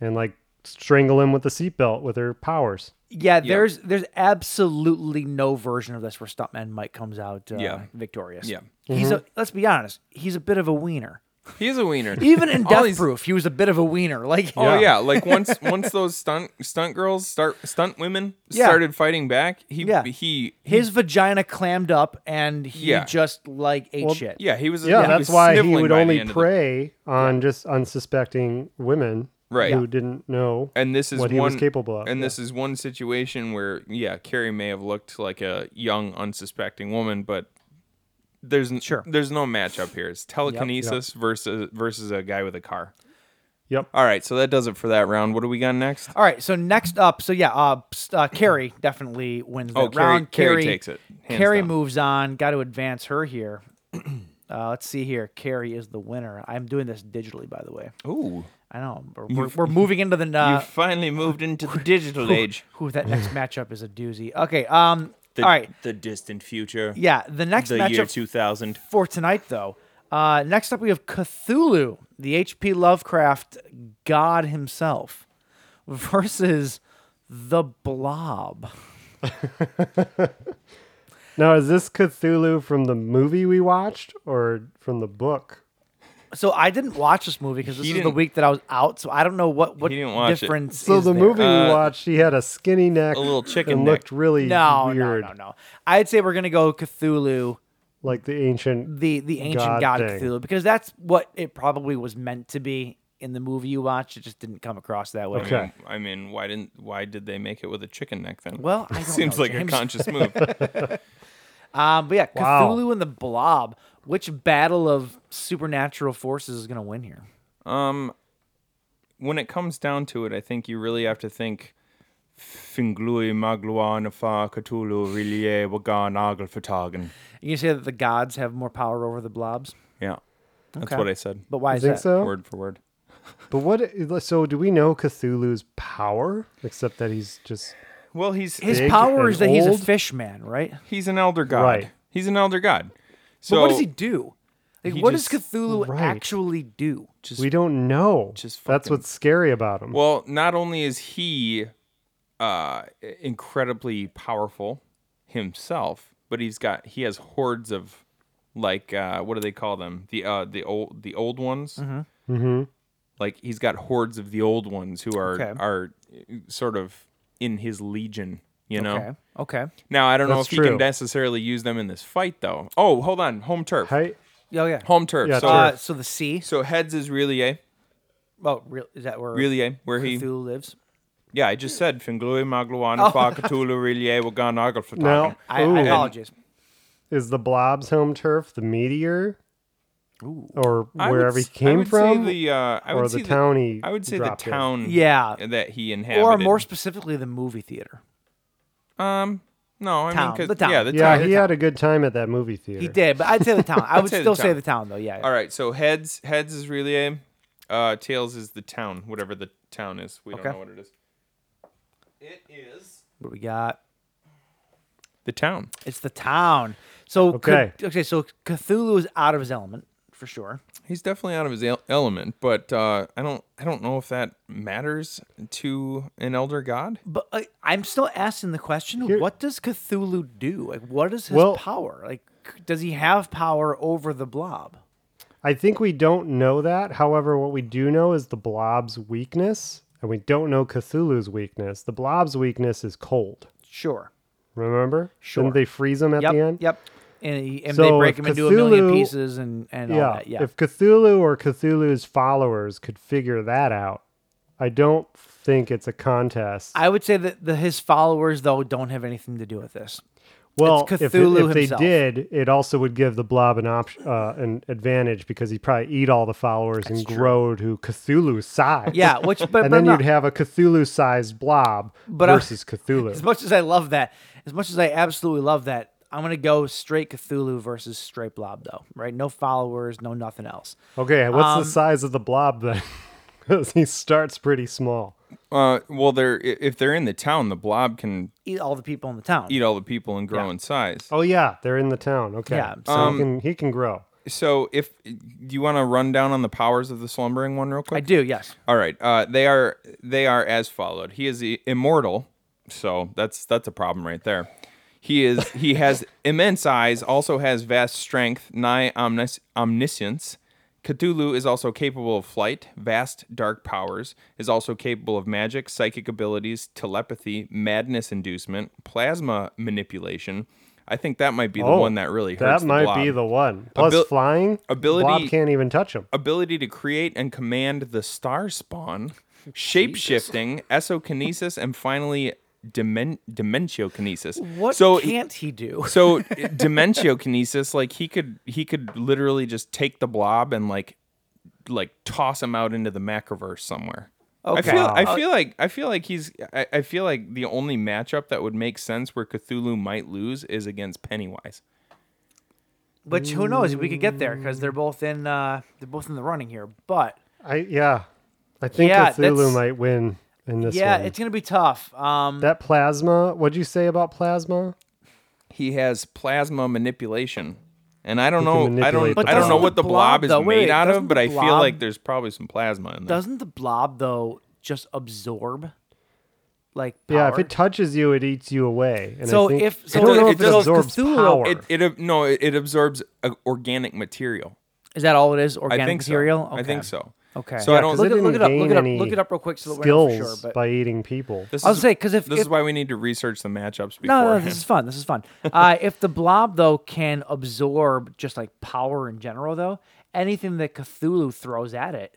[SPEAKER 7] and like strangle him with the seatbelt with her powers.
[SPEAKER 5] Yeah, there's there's absolutely no version of this where stuntman Mike comes out uh,
[SPEAKER 6] Yeah.
[SPEAKER 5] victorious.
[SPEAKER 6] Yeah.
[SPEAKER 5] he's
[SPEAKER 7] Mm-hmm.
[SPEAKER 5] a let's be honest, he's a bit of a wiener.
[SPEAKER 6] he's a wiener.
[SPEAKER 5] Even in
[SPEAKER 6] All
[SPEAKER 5] Death
[SPEAKER 6] these-
[SPEAKER 5] Proof, he was a bit of a wiener. Like
[SPEAKER 6] Oh yeah, like once once those stunt stunt girls start stunt women
[SPEAKER 5] Yeah.
[SPEAKER 6] started fighting back, he
[SPEAKER 5] Yeah.
[SPEAKER 6] he
[SPEAKER 5] his vagina clammed up and he
[SPEAKER 6] Yeah.
[SPEAKER 5] just like ate shit.
[SPEAKER 6] yeah he was
[SPEAKER 7] Yeah,
[SPEAKER 6] he
[SPEAKER 7] that's
[SPEAKER 6] was
[SPEAKER 7] why he
[SPEAKER 6] sniveling
[SPEAKER 7] would
[SPEAKER 6] by the
[SPEAKER 7] only
[SPEAKER 6] end of the-
[SPEAKER 7] prey on just unsuspecting women
[SPEAKER 6] Right.
[SPEAKER 7] who
[SPEAKER 6] Yeah.
[SPEAKER 7] didn't know
[SPEAKER 6] and this is
[SPEAKER 7] what
[SPEAKER 6] one
[SPEAKER 7] he was capable of.
[SPEAKER 6] And
[SPEAKER 7] yeah.
[SPEAKER 6] this is one situation where yeah, Carrie may have looked like a young, unsuspecting woman, but there's n-
[SPEAKER 5] Sure.
[SPEAKER 6] there's no matchup here. It's telekinesis versus versus a guy with a car.
[SPEAKER 7] Yep.
[SPEAKER 6] All right, so that does it for that round. What do we got next?
[SPEAKER 5] All right, so next up, so yeah, uh, s- uh Carrie definitely wins that
[SPEAKER 6] Oh, Carrie-
[SPEAKER 5] round.
[SPEAKER 6] Carrie takes it, hands
[SPEAKER 5] Carrie
[SPEAKER 6] down.
[SPEAKER 5] moves on. Got to advance her here. uh, let's see here. Carrie is the winner. I'm doing this digitally, by the way.
[SPEAKER 6] Ooh,
[SPEAKER 5] I know we're, we're, we're moving into the uh,
[SPEAKER 6] you finally moved into the digital age.
[SPEAKER 5] Ooh, that next matchup is a doozy. Okay. Um. all right.
[SPEAKER 6] the distant future.
[SPEAKER 5] Yeah. The next matchup
[SPEAKER 6] 2000.
[SPEAKER 5] for tonight, though. Uh, next up, we have Cthulhu, the H.P. Lovecraft god himself, versus the Blob.
[SPEAKER 7] Now, is this Cthulhu from the movie we watched or from the book?
[SPEAKER 5] So I didn't watch this movie because this
[SPEAKER 6] He
[SPEAKER 5] is the
[SPEAKER 6] didn't-
[SPEAKER 5] week that I was out. So I don't know what what
[SPEAKER 6] He didn't watch it.
[SPEAKER 5] difference.
[SPEAKER 7] So
[SPEAKER 5] is
[SPEAKER 7] the
[SPEAKER 5] there.
[SPEAKER 7] movie we watched, he had a skinny neck,
[SPEAKER 6] Uh, a little chicken
[SPEAKER 7] and
[SPEAKER 6] neck.
[SPEAKER 7] looked really
[SPEAKER 5] No,
[SPEAKER 7] weird,
[SPEAKER 5] no, no, no. I'd say we're gonna go Cthulhu,
[SPEAKER 7] like the ancient.
[SPEAKER 5] the the ancient
[SPEAKER 7] God
[SPEAKER 5] god,
[SPEAKER 7] thing.
[SPEAKER 5] Cthulhu, because that's what it probably was meant to be in the movie you watched. It just didn't come across that way.
[SPEAKER 7] Okay.
[SPEAKER 6] I mean, why didn't why did they make it with a chicken neck then?
[SPEAKER 5] Well, I don't
[SPEAKER 6] seems
[SPEAKER 5] know,
[SPEAKER 6] like
[SPEAKER 5] James.
[SPEAKER 6] a conscious move.
[SPEAKER 5] Um, but yeah,
[SPEAKER 7] Wow.
[SPEAKER 5] Cthulhu and the Blob. Which battle of supernatural forces is going to win here?
[SPEAKER 6] when it comes down to it, I think you really have to think Finglui Maglua Nafa Cthulhu Rilie Wagan Aglfatagan.
[SPEAKER 5] You can say that the gods have more power over the blobs,
[SPEAKER 6] Yeah. That's
[SPEAKER 5] Okay.
[SPEAKER 6] what I said.
[SPEAKER 5] but why
[SPEAKER 7] I
[SPEAKER 5] is
[SPEAKER 7] think
[SPEAKER 5] that?
[SPEAKER 7] so.
[SPEAKER 6] Word for word.
[SPEAKER 7] But what? So do we know Cthulhu's power? Except that he's just
[SPEAKER 6] Well, he's
[SPEAKER 5] His
[SPEAKER 7] Big
[SPEAKER 5] power is that
[SPEAKER 7] and
[SPEAKER 5] he's a
[SPEAKER 7] old?
[SPEAKER 5] fish man, right?
[SPEAKER 6] he's an elder god.
[SPEAKER 7] Right.
[SPEAKER 6] He's an elder god. So
[SPEAKER 5] but what does he do? Like,
[SPEAKER 6] he
[SPEAKER 5] what does
[SPEAKER 6] just-
[SPEAKER 5] Cthulhu
[SPEAKER 7] Right.
[SPEAKER 5] actually do?
[SPEAKER 7] we don't know.
[SPEAKER 6] just
[SPEAKER 7] That's
[SPEAKER 6] fucking-
[SPEAKER 7] what's scary about him.
[SPEAKER 6] Well, not only is he uh incredibly powerful himself, but he's got he has hordes of like uh what do they call them? The uh the old the old ones. Mm-hmm. mm-hmm. Like he's got hordes of the old ones who are
[SPEAKER 5] Okay.
[SPEAKER 6] are uh, sort of in his legion, you know.
[SPEAKER 5] Okay, okay,
[SPEAKER 6] Now I don't know if
[SPEAKER 7] That's
[SPEAKER 6] he
[SPEAKER 7] true.
[SPEAKER 6] can necessarily use them in this fight though. Oh, hold on, home turf.
[SPEAKER 7] Hi-
[SPEAKER 5] yeah, Oh, yeah.
[SPEAKER 6] Home turf.
[SPEAKER 7] Yeah,
[SPEAKER 6] so
[SPEAKER 5] Uh, so the sea.
[SPEAKER 6] so heads is really a
[SPEAKER 5] Oh, real, is that where
[SPEAKER 6] really a where he
[SPEAKER 5] Cthulhu lives?
[SPEAKER 6] Yeah, I just said Finglui Magluana Fakatulu Rilye Wagan Agalfataka.
[SPEAKER 7] Oh. now,
[SPEAKER 5] I,
[SPEAKER 7] ooh,
[SPEAKER 5] I apologize.
[SPEAKER 7] is the Blob's home turf the meteor, or
[SPEAKER 6] I would
[SPEAKER 7] wherever
[SPEAKER 6] s-
[SPEAKER 7] he
[SPEAKER 6] I
[SPEAKER 7] came
[SPEAKER 6] would
[SPEAKER 7] from,
[SPEAKER 6] say the, uh, I
[SPEAKER 7] or
[SPEAKER 6] would
[SPEAKER 7] the
[SPEAKER 6] say
[SPEAKER 7] town he
[SPEAKER 6] I would say the
[SPEAKER 7] dropped in?
[SPEAKER 6] town
[SPEAKER 5] Yeah.
[SPEAKER 6] that he inhabited.
[SPEAKER 5] Or more specifically, the movie theater.
[SPEAKER 6] um no, I
[SPEAKER 5] Town,
[SPEAKER 6] mean 'cause-
[SPEAKER 5] the town.
[SPEAKER 6] yeah, the
[SPEAKER 7] Yeah,
[SPEAKER 6] town.
[SPEAKER 7] he had a good time at that movie theater.
[SPEAKER 5] He did, but I'd say the town. I would
[SPEAKER 6] say the
[SPEAKER 5] still say
[SPEAKER 6] town.
[SPEAKER 5] the town, though. Yeah.
[SPEAKER 6] All right, so heads heads is Rilye, uh tails is the town, whatever the town is. We
[SPEAKER 5] Okay.
[SPEAKER 6] don't know what it is. It is
[SPEAKER 5] What we got?
[SPEAKER 6] the town.
[SPEAKER 5] It's the town. So
[SPEAKER 7] Okay.
[SPEAKER 5] okay, okay. So Cthulhu is out of his element for sure.
[SPEAKER 6] He's definitely out of his el- element, but uh, I don't I don't know if that matters to an elder god.
[SPEAKER 5] But uh, I'm still asking the question: What does Cthulhu do? Like, what is his
[SPEAKER 7] Well-
[SPEAKER 5] power? Like, c- does he have power over the blob?
[SPEAKER 7] I think we don't know that. However, what we do know is the blob's weakness and we don't know Cthulhu's weakness. The Blob's weakness is cold.
[SPEAKER 5] Sure.
[SPEAKER 7] Remember?
[SPEAKER 5] Sure.
[SPEAKER 7] Didn't they freeze him at
[SPEAKER 5] Yep.
[SPEAKER 7] the end?
[SPEAKER 5] Yep. And, he- and they
[SPEAKER 7] So
[SPEAKER 5] break
[SPEAKER 7] if
[SPEAKER 5] him into a million
[SPEAKER 7] Cthulhu-
[SPEAKER 5] pieces and and all that. Yeah.
[SPEAKER 7] If Cthulhu or Cthulhu's followers could figure that out, I don't think it's a contest.
[SPEAKER 5] I would say that the, his followers though don't have anything to do with this.
[SPEAKER 7] well,
[SPEAKER 5] it's
[SPEAKER 7] if,
[SPEAKER 5] Cthulhu
[SPEAKER 7] if they
[SPEAKER 5] himself.
[SPEAKER 7] did, it also would give the Blob an option, uh, an advantage because he'd probably eat all the followers and grow to Cthulhu's size.
[SPEAKER 5] Yeah, which but, but
[SPEAKER 7] and then
[SPEAKER 5] no.
[SPEAKER 7] you'd have a Cthulhu-sized Blob
[SPEAKER 5] But uh, I-
[SPEAKER 7] versus
[SPEAKER 5] as
[SPEAKER 7] Cthulhu.
[SPEAKER 5] much as I love that, as much as I absolutely love that, I'm gonna go straight Cthulhu versus straight Blob though, right? No followers, no nothing else.
[SPEAKER 7] Okay, what's
[SPEAKER 5] Um,
[SPEAKER 7] the size of the Blob then? 'Cause he starts pretty small.
[SPEAKER 6] Uh, well, they're i- if they're in the town, the blob can
[SPEAKER 5] Eat E, all the people in the town.
[SPEAKER 6] eat all the people and grow
[SPEAKER 5] Yeah.
[SPEAKER 6] in size.
[SPEAKER 7] Oh yeah, they're in the town. Okay,
[SPEAKER 5] Yeah, um,
[SPEAKER 7] so he can he can grow.
[SPEAKER 6] So, if do you want to run down on the powers of the slumbering one real quick?
[SPEAKER 5] I do, yes.
[SPEAKER 6] All right. Uh, they are they are as followed. He is i- immortal, so that's that's a problem right there. He is he has immense eyes, also has vast strength, nigh omnis- omniscience. Cthulhu is also capable of flight, vast dark powers, is also capable of magic, psychic abilities, telepathy, madness inducement, plasma manipulation. I think that might be the one that really hurts.
[SPEAKER 7] Oh, That might be
[SPEAKER 6] blob
[SPEAKER 7] the one. Plus
[SPEAKER 6] Abil-
[SPEAKER 7] flying
[SPEAKER 6] ability-
[SPEAKER 7] Blob can't even touch him.
[SPEAKER 6] ability to create and command the star spawn, shape shifting, esokinesis, and finally demen- dementiokinesis.
[SPEAKER 5] What
[SPEAKER 6] so e
[SPEAKER 5] can't he do?
[SPEAKER 6] so dementiokinesis, like he could he could literally just take the blob and like like toss him out into the macroverse somewhere. I
[SPEAKER 5] Okay.
[SPEAKER 6] feel I feel like I feel like he's I, I feel like the only matchup that would make sense where Cthulhu might lose is against Pennywise.
[SPEAKER 5] Which who knows? We could get there because they're both in uh, they're both in the running here. But
[SPEAKER 7] I yeah. I think
[SPEAKER 5] Yeah, that's-
[SPEAKER 7] Cthulhu might win in this
[SPEAKER 5] yeah,
[SPEAKER 7] one.
[SPEAKER 5] it's gonna be tough. Um,
[SPEAKER 7] that plasma, what'd you say about plasma?
[SPEAKER 6] he has plasma manipulation. And I don't
[SPEAKER 7] can
[SPEAKER 6] know, I don't,
[SPEAKER 7] manipulate
[SPEAKER 6] I don't know
[SPEAKER 5] the
[SPEAKER 6] what the
[SPEAKER 5] blob,
[SPEAKER 6] blob, is
[SPEAKER 5] though. Wait,
[SPEAKER 6] made out
[SPEAKER 5] doesn't
[SPEAKER 6] of, but
[SPEAKER 5] the
[SPEAKER 6] I feel
[SPEAKER 5] blob-
[SPEAKER 6] like there's probably some plasma in there.
[SPEAKER 5] doesn't the blob though just absorb like power?
[SPEAKER 7] Yeah, if it touches you, it eats you away. And
[SPEAKER 5] So
[SPEAKER 7] I think,
[SPEAKER 5] if- so
[SPEAKER 7] I don't know
[SPEAKER 6] it
[SPEAKER 7] if it
[SPEAKER 6] does-
[SPEAKER 7] absorbs
[SPEAKER 5] Cthulhu-
[SPEAKER 7] power.
[SPEAKER 6] it, it ab- no, it, it absorbs uh, organic material.
[SPEAKER 5] is that all it is? Organic
[SPEAKER 6] I think
[SPEAKER 5] material.
[SPEAKER 6] so. I think so.
[SPEAKER 5] Okay.
[SPEAKER 6] So I don't.
[SPEAKER 7] 'cause
[SPEAKER 5] Look
[SPEAKER 7] it
[SPEAKER 5] it- look
[SPEAKER 7] didn't
[SPEAKER 5] it up, look
[SPEAKER 7] gain
[SPEAKER 5] it up,
[SPEAKER 7] any
[SPEAKER 5] look it up real quick so that we know for
[SPEAKER 7] skills
[SPEAKER 5] sure, but-
[SPEAKER 7] by eating people.
[SPEAKER 6] this
[SPEAKER 5] I'll
[SPEAKER 6] is-
[SPEAKER 5] say, 'cause if-
[SPEAKER 6] this
[SPEAKER 5] if-
[SPEAKER 6] is why we need to research the matchups before.
[SPEAKER 5] No, no, this is fun. This is fun. Uh, if the blob though can absorb just like power in general, though anything that Cthulhu throws at it,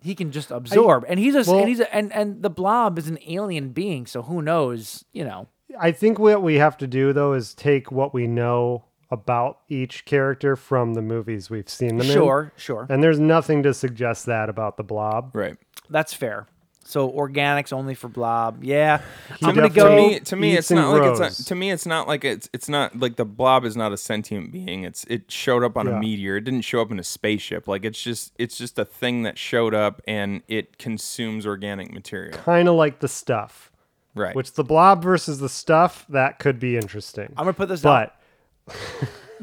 [SPEAKER 5] he can just absorb. and he's a
[SPEAKER 7] well-
[SPEAKER 5] and he's a, and and the blob is an alien being, so who knows? You know,
[SPEAKER 7] I think what we have to do though is take what we know about each character from the movies we've seen them in.
[SPEAKER 5] sure, sure,
[SPEAKER 7] And there's nothing to suggest that about the blob.
[SPEAKER 6] right.
[SPEAKER 5] that's fair. So organics only for blob. Yeah, I'm
[SPEAKER 7] definitely-
[SPEAKER 5] gonna
[SPEAKER 6] To
[SPEAKER 5] go.
[SPEAKER 6] me, to me,
[SPEAKER 7] eats
[SPEAKER 6] it's
[SPEAKER 7] and
[SPEAKER 6] not like it's
[SPEAKER 7] grows.
[SPEAKER 6] not, to me, it's not like it's it's not like the blob is not a sentient being. It's it showed up on a
[SPEAKER 7] Yeah.
[SPEAKER 6] meteor. It didn't show up in a spaceship. Like it's just it's just a thing that showed up and it consumes organic material.
[SPEAKER 7] Kind of like the stuff.
[SPEAKER 6] Right.
[SPEAKER 7] Which the blob versus the stuff, that could be interesting.
[SPEAKER 5] I'm gonna put this out.
[SPEAKER 7] but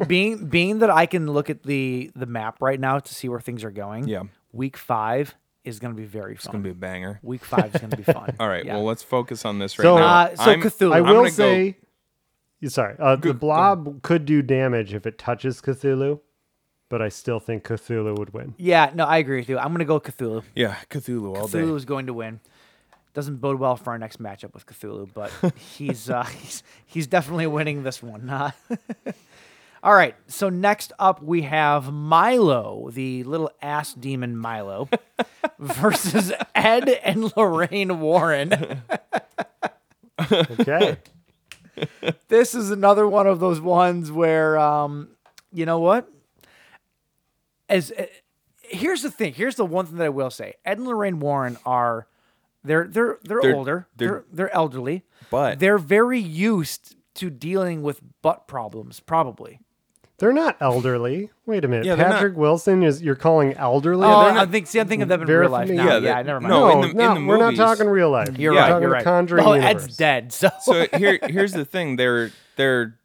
[SPEAKER 5] being being that I can look at the the map right now to see where things are going.
[SPEAKER 6] Yeah.
[SPEAKER 5] week five is gonna be very fun.
[SPEAKER 6] gonna be a banger.
[SPEAKER 5] Week five is gonna be fun.
[SPEAKER 6] All right.
[SPEAKER 5] Yeah.
[SPEAKER 6] Well, let's focus on this right
[SPEAKER 7] So-
[SPEAKER 6] now.
[SPEAKER 5] Uh, so
[SPEAKER 6] I'm-
[SPEAKER 5] Cthulhu.
[SPEAKER 7] I
[SPEAKER 5] I'm
[SPEAKER 7] will
[SPEAKER 6] gonna go-
[SPEAKER 7] say, you- sorry, uh, the blob could do damage if it touches Cthulhu, but I still think Cthulhu would win.
[SPEAKER 5] Yeah, no, I agree with you. I'm gonna go Cthulhu.
[SPEAKER 6] yeah, Cthulhu all
[SPEAKER 5] Cthulhu
[SPEAKER 6] day.
[SPEAKER 5] is going to win. Doesn't bode well for our next matchup with Cthulhu, but he's uh, he's he's definitely winning this one. Uh, all right, so next up we have Milo, the little ass demon Milo, versus Ed and Lorraine Warren.
[SPEAKER 7] Okay.
[SPEAKER 5] This is another one of those ones where, um, you know what? As uh, here's the thing, here's the one thing that I will say: Ed and Lorraine Warren are they're they're they're,
[SPEAKER 6] They're-
[SPEAKER 5] older, they're,
[SPEAKER 6] they're-
[SPEAKER 5] they're elderly,
[SPEAKER 6] But-
[SPEAKER 5] they're very used to dealing with butt problems, probably.
[SPEAKER 7] Ey're not elderly. Wait a minute.
[SPEAKER 6] Yeah, they're not-
[SPEAKER 7] Patrick Wilson is you're calling elderly?
[SPEAKER 5] oh,
[SPEAKER 6] they're not-
[SPEAKER 5] I think see, I'm thinking of them in
[SPEAKER 7] Vera
[SPEAKER 5] real life
[SPEAKER 7] Farmiga.
[SPEAKER 5] now. Yeah,
[SPEAKER 6] Yeah, they-
[SPEAKER 5] never mind.
[SPEAKER 6] no,
[SPEAKER 7] no,
[SPEAKER 6] in the-
[SPEAKER 7] no,
[SPEAKER 6] in the
[SPEAKER 7] we're
[SPEAKER 6] movies-
[SPEAKER 7] not talking real life.
[SPEAKER 5] you're
[SPEAKER 7] we're
[SPEAKER 5] right.
[SPEAKER 7] talking
[SPEAKER 5] You're
[SPEAKER 7] the
[SPEAKER 5] right.
[SPEAKER 7] Conjuring
[SPEAKER 5] well,
[SPEAKER 7] universe.
[SPEAKER 5] Ed's dead, so,
[SPEAKER 6] so here here's the thing. They're they're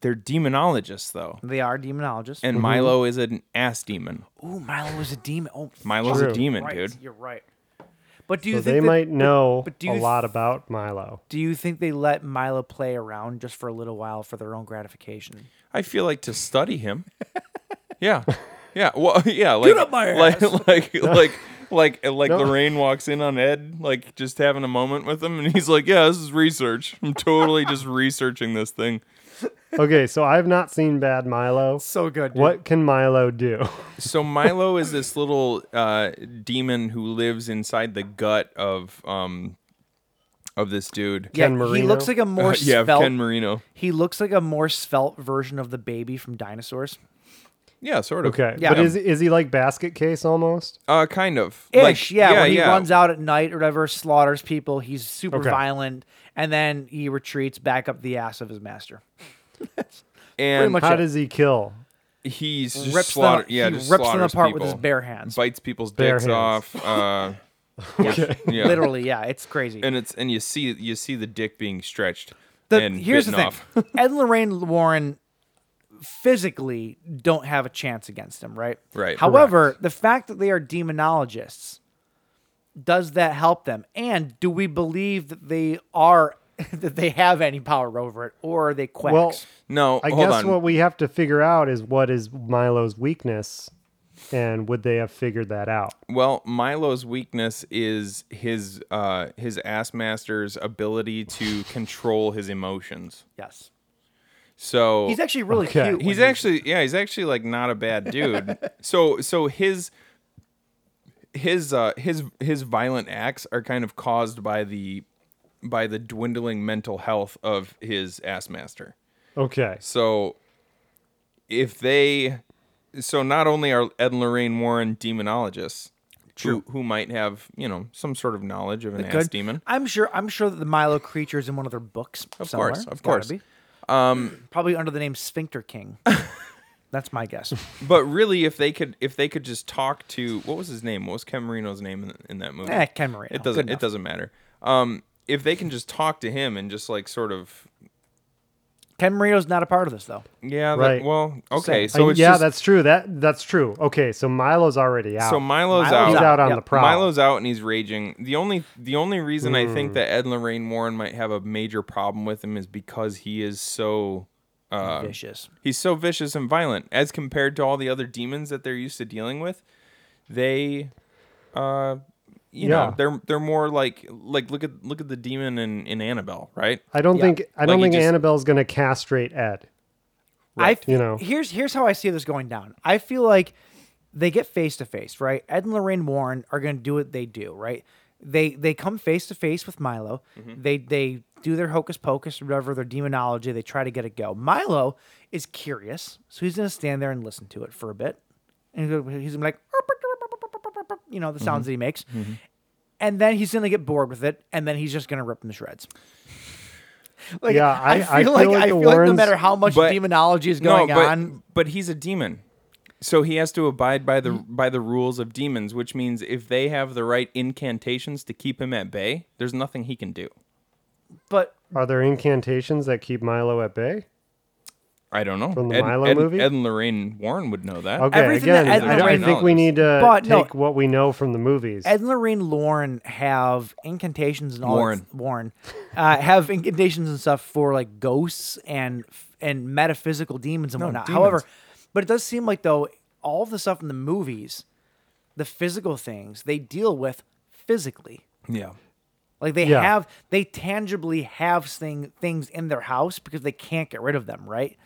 [SPEAKER 6] they're demonologists though,
[SPEAKER 5] they are demonologists.
[SPEAKER 6] and
[SPEAKER 7] Mm-hmm.
[SPEAKER 6] Milo is an ass demon.
[SPEAKER 5] Ooh, Milo was a demon. Oh,
[SPEAKER 6] Milo's
[SPEAKER 7] True.
[SPEAKER 6] a demon,
[SPEAKER 5] right,
[SPEAKER 6] dude.
[SPEAKER 5] You're right. But do you
[SPEAKER 7] So
[SPEAKER 5] think
[SPEAKER 7] they
[SPEAKER 5] that-
[SPEAKER 7] might know
[SPEAKER 5] but do
[SPEAKER 7] a
[SPEAKER 5] you
[SPEAKER 7] lot about Milo.
[SPEAKER 5] Do you think they let Milo play around just for a little while for their own gratification?
[SPEAKER 6] I feel like to study him. yeah. Yeah. Well, yeah. Like,
[SPEAKER 5] up my
[SPEAKER 6] like, like, like, like like
[SPEAKER 7] No.
[SPEAKER 6] Lorraine walks in on Ed, like just having a moment with him, and he's like, "Yeah, this is research. I'm totally just researching this thing."
[SPEAKER 7] Okay, so I've not seen Bad Milo.
[SPEAKER 5] So good. dude.
[SPEAKER 7] What can Milo do?
[SPEAKER 6] So Milo is this little uh, demon who lives inside the gut of um of this dude.
[SPEAKER 5] Yeah,
[SPEAKER 7] Ken
[SPEAKER 5] he
[SPEAKER 7] Marino?
[SPEAKER 5] looks like a more
[SPEAKER 6] yeah, of
[SPEAKER 5] svelte.
[SPEAKER 6] Ken Marino.
[SPEAKER 5] he looks like a more svelte version of the baby from Dinosaurs.
[SPEAKER 6] Yeah, sort of.
[SPEAKER 7] Okay,
[SPEAKER 5] Yeah.
[SPEAKER 7] but is is he like basket case almost?
[SPEAKER 6] Uh, kind of.
[SPEAKER 5] Ish, yeah. when he runs out at night or whatever, slaughters people. He's super
[SPEAKER 7] Okay.
[SPEAKER 5] violent, and then he retreats back up the ass of his master.
[SPEAKER 6] and
[SPEAKER 5] much-
[SPEAKER 7] How
[SPEAKER 5] Oh, Shit.
[SPEAKER 7] does he kill?
[SPEAKER 6] he's just
[SPEAKER 5] Rips
[SPEAKER 6] slaughter-
[SPEAKER 5] them,
[SPEAKER 6] yeah,
[SPEAKER 5] he
[SPEAKER 6] just
[SPEAKER 5] rips them
[SPEAKER 6] slaughters
[SPEAKER 5] apart with his
[SPEAKER 6] people.
[SPEAKER 5] bare hands.
[SPEAKER 6] bites people's
[SPEAKER 7] Bare
[SPEAKER 6] dicks
[SPEAKER 7] hands.
[SPEAKER 6] off. Uh, okay. yeah.
[SPEAKER 5] Literally, yeah, it's crazy.
[SPEAKER 6] And it's and you see you see the dick being stretched.
[SPEAKER 5] The-
[SPEAKER 6] and
[SPEAKER 5] here's the
[SPEAKER 6] bitten
[SPEAKER 5] thing:
[SPEAKER 6] Off.
[SPEAKER 5] Ed and Lorraine Warren physically don't have a chance against him, right?
[SPEAKER 6] Right.
[SPEAKER 5] However, the fact that they are demonologists does that help them? And do we believe that they are that they have any power over it, or are they quacks?
[SPEAKER 7] Well,
[SPEAKER 6] No,
[SPEAKER 7] I
[SPEAKER 6] hold
[SPEAKER 7] guess
[SPEAKER 6] on.
[SPEAKER 7] what we have to figure out is what is Milo's weakness, and would they have figured that out?
[SPEAKER 6] Well, Milo's weakness is his uh his ass master's ability to control his emotions.
[SPEAKER 5] yes,
[SPEAKER 6] So
[SPEAKER 5] he's actually really
[SPEAKER 7] Okay.
[SPEAKER 5] cute.
[SPEAKER 6] he's
[SPEAKER 5] when
[SPEAKER 6] actually yeah, he's actually like not a bad dude. so so his his uh his his violent acts are kind of caused by the by the dwindling mental health of his ass master.
[SPEAKER 7] Okay,
[SPEAKER 6] So if they so not only are Ed and Lorraine Warren demonologists who, who might have, you know, some sort of knowledge of an
[SPEAKER 5] he's
[SPEAKER 6] ass
[SPEAKER 5] good.
[SPEAKER 6] demon.
[SPEAKER 5] I'm sure. I'm sure that the Milo creature is in one of their books.
[SPEAKER 6] Of
[SPEAKER 5] somewhere.
[SPEAKER 6] course, of
[SPEAKER 5] Gotta
[SPEAKER 6] course. Um,
[SPEAKER 5] be. Probably under the name Sphincter King. That's my guess.
[SPEAKER 6] But really if they could if they could just talk to what was his name? What was Ken Marino's name in, in that movie?
[SPEAKER 5] Eh, Ken Marino.
[SPEAKER 6] It
[SPEAKER 5] Good
[SPEAKER 6] doesn't
[SPEAKER 5] enough.
[SPEAKER 6] it doesn't matter. Um if they can just talk to him and just like sort of
[SPEAKER 5] Ken Marino's not a part of this though.
[SPEAKER 6] yeah, that-
[SPEAKER 7] Right.
[SPEAKER 6] well, okay.
[SPEAKER 7] I-
[SPEAKER 6] So it's
[SPEAKER 7] yeah,
[SPEAKER 6] just,
[SPEAKER 7] that's true. That that's true. Okay, so Milo's already out.
[SPEAKER 6] so Milo's,
[SPEAKER 5] Milo's
[SPEAKER 6] out.
[SPEAKER 7] he's
[SPEAKER 5] out.
[SPEAKER 7] out on
[SPEAKER 5] Yeah.
[SPEAKER 7] the prowl.
[SPEAKER 6] Milo's out and he's raging. The only the only reason I
[SPEAKER 7] Mm.
[SPEAKER 6] think that Ed and Lorraine Warren might have a major problem with him is because he is so
[SPEAKER 5] Vicious.
[SPEAKER 6] he's so vicious and violent as compared to all the other demons that they're used to dealing with. They uh
[SPEAKER 7] Yeah.
[SPEAKER 6] you know, they're they're more like like look at look at the demon in, in Annabelle, right?
[SPEAKER 7] I don't think I
[SPEAKER 6] Like
[SPEAKER 7] don't
[SPEAKER 6] he
[SPEAKER 7] think
[SPEAKER 6] just-
[SPEAKER 7] Annabelle's gonna castrate Ed.
[SPEAKER 5] I,
[SPEAKER 7] you know.
[SPEAKER 5] here's here's how I see this going down. I feel like they get face to face, right? Ed and Lorraine Warren are going to do what they do, right? They they come face to face with Milo. They they do their hocus pocus, or whatever their demonology. They try to get it go. Milo is curious, so he's going to stand there and listen to it for a bit, and he's gonna- he's gonna be like, you know, the sounds
[SPEAKER 7] Mm-hmm.
[SPEAKER 5] that he makes. And then he's gonna get bored with it, and then he's just gonna rip them to shreds. like,
[SPEAKER 7] Yeah, I-
[SPEAKER 5] I,
[SPEAKER 7] I
[SPEAKER 5] feel
[SPEAKER 7] feel
[SPEAKER 5] like,
[SPEAKER 7] like
[SPEAKER 5] I
[SPEAKER 7] the
[SPEAKER 5] feel like no
[SPEAKER 7] Warrens-
[SPEAKER 5] matter how much
[SPEAKER 6] But-
[SPEAKER 5] demonology is going
[SPEAKER 6] no, but,
[SPEAKER 5] on,
[SPEAKER 6] But he's a demon. So he has to abide by the by the rules of demons, which means if they have the right incantations to keep him at bay, there's nothing he can do.
[SPEAKER 5] but
[SPEAKER 7] Are there incantations that keep Milo at bay?
[SPEAKER 6] I don't know.
[SPEAKER 7] From the
[SPEAKER 6] Ed,
[SPEAKER 7] Milo
[SPEAKER 6] Ed,
[SPEAKER 7] movie?
[SPEAKER 6] Ed and Lorraine Warren would know that.
[SPEAKER 7] Okay,
[SPEAKER 5] Everything that
[SPEAKER 7] again,
[SPEAKER 5] Ed
[SPEAKER 7] I, don't- I
[SPEAKER 5] Lorraine-
[SPEAKER 7] think we need to
[SPEAKER 5] But no-
[SPEAKER 7] take what we know from the movies.
[SPEAKER 5] Ed and Lorraine Lauren have incantations and all
[SPEAKER 6] Warren.
[SPEAKER 5] Warren uh, have incantations and stuff for like ghosts and and metaphysical demons and whatnot. However, but it does seem like though all of the stuff in the movies, the physical things they deal with physically.
[SPEAKER 6] Yeah.
[SPEAKER 5] Like they
[SPEAKER 7] Yeah.
[SPEAKER 5] have, they tangibly have thing, things in their house because they can't get rid of them, right?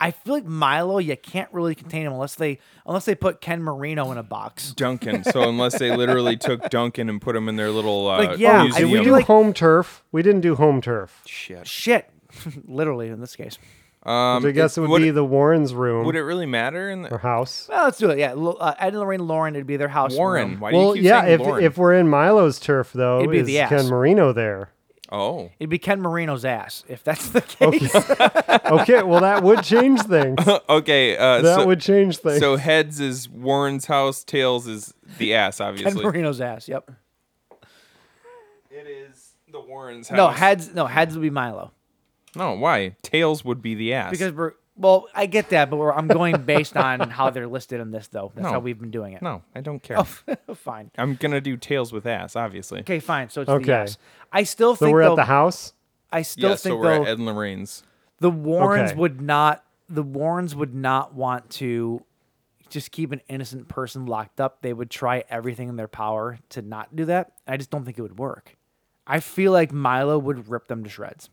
[SPEAKER 5] I feel like Milo, you can't really contain him unless they unless they put Ken Marino in a box.
[SPEAKER 6] Duncan. So unless they literally took Duncan and put him in their little uh,
[SPEAKER 5] Like,
[SPEAKER 7] Did
[SPEAKER 5] yeah, I-
[SPEAKER 6] museum.
[SPEAKER 7] we
[SPEAKER 5] Museum.
[SPEAKER 7] do
[SPEAKER 5] like-
[SPEAKER 7] home turf? We didn't do home turf.
[SPEAKER 6] Shit.
[SPEAKER 5] Shit, literally in this case.
[SPEAKER 6] Um,
[SPEAKER 7] So I guess it, would, be the Warren's room
[SPEAKER 6] Would it really matter? In
[SPEAKER 7] or
[SPEAKER 6] the,
[SPEAKER 7] house.
[SPEAKER 5] Well, Oh, let's do it. Yeah, Lo- uh, Ed and Lorraine Lauren. It'd be their house.
[SPEAKER 6] Warren.
[SPEAKER 5] room.
[SPEAKER 6] Why do you
[SPEAKER 7] Well,
[SPEAKER 6] keep
[SPEAKER 7] yeah.
[SPEAKER 6] saying
[SPEAKER 7] If
[SPEAKER 6] Lauren?
[SPEAKER 7] if we're in Milo's turf though,
[SPEAKER 5] It'd be
[SPEAKER 7] is
[SPEAKER 5] the ass.
[SPEAKER 7] Ken Marino there?
[SPEAKER 6] oh,
[SPEAKER 5] It'd be Ken Marino's ass if that's the case.
[SPEAKER 7] Okay, well that would change things. That
[SPEAKER 6] okay. Uh, so,
[SPEAKER 7] would change things.
[SPEAKER 6] so heads is Warren's house. Tails is the ass.
[SPEAKER 5] Ken
[SPEAKER 6] Obviously,
[SPEAKER 5] Marino's ass. Yep.
[SPEAKER 6] it is the Warren's house.
[SPEAKER 5] No heads. No heads would be Milo
[SPEAKER 6] No, why? Tails would be the ass.
[SPEAKER 5] because we're. Well, I get that, but we're, I'm going based on how they're listed in this, though. That's
[SPEAKER 6] No.
[SPEAKER 5] how we've been doing it.
[SPEAKER 6] no, I don't care.
[SPEAKER 5] Oh. fine.
[SPEAKER 6] I'm gonna do tails with ass, obviously.
[SPEAKER 5] Okay, fine. So it's
[SPEAKER 7] Okay.
[SPEAKER 5] the ass. I still
[SPEAKER 7] so
[SPEAKER 5] think
[SPEAKER 7] we're
[SPEAKER 5] though,
[SPEAKER 7] at the house.
[SPEAKER 5] I still
[SPEAKER 6] yeah, so
[SPEAKER 5] think
[SPEAKER 6] we're
[SPEAKER 5] though
[SPEAKER 6] at Ed and Lorraine's.
[SPEAKER 5] the Warrens
[SPEAKER 7] Okay.
[SPEAKER 5] would not. The Warrens would not want to just keep an innocent person locked up, they would try everything in their power to not do that. I just don't think it would work. I feel like Milo would rip them to shreds.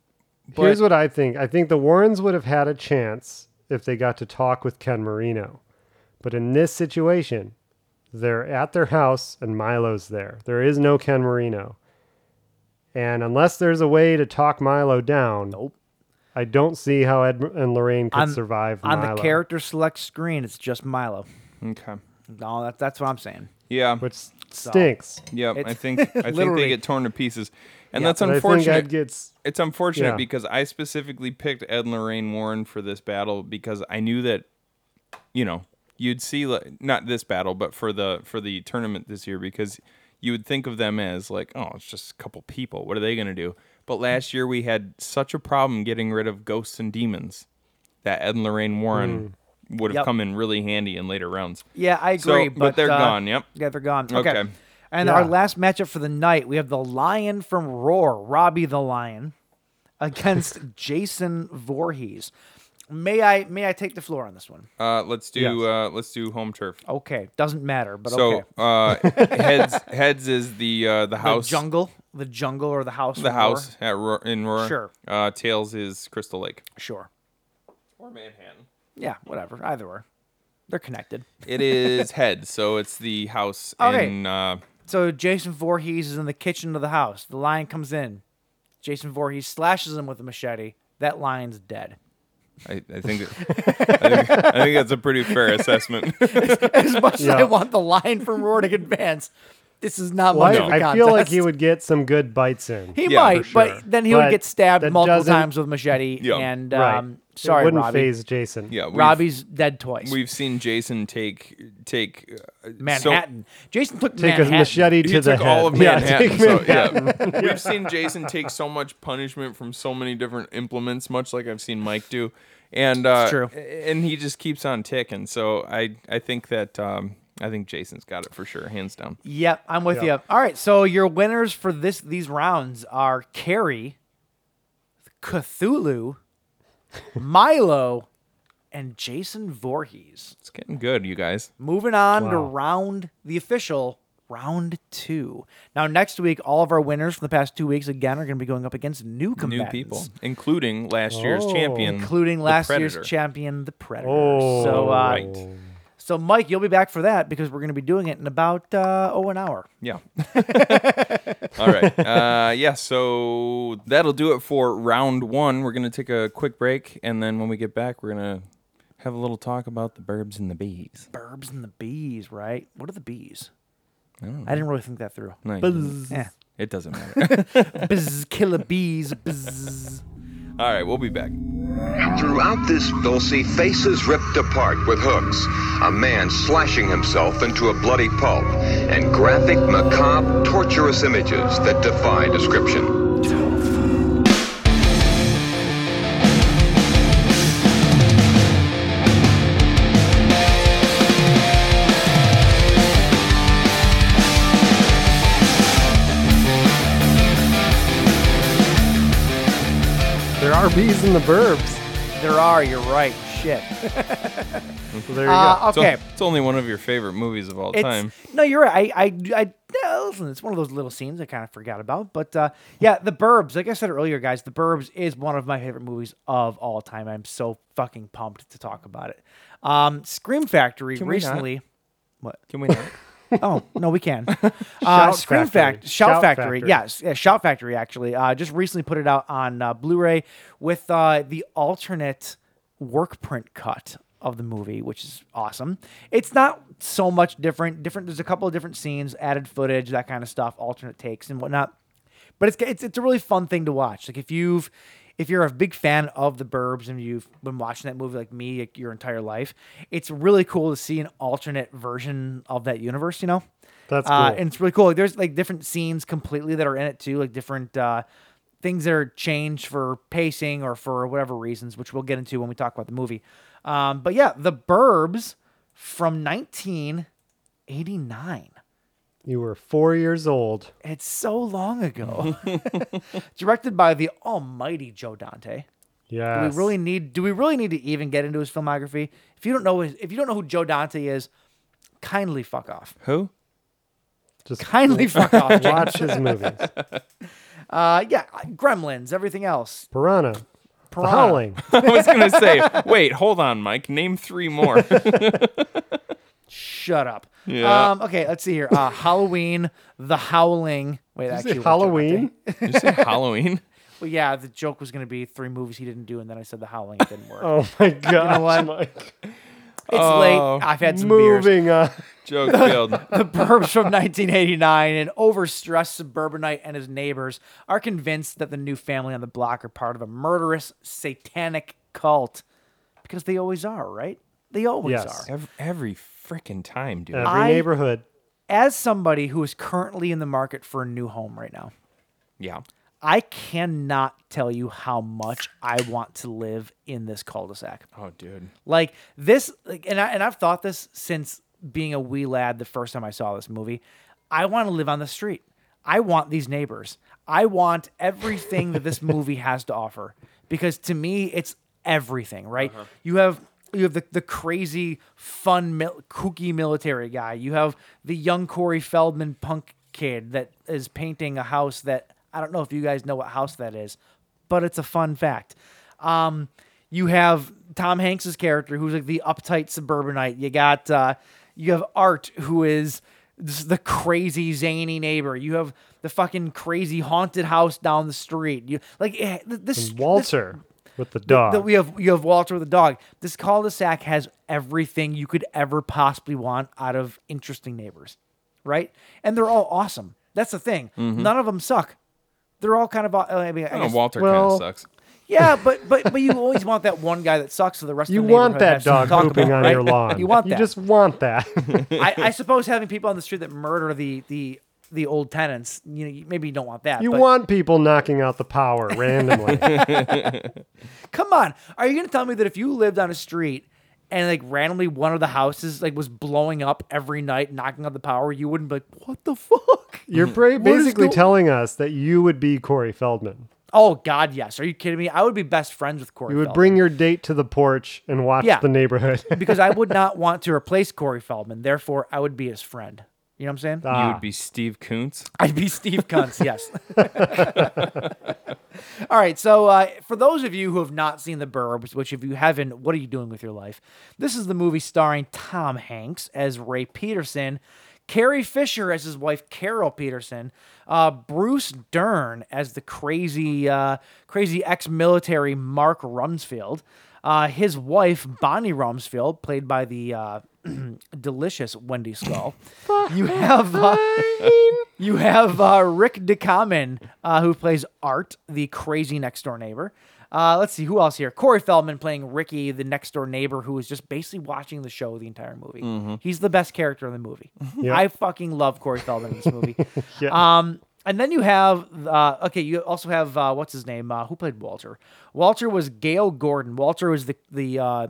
[SPEAKER 7] Here's what I think. I think the Warrens would have had a chance if they got to talk with Ken Marino. But in this situation, they're at their house and Milo's there. There is no Ken Marino. And unless there's a way to talk Milo down,
[SPEAKER 5] Nope.
[SPEAKER 7] I don't see how Ed and Lorraine could
[SPEAKER 5] On-
[SPEAKER 7] survive
[SPEAKER 5] On
[SPEAKER 7] Milo.
[SPEAKER 5] the character select screen, it's just Milo.
[SPEAKER 6] Okay.
[SPEAKER 5] No, that's that's what I'm saying.
[SPEAKER 6] Yeah.
[SPEAKER 7] which stinks.
[SPEAKER 6] Yeah. I
[SPEAKER 5] it's-
[SPEAKER 6] think I think they
[SPEAKER 5] literally.
[SPEAKER 6] get torn to pieces, and that's
[SPEAKER 7] But I think
[SPEAKER 6] unfortunate.
[SPEAKER 7] Ed gets
[SPEAKER 6] it's unfortunate
[SPEAKER 7] Yeah.
[SPEAKER 6] because I specifically picked Ed and Lorraine Warren for this battle because I knew that, you know, you'd see like, not this battle, but for the for the tournament this year because you would think of them as like, oh, it's just a couple people. What are they gonna do?
[SPEAKER 7] Hmm.
[SPEAKER 6] But last year we had such a problem getting rid of ghosts and demons that Ed and Lorraine Warren
[SPEAKER 7] Hmm.
[SPEAKER 6] would have
[SPEAKER 5] Yep.
[SPEAKER 6] come in really handy in later rounds.
[SPEAKER 5] Yeah, I
[SPEAKER 6] So-
[SPEAKER 5] agree.
[SPEAKER 6] but they're
[SPEAKER 5] uh,
[SPEAKER 6] gone, yep.
[SPEAKER 5] Yeah, they're gone. Okay.
[SPEAKER 6] Okay.
[SPEAKER 5] And our
[SPEAKER 7] Yeah.
[SPEAKER 5] last matchup for the night, we have the Lion from Roar, Robbie the Lion, against Jason Voorhees. May I may I take the floor on this one?
[SPEAKER 6] Uh, let's do
[SPEAKER 7] Yes.
[SPEAKER 6] uh, let's do home turf.
[SPEAKER 5] Okay, doesn't matter, but
[SPEAKER 6] So
[SPEAKER 5] Oh, okay.
[SPEAKER 6] uh, heads heads is the uh, the
[SPEAKER 5] The
[SPEAKER 6] house
[SPEAKER 5] jungle, the jungle, or the house?
[SPEAKER 6] the
[SPEAKER 5] from
[SPEAKER 6] house
[SPEAKER 5] Roar?
[SPEAKER 6] at Roar, in Roar.
[SPEAKER 5] Sure.
[SPEAKER 6] Uh, Tails is Crystal Lake
[SPEAKER 5] Sure.
[SPEAKER 6] or Manhattan.
[SPEAKER 5] Yeah, whatever. Either or, they're connected.
[SPEAKER 6] It is head, so it's the house
[SPEAKER 5] Okay.
[SPEAKER 6] in. Uh,
[SPEAKER 5] So Jason Voorhees is in the kitchen of the house. The lion comes in. Jason Voorhees slashes him with a machete. That lion's dead.
[SPEAKER 6] I, I think. that- I think I think that's a pretty fair assessment.
[SPEAKER 5] As much as I
[SPEAKER 7] Yeah.
[SPEAKER 5] want the lion from Roar to advance, this is not
[SPEAKER 7] Well,
[SPEAKER 5] much of a
[SPEAKER 7] I,
[SPEAKER 5] contest.
[SPEAKER 7] I feel like he would get some good bites in.
[SPEAKER 5] He
[SPEAKER 6] Yeah,
[SPEAKER 5] might,
[SPEAKER 6] for
[SPEAKER 7] sure.
[SPEAKER 5] but then he would
[SPEAKER 7] But
[SPEAKER 5] get stabbed
[SPEAKER 7] that
[SPEAKER 5] multiple
[SPEAKER 7] doesn't-
[SPEAKER 5] times with a machete.
[SPEAKER 6] Yeah.
[SPEAKER 5] And um,
[SPEAKER 7] right. It
[SPEAKER 5] sorry,
[SPEAKER 7] wouldn't
[SPEAKER 5] Robbie.
[SPEAKER 7] phase Jason.
[SPEAKER 6] Yeah, we've,
[SPEAKER 5] Robbie's dead twice.
[SPEAKER 6] we've seen Jason take take uh, so-
[SPEAKER 5] Manhattan. Jason took
[SPEAKER 7] Take
[SPEAKER 5] Manhattan.
[SPEAKER 7] a machete to
[SPEAKER 6] he
[SPEAKER 7] the
[SPEAKER 6] took
[SPEAKER 7] head.
[SPEAKER 6] all of Manhattan.
[SPEAKER 7] Yeah, take
[SPEAKER 6] so,
[SPEAKER 7] Manhattan.
[SPEAKER 6] yeah. We've seen Jason take so much punishment from so many different implements, much like I've seen Mike do. And uh,
[SPEAKER 5] It's true.
[SPEAKER 6] And he just keeps on ticking. So I I think that um, I think Jason's got it for sure, hands down.
[SPEAKER 5] Yep, I'm with
[SPEAKER 7] Yeah.
[SPEAKER 5] you. All right, so your winners for this these rounds are Carrie, Cthulhu, Milo, and Jason Voorhees.
[SPEAKER 6] It's getting good, you guys.
[SPEAKER 5] Moving on to
[SPEAKER 7] Wow.
[SPEAKER 5] round the official round two. Now next week, all of our winners from the past two weeks again are going to be going up against new
[SPEAKER 6] New
[SPEAKER 5] combatants,
[SPEAKER 6] people, including last year's champion,
[SPEAKER 5] including
[SPEAKER 6] the
[SPEAKER 5] last
[SPEAKER 6] Predator.
[SPEAKER 5] year's champion, the Predator.
[SPEAKER 7] Oh,
[SPEAKER 5] so, uh,
[SPEAKER 6] Right.
[SPEAKER 5] so Mike, you'll be back for that because we're going to be doing it in about uh, oh an hour.
[SPEAKER 6] Yeah. All right. Uh, yeah. So that'll do it for round one. We're gonna take a quick break, and then when we get back, we're gonna have a little talk about the burbs and the bees.
[SPEAKER 5] Burbs and the bees, right? What are the bees? I didn't really think that through.
[SPEAKER 6] No, you
[SPEAKER 5] Buzz. Eh.
[SPEAKER 6] It doesn't matter.
[SPEAKER 5] Buzz, killer bees. Buzz.
[SPEAKER 6] All right. We'll be back.
[SPEAKER 9] Throughout this, they'll see faces ripped apart with hooks, a man slashing himself into a bloody pulp, and graphic, macabre, torturous images that defy description.
[SPEAKER 7] There are bees in the burbs.
[SPEAKER 5] There are. You're right. Shit.
[SPEAKER 7] So there you
[SPEAKER 5] Uh,
[SPEAKER 6] It's o-
[SPEAKER 5] okay.
[SPEAKER 6] It's only one of your favorite movies of all
[SPEAKER 5] It's
[SPEAKER 6] time.
[SPEAKER 5] no, you're right. I, I, I yeah, listen. It's one of those little scenes I kind of forgot about. But uh, yeah, The Burbs. Like I said earlier, guys, The Burbs is one of my favorite movies of all time. I'm so fucking pumped to talk about it. Um, Scream Factory
[SPEAKER 6] Can we not?
[SPEAKER 5] recently.
[SPEAKER 6] Can we not?
[SPEAKER 5] Oh no, we can. uh,
[SPEAKER 7] Shout
[SPEAKER 5] Scream
[SPEAKER 7] Factory.
[SPEAKER 5] Fact, Shout,
[SPEAKER 7] Shout
[SPEAKER 5] Factory,
[SPEAKER 7] Factory.
[SPEAKER 5] yes, yeah, Shout Factory actually uh, just recently put it out on uh, Blu-ray with uh, the alternate work print cut of the movie, which is awesome. It's not so much different. Different. There's a couple of different scenes, added footage, that kind of stuff, alternate takes and whatnot but it's it's it's a really fun thing to watch. Like if you've if you're a big fan of the Burbs and you've been watching that movie like me like your entire life, it's really cool to see an alternate version of that universe. You know,
[SPEAKER 7] That's
[SPEAKER 5] uh,
[SPEAKER 7] cool.
[SPEAKER 5] and it's really cool. Like, there's like different scenes completely that are in it too, like different uh, things that are changed for pacing or for whatever reasons, which we'll get into when we talk about the movie. Um, but yeah, the Burbs from 1989.
[SPEAKER 7] go. You were four years old.
[SPEAKER 5] It's so long ago. Directed by the almighty Joe Dante.
[SPEAKER 7] Yeah.
[SPEAKER 5] Do we really need? Do we really need to even get into his filmography? If you don't know, his- if you don't know who Joe Dante is, kindly fuck off.
[SPEAKER 6] Who?
[SPEAKER 7] just
[SPEAKER 5] Kindly fuck off. Jake.
[SPEAKER 7] watch his movies?
[SPEAKER 5] Uh, yeah, Gremlins, everything else.
[SPEAKER 7] Piranha, The
[SPEAKER 5] Piranha.
[SPEAKER 7] Howling,
[SPEAKER 6] I was gonna say. Wait, hold on, Mike. Name three more.
[SPEAKER 5] Shut up.
[SPEAKER 6] Yeah.
[SPEAKER 5] Um, okay, let's see here. Uh, Halloween, The Howling. Wait,
[SPEAKER 7] Is it
[SPEAKER 5] actually,
[SPEAKER 7] Halloween.
[SPEAKER 6] Did you say Halloween?
[SPEAKER 5] Well, yeah, the joke was going to be three movies he didn't do, and then I said The Howling it didn't work.
[SPEAKER 7] Oh my god!
[SPEAKER 5] what?
[SPEAKER 7] Mike.
[SPEAKER 5] It's
[SPEAKER 6] Oh.
[SPEAKER 5] late. I've had some beers.
[SPEAKER 7] Moving on.
[SPEAKER 6] Joke field.
[SPEAKER 5] The Burbs from 1989, an overstressed suburbanite and his neighbors are convinced that the new family on the block are part of a murderous satanic cult because they always are, right? They always
[SPEAKER 7] Yes.
[SPEAKER 5] are.
[SPEAKER 6] Every, every freaking time, dude.
[SPEAKER 7] Every
[SPEAKER 5] I-
[SPEAKER 7] neighborhood.
[SPEAKER 5] As somebody who is currently in the market for a new home right now,
[SPEAKER 6] yeah.
[SPEAKER 5] I cannot tell you how much I want to live in this cul-de-sac.
[SPEAKER 6] Oh, dude.
[SPEAKER 5] Like this, like, and I and I've thought this since being a wee lad. The first time I saw this movie, I want to live on the street. I want these neighbors. I want everything that this movie has to offer because to me, it's everything. Right? You have you have the, the crazy, fun, mil- kooky military guy. You have the young Corey Feldman punk kid that is painting a house that I don't know if you guys know what house that is, but it's a fun fact. Um, you have Tom Hanks's character, who's like the uptight suburbanite. You got uh, you have Art, who is this the crazy zany neighbor. You have the fucking crazy haunted house down the street. You like eh, th- this
[SPEAKER 7] And Walter with the dog.
[SPEAKER 5] that we have you have Walter with a dog. This cul-de-sac has everything you could ever possibly want out of interesting neighbors, right? And they're all awesome. That's the thing. None of them suck. They're all kind of. aw- I mean, I
[SPEAKER 6] Mm-hmm. I don't
[SPEAKER 5] guess-
[SPEAKER 6] know, Walter
[SPEAKER 7] well-
[SPEAKER 6] kind of sucks.
[SPEAKER 5] yeah, but but but you always want that one guy that sucks, so the rest
[SPEAKER 7] you
[SPEAKER 5] of the
[SPEAKER 7] want
[SPEAKER 5] neighborhood
[SPEAKER 7] that
[SPEAKER 5] has something
[SPEAKER 7] dog
[SPEAKER 5] to talk
[SPEAKER 7] pooping
[SPEAKER 5] about,
[SPEAKER 7] on
[SPEAKER 5] right?
[SPEAKER 7] your lawn.
[SPEAKER 5] You want that.
[SPEAKER 7] You just want that.
[SPEAKER 5] I, I suppose having people on the street that murder the the the old tenants, you know, you- maybe you don't want that.
[SPEAKER 7] you
[SPEAKER 5] but
[SPEAKER 7] want people knocking out the power randomly.
[SPEAKER 5] Come on, are you gonna tell me that if you lived on a street and like randomly one of the houses like was blowing up every night, knocking on the power, you wouldn't be like, what the fuck?
[SPEAKER 7] You're pra-
[SPEAKER 5] What is
[SPEAKER 7] basically
[SPEAKER 5] go-
[SPEAKER 7] telling us that you would be Corey Feldman.
[SPEAKER 5] Oh God, yes. Are you kidding me? I would be best friends with Corey.
[SPEAKER 7] You would
[SPEAKER 5] Feldman.
[SPEAKER 7] bring your date to the porch and watch
[SPEAKER 5] Yeah.
[SPEAKER 7] the neighborhood.
[SPEAKER 5] because I would not want to replace Corey Feldman. Therefore, I would be his friend. You know what I'm saying?
[SPEAKER 6] You
[SPEAKER 7] Ah,
[SPEAKER 6] would be Steve Koontz.
[SPEAKER 5] uh, I'd be Steve Kuntz, yes. All right, so uh, for those of you who have not seen The Burbs, which if you haven't, what are you doing with your life? This is the movie starring Tom Hanks as Ray Peterson, Carrie Fisher as his wife Carol Peterson, uh, Bruce Dern as the crazy, uh, crazy ex-military Mark Rumsfeld, uh, his wife Bonnie Rumsfeld, played by the uh, delicious Wendy Skull. you have. Uh, you have uh, Rick DeCommon, uh, who plays Art, the crazy next door neighbor. Uh, let's see who else here. Corey Feldman playing Ricky, the next door neighbor, who is just basically watching the show the entire movie. He's the best character in the movie. I fucking love Corey Feldman in this movie. Um, and then you have uh, okay, you also have uh, what's his name? Uh, who played Walter? Walter was Gail Gordon. Walter was the the uh,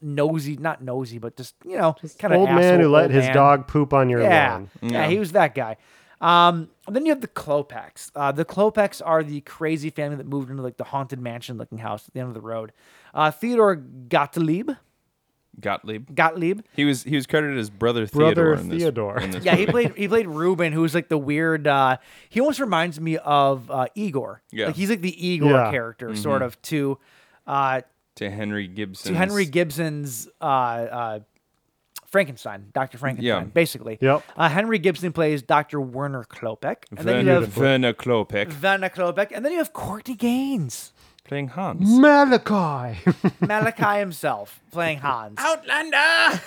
[SPEAKER 5] nosy, not nosy, but just you know, kind of
[SPEAKER 7] old man who let his dog poop on your
[SPEAKER 5] yeah.
[SPEAKER 7] lawn.
[SPEAKER 5] yeah, he was that guy. Um, and then you have the Klopex. Uh, the Klopex are the crazy family that moved into like the haunted mansion-looking house at the end of the road. Uh, Theodore Gottlieb,
[SPEAKER 6] Gottlieb.
[SPEAKER 5] Gottlieb.
[SPEAKER 6] He was he was credited as brother Theodore.
[SPEAKER 7] Brother
[SPEAKER 6] in this,
[SPEAKER 7] Theodore.
[SPEAKER 6] in this
[SPEAKER 5] Yeah, he
[SPEAKER 6] movie.
[SPEAKER 5] played he played Ruben, who's like the weird. Uh, he almost reminds me of uh, Igor.
[SPEAKER 6] Yeah. Mm-hmm.
[SPEAKER 5] like he's like the Igor
[SPEAKER 7] Yeah.
[SPEAKER 5] character, sort of to uh,
[SPEAKER 6] to Henry Gibson.
[SPEAKER 5] to Henry Gibson's uh, uh, Frankenstein, Doctor Frankenstein,
[SPEAKER 6] Yeah.
[SPEAKER 5] basically.
[SPEAKER 7] Yep.
[SPEAKER 5] Uh, Henry Gibson plays Doctor Werner Klopek, and then you
[SPEAKER 6] Werner,
[SPEAKER 5] have
[SPEAKER 6] Werner Klopek
[SPEAKER 5] Vanna Klopek, and then you have Courtney Gaines,
[SPEAKER 6] playing Hans.
[SPEAKER 5] Mm.
[SPEAKER 7] Malachi.
[SPEAKER 5] Malachi himself playing Hans.
[SPEAKER 6] Outlander!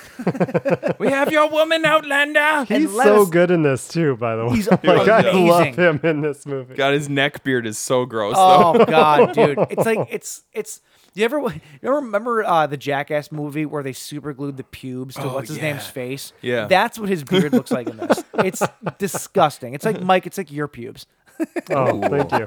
[SPEAKER 6] we have your woman, Outlander!
[SPEAKER 5] And
[SPEAKER 7] He's
[SPEAKER 5] let
[SPEAKER 7] so
[SPEAKER 5] us-
[SPEAKER 7] good in this too, by the way.
[SPEAKER 5] He's
[SPEAKER 7] like I love
[SPEAKER 5] amazing.
[SPEAKER 7] him in this movie.
[SPEAKER 6] God, his neck beard is so gross, though.
[SPEAKER 5] Oh god, dude! It's like it's it's. You ever you ever remember uh, the Jackass movie where they super glued the pubes to
[SPEAKER 7] Oh,
[SPEAKER 5] what's his name's face?
[SPEAKER 6] Yeah.
[SPEAKER 5] that's what his beard looks like in this. It's disgusting. It's like Mike. It's like your pubes.
[SPEAKER 7] Oh, thank you.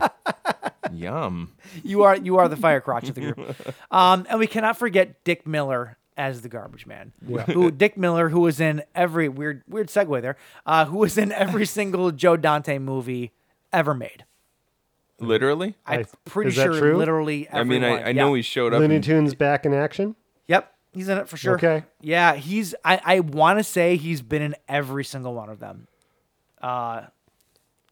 [SPEAKER 6] Yum.
[SPEAKER 5] You are you are the fire crotch of the group. Um, and we cannot forget Dick Miller as the garbage man. Who Dick Miller, who was in every weird weird segue there, uh, who was in every single Joe Dante movie ever made.
[SPEAKER 6] Literally?
[SPEAKER 5] I'm
[SPEAKER 7] I-
[SPEAKER 5] pretty
[SPEAKER 7] is that
[SPEAKER 5] sure
[SPEAKER 7] true?
[SPEAKER 5] literally
[SPEAKER 6] I mean,
[SPEAKER 5] everyone.
[SPEAKER 6] I, I
[SPEAKER 5] yeah.
[SPEAKER 6] know he showed up.
[SPEAKER 7] Looney
[SPEAKER 6] in-
[SPEAKER 7] Tunes back in action.
[SPEAKER 5] Yep, he's in it for sure.
[SPEAKER 7] Okay.
[SPEAKER 5] Yeah, he's. I I want to say he's been in every single one of them.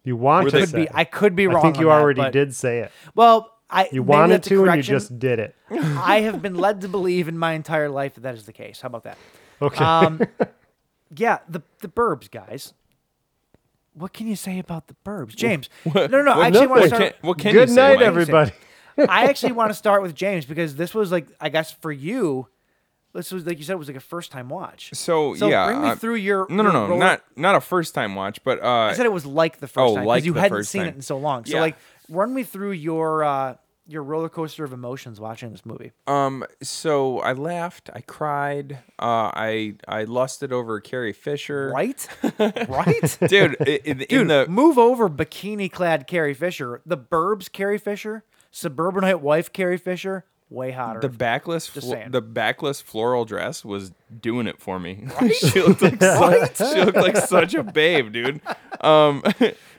[SPEAKER 7] You want
[SPEAKER 6] Were
[SPEAKER 7] to
[SPEAKER 6] they-
[SPEAKER 5] Could
[SPEAKER 7] say?
[SPEAKER 5] be. I could be wrong.
[SPEAKER 7] I think
[SPEAKER 5] on
[SPEAKER 7] you
[SPEAKER 5] that,
[SPEAKER 7] already
[SPEAKER 5] but-
[SPEAKER 7] did say it.
[SPEAKER 5] Well, I
[SPEAKER 7] You
[SPEAKER 5] maybe
[SPEAKER 7] wanted
[SPEAKER 5] that's a
[SPEAKER 7] to, and you
[SPEAKER 5] correction. Um,
[SPEAKER 7] just did it.
[SPEAKER 5] I have been led to believe in my entire life that that is the case. How about that?
[SPEAKER 7] Okay.
[SPEAKER 5] Um, yeah, the the Burbs guys. What can you say about the Burbs, James? no, no, no. I actually want to
[SPEAKER 6] what
[SPEAKER 5] start.
[SPEAKER 6] can, what can
[SPEAKER 7] Good
[SPEAKER 6] you say,
[SPEAKER 7] night,
[SPEAKER 6] Mike?
[SPEAKER 7] everybody.
[SPEAKER 5] I actually want to start with James because this was like I guess for you, this was like you said it was like a first time watch.
[SPEAKER 6] So, yeah,
[SPEAKER 5] bring me
[SPEAKER 6] I-
[SPEAKER 5] through your
[SPEAKER 6] No, no,
[SPEAKER 5] your
[SPEAKER 6] no,
[SPEAKER 5] roller-
[SPEAKER 6] not not a first time watch, but uh,
[SPEAKER 5] I said it was like the first
[SPEAKER 6] Oh,
[SPEAKER 5] time because
[SPEAKER 6] like
[SPEAKER 5] you
[SPEAKER 6] the
[SPEAKER 5] hadn't
[SPEAKER 6] first
[SPEAKER 5] seen
[SPEAKER 6] time.
[SPEAKER 5] it in so long. So
[SPEAKER 6] Yeah.
[SPEAKER 5] like, run me through your uh, your roller coaster of emotions watching this movie.
[SPEAKER 6] Um, so I laughed, I cried, uh, I I lusted over Carrie Fisher.
[SPEAKER 5] Right, right.
[SPEAKER 6] dude. i- In, in
[SPEAKER 5] Dude,
[SPEAKER 6] the
[SPEAKER 5] move over bikini clad Carrie Fisher, the Burbs Carrie Fisher, suburbanite wife Carrie Fisher, way hotter.
[SPEAKER 6] the backless flo-
[SPEAKER 5] saying.
[SPEAKER 6] the backless floral dress was doing it for me. she looked like such, she looked like such a babe, dude. Um,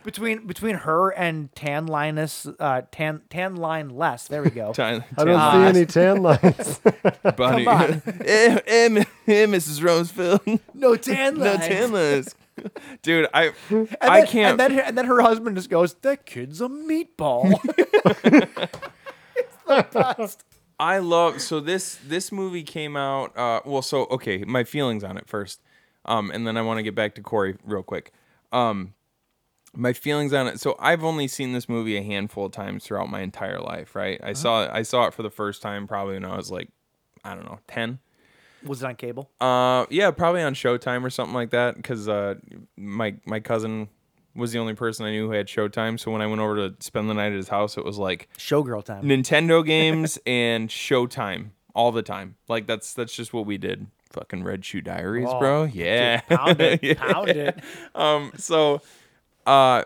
[SPEAKER 5] between between her and tan linus uh tan tan line less. There we go.
[SPEAKER 6] Ty-
[SPEAKER 7] I don't
[SPEAKER 5] uh,
[SPEAKER 6] Ty-
[SPEAKER 7] see any tan lines.
[SPEAKER 6] Bonnie.
[SPEAKER 5] on.
[SPEAKER 6] Eh, eh, m- eh, Mrs. Rosefield.
[SPEAKER 5] no tan
[SPEAKER 6] no
[SPEAKER 5] line.
[SPEAKER 6] tanless. Dude, I
[SPEAKER 5] And
[SPEAKER 6] I
[SPEAKER 5] then-
[SPEAKER 6] can't.
[SPEAKER 5] And then, her- and then her husband just goes, "That kid's a meatball."
[SPEAKER 6] I love so this this movie came out uh well so okay my feelings on it first um and then I want to get back to Corey real quick um my feelings on it so I've only seen this movie a handful of times throughout my entire life right I saw it I saw it for the first time probably when I was like I don't know 10
[SPEAKER 5] was it on cable?
[SPEAKER 6] uh, yeah, probably on Showtime or something like that. Because uh, my my cousin was the only person I knew who had Showtime. So when I went over to spend the night at his house, it was like
[SPEAKER 5] Showgirl time.
[SPEAKER 6] Nintendo games and Showtime all the time. Like that's that's just what we did. Fucking Red Shoe Diaries, bro. Yeah.
[SPEAKER 5] Oh, Pound it, pound it.
[SPEAKER 6] um. So, uh,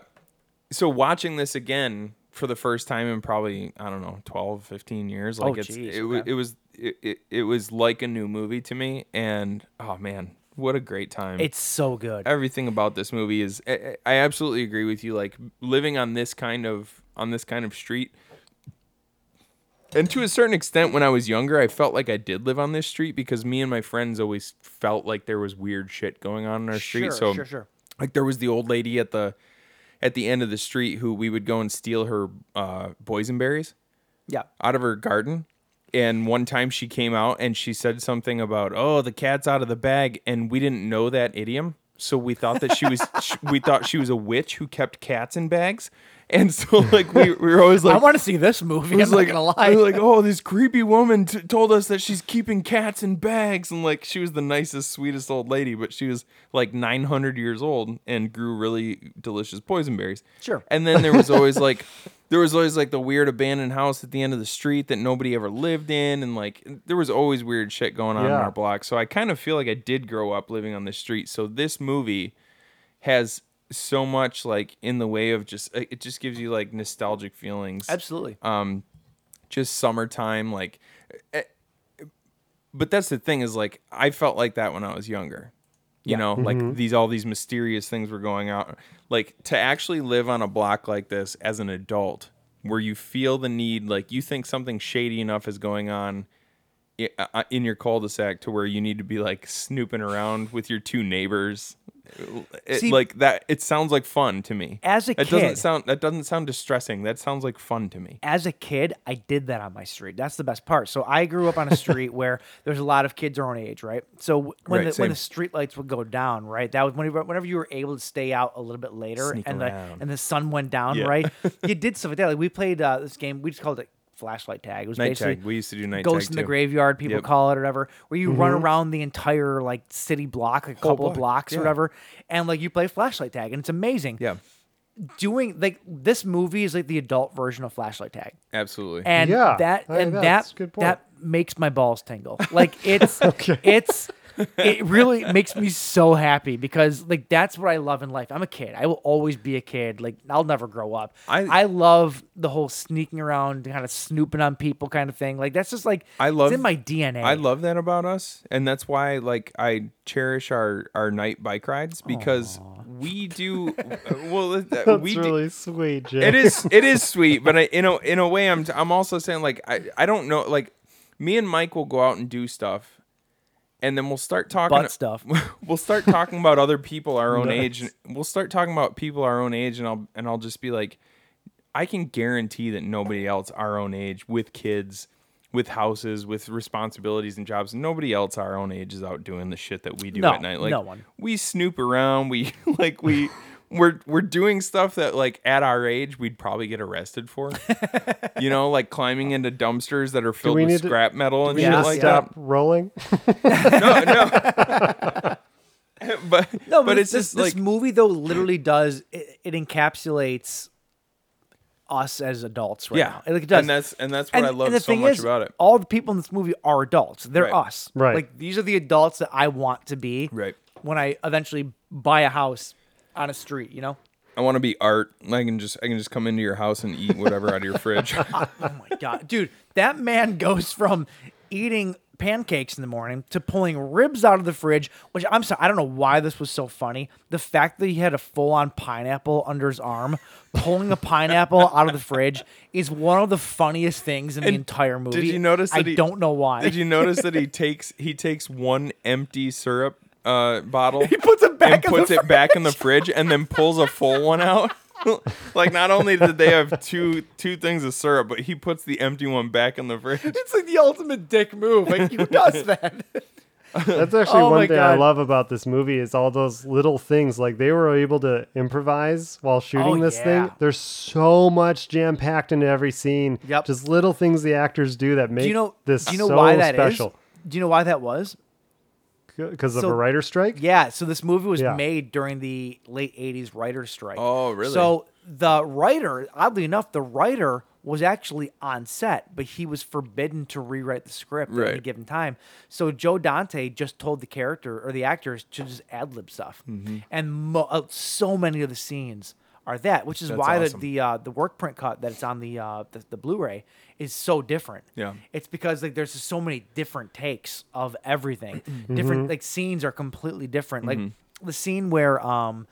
[SPEAKER 6] so watching this again for the first time in probably I don't know 12, 15 years. Like
[SPEAKER 5] Oh,
[SPEAKER 6] it's
[SPEAKER 5] geez,
[SPEAKER 6] it, wa-
[SPEAKER 5] okay.
[SPEAKER 6] it was it, it, it was like a new movie to me. And oh man, what a great time!
[SPEAKER 5] It's so good.
[SPEAKER 6] everything about this movie is I, I absolutely agree with you like living on this kind of on this kind of street and to a certain extent when i was younger i felt like i did live on this street because me and my friends always felt like there was weird shit going on in our street
[SPEAKER 5] Sure,
[SPEAKER 6] so
[SPEAKER 5] sure, sure.
[SPEAKER 6] like there was the old lady at the at the end of the street who we would go and steal her uh boysenberries
[SPEAKER 5] Yeah.
[SPEAKER 6] out of her garden. And one time she came out and she said something about, "Oh, the cat's out of the bag," and we didn't know that idiom, so we thought that she was, sh we thought she was a witch who kept cats in bags, and so like we, we were always
[SPEAKER 5] I
[SPEAKER 6] like,
[SPEAKER 5] want to see this movie.
[SPEAKER 6] it
[SPEAKER 5] I'm
[SPEAKER 6] was
[SPEAKER 5] not
[SPEAKER 6] like,
[SPEAKER 5] gonna
[SPEAKER 6] I
[SPEAKER 5] lie.
[SPEAKER 6] was like, oh, this creepy woman t- told us that she's keeping cats in bags, and like she was the nicest, sweetest old lady, but she was like 900 years old and grew really delicious boysenberries.
[SPEAKER 5] Sure.
[SPEAKER 6] And then there was always like, there was always like the weird abandoned house at the end of the street that nobody ever lived in, and like there was always weird shit going on in
[SPEAKER 7] Yeah.
[SPEAKER 6] our block. So I kind of feel like I did grow up living on the street. So this movie has so much like in the way of just it it just gives you like nostalgic feelings
[SPEAKER 5] Absolutely.
[SPEAKER 6] uh, just summertime like eh, but that's the thing is like i felt like that when i was younger you know
[SPEAKER 5] Mm-hmm.
[SPEAKER 6] like these all these mysterious things were going out like to actually live on a block like this as an adult where you feel the need like you think something shady enough is going on i- uh, in your cul-de-sac to where you need to be like snooping around with your two neighbors It-
[SPEAKER 5] See-
[SPEAKER 6] like that it sounds like fun to me
[SPEAKER 5] As a
[SPEAKER 6] it doesn't
[SPEAKER 5] kid-
[SPEAKER 6] sound that doesn't sound distressing that sounds like fun to me
[SPEAKER 5] as a kid, I did that on my street. That's the best part. So I grew up on a street where there's a lot of kids our own age, right? So w- when
[SPEAKER 6] Right,
[SPEAKER 5] the, when the
[SPEAKER 6] same.
[SPEAKER 5] street lights would go down, right? That was whenever, whenever you were able to stay out a little bit later
[SPEAKER 6] Sneak
[SPEAKER 5] and the,
[SPEAKER 6] around.
[SPEAKER 5] and the sun went down,
[SPEAKER 6] Yeah.
[SPEAKER 5] right? you did stuff like that. Like we played uh, this game, we just called it flashlight tag. It was
[SPEAKER 6] Night
[SPEAKER 5] basically
[SPEAKER 6] tag. We used to do night
[SPEAKER 5] ghost
[SPEAKER 6] tag
[SPEAKER 5] in the
[SPEAKER 6] too.
[SPEAKER 5] graveyard, people
[SPEAKER 6] Yep. Mm-hmm.
[SPEAKER 5] call it or whatever, where you run around the entire like city block, a couple of
[SPEAKER 6] block,
[SPEAKER 5] blocks or
[SPEAKER 6] yeah.
[SPEAKER 5] whatever, and like you play flashlight tag and it's amazing.
[SPEAKER 6] yeah
[SPEAKER 5] Doing like this movie is like the adult version of flashlight tag
[SPEAKER 6] absolutely
[SPEAKER 5] and
[SPEAKER 7] Yeah,
[SPEAKER 5] that
[SPEAKER 7] I-
[SPEAKER 5] and
[SPEAKER 7] that's
[SPEAKER 5] that
[SPEAKER 7] a good point.
[SPEAKER 5] that makes my balls tingle. Like it's it's it really makes me so happy because like that's what I love in life. I'm a kid. I will always be a kid. Like I'll never grow up.
[SPEAKER 6] I-
[SPEAKER 5] I love the whole sneaking around, kind of snooping on people, kind of thing. Like that's just like
[SPEAKER 6] I love-
[SPEAKER 5] it's in my DNA.
[SPEAKER 6] I love that about us, and that's why like I cherish our our night bike rides because we do uh, well. uh,
[SPEAKER 7] That's
[SPEAKER 6] we do-
[SPEAKER 7] really sweet, Jay.
[SPEAKER 6] it is it is sweet, but I in a in a way I'm I'm also saying like I I don't know like me and Mike will go out and do stuff, and then we'll start talking
[SPEAKER 5] Butt stuff.
[SPEAKER 6] We'll start talking about other people our own age, and we'll start talking about people our own age, and I'll and I'll just be like, I can guarantee that nobody else our own age with kids. With houses, with responsibilities and jobs, nobody else our own age is out doing the shit that we do
[SPEAKER 5] No,
[SPEAKER 6] at night. Like
[SPEAKER 5] no one.
[SPEAKER 6] we snoop around. We like we we're we're doing stuff that like at our age we'd probably get arrested for. you know, like climbing into dumpsters that are filled
[SPEAKER 7] we
[SPEAKER 6] with
[SPEAKER 7] need to-
[SPEAKER 6] scrap metal and
[SPEAKER 7] We
[SPEAKER 6] shit
[SPEAKER 7] need to
[SPEAKER 6] like
[SPEAKER 7] stop rolling.
[SPEAKER 6] that. But
[SPEAKER 5] No,
[SPEAKER 6] but, it's
[SPEAKER 5] this,
[SPEAKER 6] just
[SPEAKER 5] this
[SPEAKER 6] like
[SPEAKER 5] movie though literally does it, it encapsulates us as adults right
[SPEAKER 6] yeah,
[SPEAKER 5] now. It, like, it does.
[SPEAKER 6] and that's and that's what I love
[SPEAKER 5] the
[SPEAKER 6] so
[SPEAKER 5] thing
[SPEAKER 6] much
[SPEAKER 5] is,
[SPEAKER 6] about it.
[SPEAKER 5] All the people in this movie are adults. They're
[SPEAKER 6] Right.
[SPEAKER 5] us.
[SPEAKER 7] Right.
[SPEAKER 5] Like these are the adults that I want to be.
[SPEAKER 6] Right.
[SPEAKER 5] When I eventually buy a house on a street, you know.
[SPEAKER 6] I want to be art. I can just I can just come into your house and eat whatever out of your fridge.
[SPEAKER 5] Oh my god, dude! That man goes from eating pancakes in the morning to pulling ribs out of the fridge. Which I'm sorry, I don't know why this was so funny. The fact that he had a full-on pineapple under his arm, pulling a pineapple out of the fridge, is one of the funniest things in the entire movie.
[SPEAKER 6] Did you notice?
[SPEAKER 5] I
[SPEAKER 6] That he,
[SPEAKER 5] don't know why.
[SPEAKER 6] Did you notice that he takes he takes one empty syrup uh, bottle? He
[SPEAKER 5] puts it back
[SPEAKER 6] and
[SPEAKER 5] in
[SPEAKER 6] puts
[SPEAKER 5] the
[SPEAKER 6] it back in the fridge, and then pulls a full one out. like not only did they have two two things of syrup, but he puts the empty one back in the fridge.
[SPEAKER 5] It's like the ultimate dick move. Like who does that?
[SPEAKER 7] That's actually
[SPEAKER 5] Oh
[SPEAKER 7] one
[SPEAKER 5] my
[SPEAKER 7] thing I
[SPEAKER 5] God.
[SPEAKER 7] love about this movie is all those little things. Like they were able to improvise while shooting
[SPEAKER 5] Oh,
[SPEAKER 7] this
[SPEAKER 5] yeah.
[SPEAKER 7] thing. There's so much jam packed into every scene.
[SPEAKER 5] Yep.
[SPEAKER 7] Just little things the actors do that make
[SPEAKER 5] do you know?
[SPEAKER 7] this
[SPEAKER 5] do you know
[SPEAKER 7] so
[SPEAKER 5] why that is?
[SPEAKER 7] special.
[SPEAKER 5] Do you know why that was?
[SPEAKER 7] Because
[SPEAKER 5] So-
[SPEAKER 7] of a writer strike.
[SPEAKER 5] Yeah, so this movie was
[SPEAKER 7] Yeah.
[SPEAKER 5] made during the late 80s writer strike.
[SPEAKER 6] Oh, really?
[SPEAKER 5] So the writer, oddly enough, the writer was actually on set, but he was forbidden to rewrite the script at any
[SPEAKER 6] Right.
[SPEAKER 5] given time. So Joe Dante just told the character or the actors to just ad lib stuff. And mo- uh, so many of the scenes are that, which is why
[SPEAKER 6] awesome.
[SPEAKER 5] the the, uh, the work print cut that's on the, uh, the the Blu-ray is so different.
[SPEAKER 6] Yeah.
[SPEAKER 5] It's because like there's just so many different takes of everything.
[SPEAKER 6] Mm-hmm.
[SPEAKER 5] Different like scenes are completely different. Like the scene where um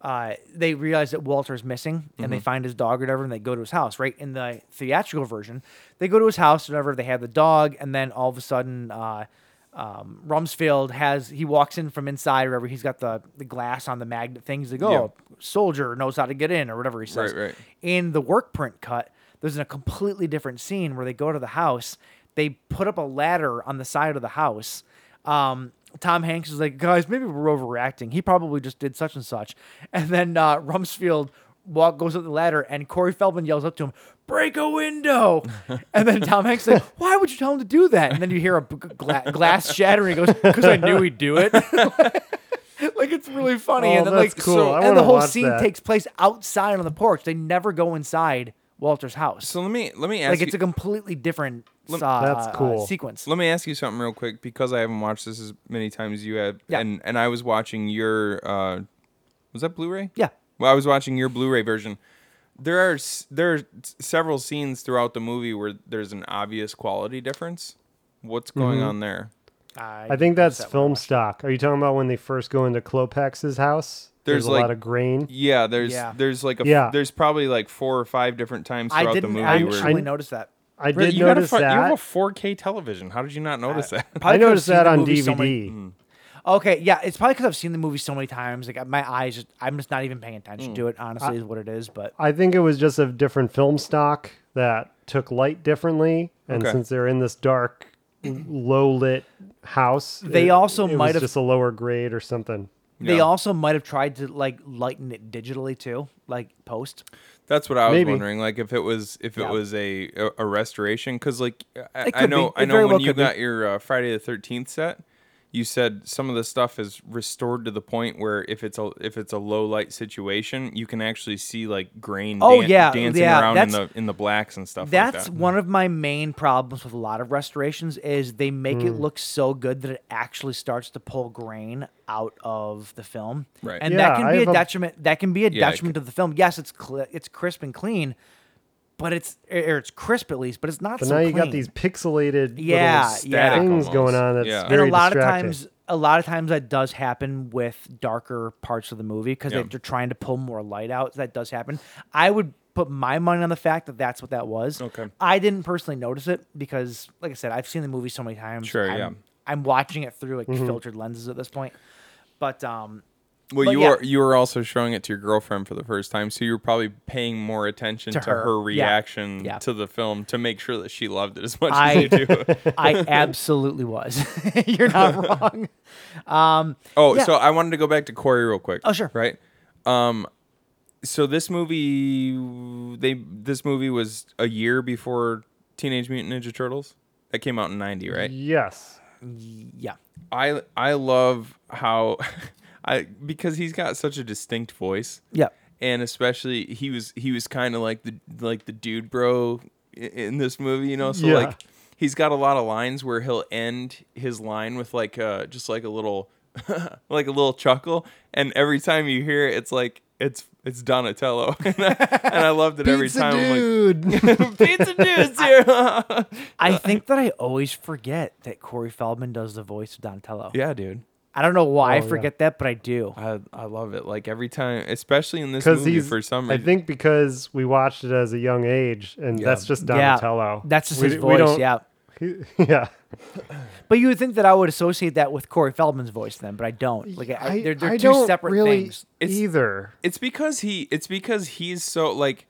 [SPEAKER 5] uh they realize that Walter's missing and they
[SPEAKER 6] Mm-hmm.
[SPEAKER 5] find his dog or whatever and they go to his house, right? In the theatrical version, they go to his house or whatever, they have the dog, and then all of a sudden uh um, Rumsfeld has he walks in from inside or whatever. He's got the, the glass on the magnet things to go. Soldier knows how to get in or whatever he says.
[SPEAKER 6] Right, right.
[SPEAKER 5] In the work print cut, there's a completely different scene where they go to the house. They put up a ladder on the side of the house. Um, Tom Hanks is like, guys, maybe we're overreacting. He probably just did such and such. And then uh, Rumsfeld walk goes up the ladder, and Corey Feldman yells up to him, "Break a window!" and then Tom Hanks is like, "Why would you tell him to do that?" And then you hear a b- gla- glass shatter, and he goes, "Because I knew he'd do it." like it's really funny.
[SPEAKER 7] Oh,
[SPEAKER 5] and then
[SPEAKER 7] that's
[SPEAKER 5] like
[SPEAKER 7] cool. I
[SPEAKER 5] and
[SPEAKER 7] wanna
[SPEAKER 5] the whole
[SPEAKER 7] watch
[SPEAKER 5] scene
[SPEAKER 7] that.
[SPEAKER 5] takes place outside on the porch. They never go inside Walter's house.
[SPEAKER 6] So let me let me ask
[SPEAKER 5] like it's
[SPEAKER 6] you,
[SPEAKER 5] a completely different uh,
[SPEAKER 7] That's
[SPEAKER 5] uh,
[SPEAKER 7] cool.
[SPEAKER 5] sequence.
[SPEAKER 6] let me ask you something real quick because I haven't watched this as many times as you have,
[SPEAKER 5] Yeah.
[SPEAKER 6] and and I was watching your uh, was that Blu-ray?
[SPEAKER 5] Yeah.
[SPEAKER 6] Well, I was watching your Blu-ray version. There are s- there are s- several scenes throughout the movie where there's an obvious quality difference. What's going on there?
[SPEAKER 7] I think that's film stock. Are you talking about when they first go into Klopex's house?
[SPEAKER 6] There's,
[SPEAKER 7] a
[SPEAKER 6] like-
[SPEAKER 7] lot of grain.
[SPEAKER 6] Yeah, there's
[SPEAKER 5] Yeah.
[SPEAKER 6] there's like a f-
[SPEAKER 7] Yeah.
[SPEAKER 6] there's probably like four or five different times
[SPEAKER 5] I
[SPEAKER 6] throughout the
[SPEAKER 5] didn't
[SPEAKER 6] movie
[SPEAKER 5] actually
[SPEAKER 6] where
[SPEAKER 7] I-
[SPEAKER 5] notice that.
[SPEAKER 7] I
[SPEAKER 6] Brett,
[SPEAKER 7] did
[SPEAKER 6] you, got a
[SPEAKER 7] notice
[SPEAKER 6] fu- you have a
[SPEAKER 7] that.
[SPEAKER 6] 4K television. How did you not notice that?
[SPEAKER 7] I
[SPEAKER 5] could've
[SPEAKER 7] noticed
[SPEAKER 5] seen
[SPEAKER 7] that
[SPEAKER 5] the
[SPEAKER 7] on
[SPEAKER 5] movie
[SPEAKER 7] DVD.
[SPEAKER 5] so many- Okay, yeah, it's probably because I've seen the movie so many times. Like my eyes, just, I'm just not even paying
[SPEAKER 6] Mm.
[SPEAKER 5] attention to it. Honestly, is what it is. But
[SPEAKER 7] I think it was just a different film stock that took light differently, and
[SPEAKER 6] Okay.
[SPEAKER 7] since they're in this dark, low lit house,
[SPEAKER 5] They
[SPEAKER 7] it-
[SPEAKER 5] also
[SPEAKER 7] it was
[SPEAKER 5] might have-
[SPEAKER 7] just a lower grade or something.
[SPEAKER 5] they
[SPEAKER 6] Yeah.
[SPEAKER 5] also might have tried to like lighten it digitally too, like post.
[SPEAKER 6] That's what I was
[SPEAKER 7] Maybe.
[SPEAKER 6] wondering. Like if it was if it
[SPEAKER 5] Yeah.
[SPEAKER 6] was a a, a restoration, because like I,
[SPEAKER 5] It
[SPEAKER 6] I
[SPEAKER 5] could
[SPEAKER 6] know
[SPEAKER 5] be.
[SPEAKER 6] I
[SPEAKER 5] It very
[SPEAKER 6] know when
[SPEAKER 5] well
[SPEAKER 6] you
[SPEAKER 5] could be.
[SPEAKER 6] got your uh, Friday the Thirteenth set, you said some of the stuff is restored to the point where if it's a if it's a low light situation, you can actually see like grain.
[SPEAKER 5] Oh,
[SPEAKER 6] dan-
[SPEAKER 5] yeah,
[SPEAKER 6] dancing
[SPEAKER 5] yeah,
[SPEAKER 6] around in the
[SPEAKER 5] that's-
[SPEAKER 6] in the blacks and stuff.
[SPEAKER 5] That's
[SPEAKER 6] like that.
[SPEAKER 5] one of my main problems with a lot of restorations is they make
[SPEAKER 7] Hmm.
[SPEAKER 5] it look so good that it actually starts to pull grain out of the film.
[SPEAKER 6] Right.
[SPEAKER 5] And
[SPEAKER 7] Yeah,
[SPEAKER 5] that can
[SPEAKER 7] I
[SPEAKER 5] be a
[SPEAKER 7] have a-
[SPEAKER 5] detriment that can be a
[SPEAKER 6] Yeah, it
[SPEAKER 5] detriment to the film. Yes, it's cl- it's crisp and clean, but it's or it's crisp at least, but it's not
[SPEAKER 7] But
[SPEAKER 5] so
[SPEAKER 7] now you got
[SPEAKER 5] clean.
[SPEAKER 7] these pixelated little
[SPEAKER 5] Yeah,
[SPEAKER 7] s-
[SPEAKER 5] yeah.
[SPEAKER 7] things
[SPEAKER 6] Static
[SPEAKER 7] going
[SPEAKER 6] almost.
[SPEAKER 7] on. That's
[SPEAKER 6] Yeah. And a
[SPEAKER 7] very
[SPEAKER 5] and a lot
[SPEAKER 7] distracting.
[SPEAKER 5] of times a lot of times that does happen with darker parts of the movie because
[SPEAKER 6] Yeah.
[SPEAKER 5] they're trying to pull more light out. That does happen. I would put my money on the fact that that's what that was.
[SPEAKER 6] Okay.
[SPEAKER 5] I didn't personally notice it because, like I said, I've seen the movie so many times.
[SPEAKER 6] Sure,
[SPEAKER 5] I'm,
[SPEAKER 6] yeah.
[SPEAKER 5] I'm watching it through like
[SPEAKER 7] Mm-hmm.
[SPEAKER 5] filtered lenses at this point, but um,
[SPEAKER 6] Well,
[SPEAKER 5] But
[SPEAKER 6] you
[SPEAKER 5] yeah.
[SPEAKER 6] were you were also showing it to your girlfriend for the first time, so you were probably paying more attention
[SPEAKER 5] To
[SPEAKER 6] to,
[SPEAKER 5] her,
[SPEAKER 6] her,
[SPEAKER 5] yeah,
[SPEAKER 6] reaction
[SPEAKER 5] yeah.
[SPEAKER 6] to the film to make sure that she loved it as much
[SPEAKER 5] I-
[SPEAKER 6] as you do.
[SPEAKER 5] I absolutely was. You're not wrong.
[SPEAKER 6] Oh,
[SPEAKER 5] Yeah.
[SPEAKER 6] so I wanted to go back to Corey real quick.
[SPEAKER 5] Oh, sure.
[SPEAKER 6] Right. Um, so this movie, they this movie was a year before Teenage Mutant Ninja Turtles. That came out in '90, right?
[SPEAKER 7] Yes.
[SPEAKER 5] Yeah.
[SPEAKER 6] I I love how I because he's got such a distinct voice.
[SPEAKER 5] Yeah.
[SPEAKER 6] and especially he was he was kind of like the like the dude bro i- in this movie you know so
[SPEAKER 7] Yeah.
[SPEAKER 6] like he's got a lot of lines where he'll end his line with like uh just like a little like a little chuckle and every time you hear it it's like it's it's donatello and i, and I loved it every
[SPEAKER 7] Pizza
[SPEAKER 6] time I'm
[SPEAKER 7] dude.
[SPEAKER 6] like pizza dude's here
[SPEAKER 5] I think that I always forget that Corey Feldman does the voice of Donatello.
[SPEAKER 6] yeah dude
[SPEAKER 5] I don't know why I
[SPEAKER 7] Oh, yeah.
[SPEAKER 5] forget that, but I do.
[SPEAKER 6] I, I love it like every time especially in this
[SPEAKER 7] Because
[SPEAKER 6] movie
[SPEAKER 7] he's,
[SPEAKER 6] for some
[SPEAKER 7] I
[SPEAKER 6] reason
[SPEAKER 7] think because we watched it as a young age, and that's just
[SPEAKER 5] Yeah.
[SPEAKER 7] Donatello.
[SPEAKER 5] That's just
[SPEAKER 7] We-
[SPEAKER 5] his
[SPEAKER 7] we
[SPEAKER 5] voice,
[SPEAKER 7] don't-
[SPEAKER 5] yeah.
[SPEAKER 7] yeah.
[SPEAKER 5] But you would think that I would associate that with Corey Feldman's voice then, but I don't. Like I, they're, they're
[SPEAKER 7] I
[SPEAKER 5] 2
[SPEAKER 7] don't
[SPEAKER 5] separate
[SPEAKER 7] really
[SPEAKER 5] things.
[SPEAKER 6] It's-
[SPEAKER 7] either.
[SPEAKER 6] it's because he it's because he's so like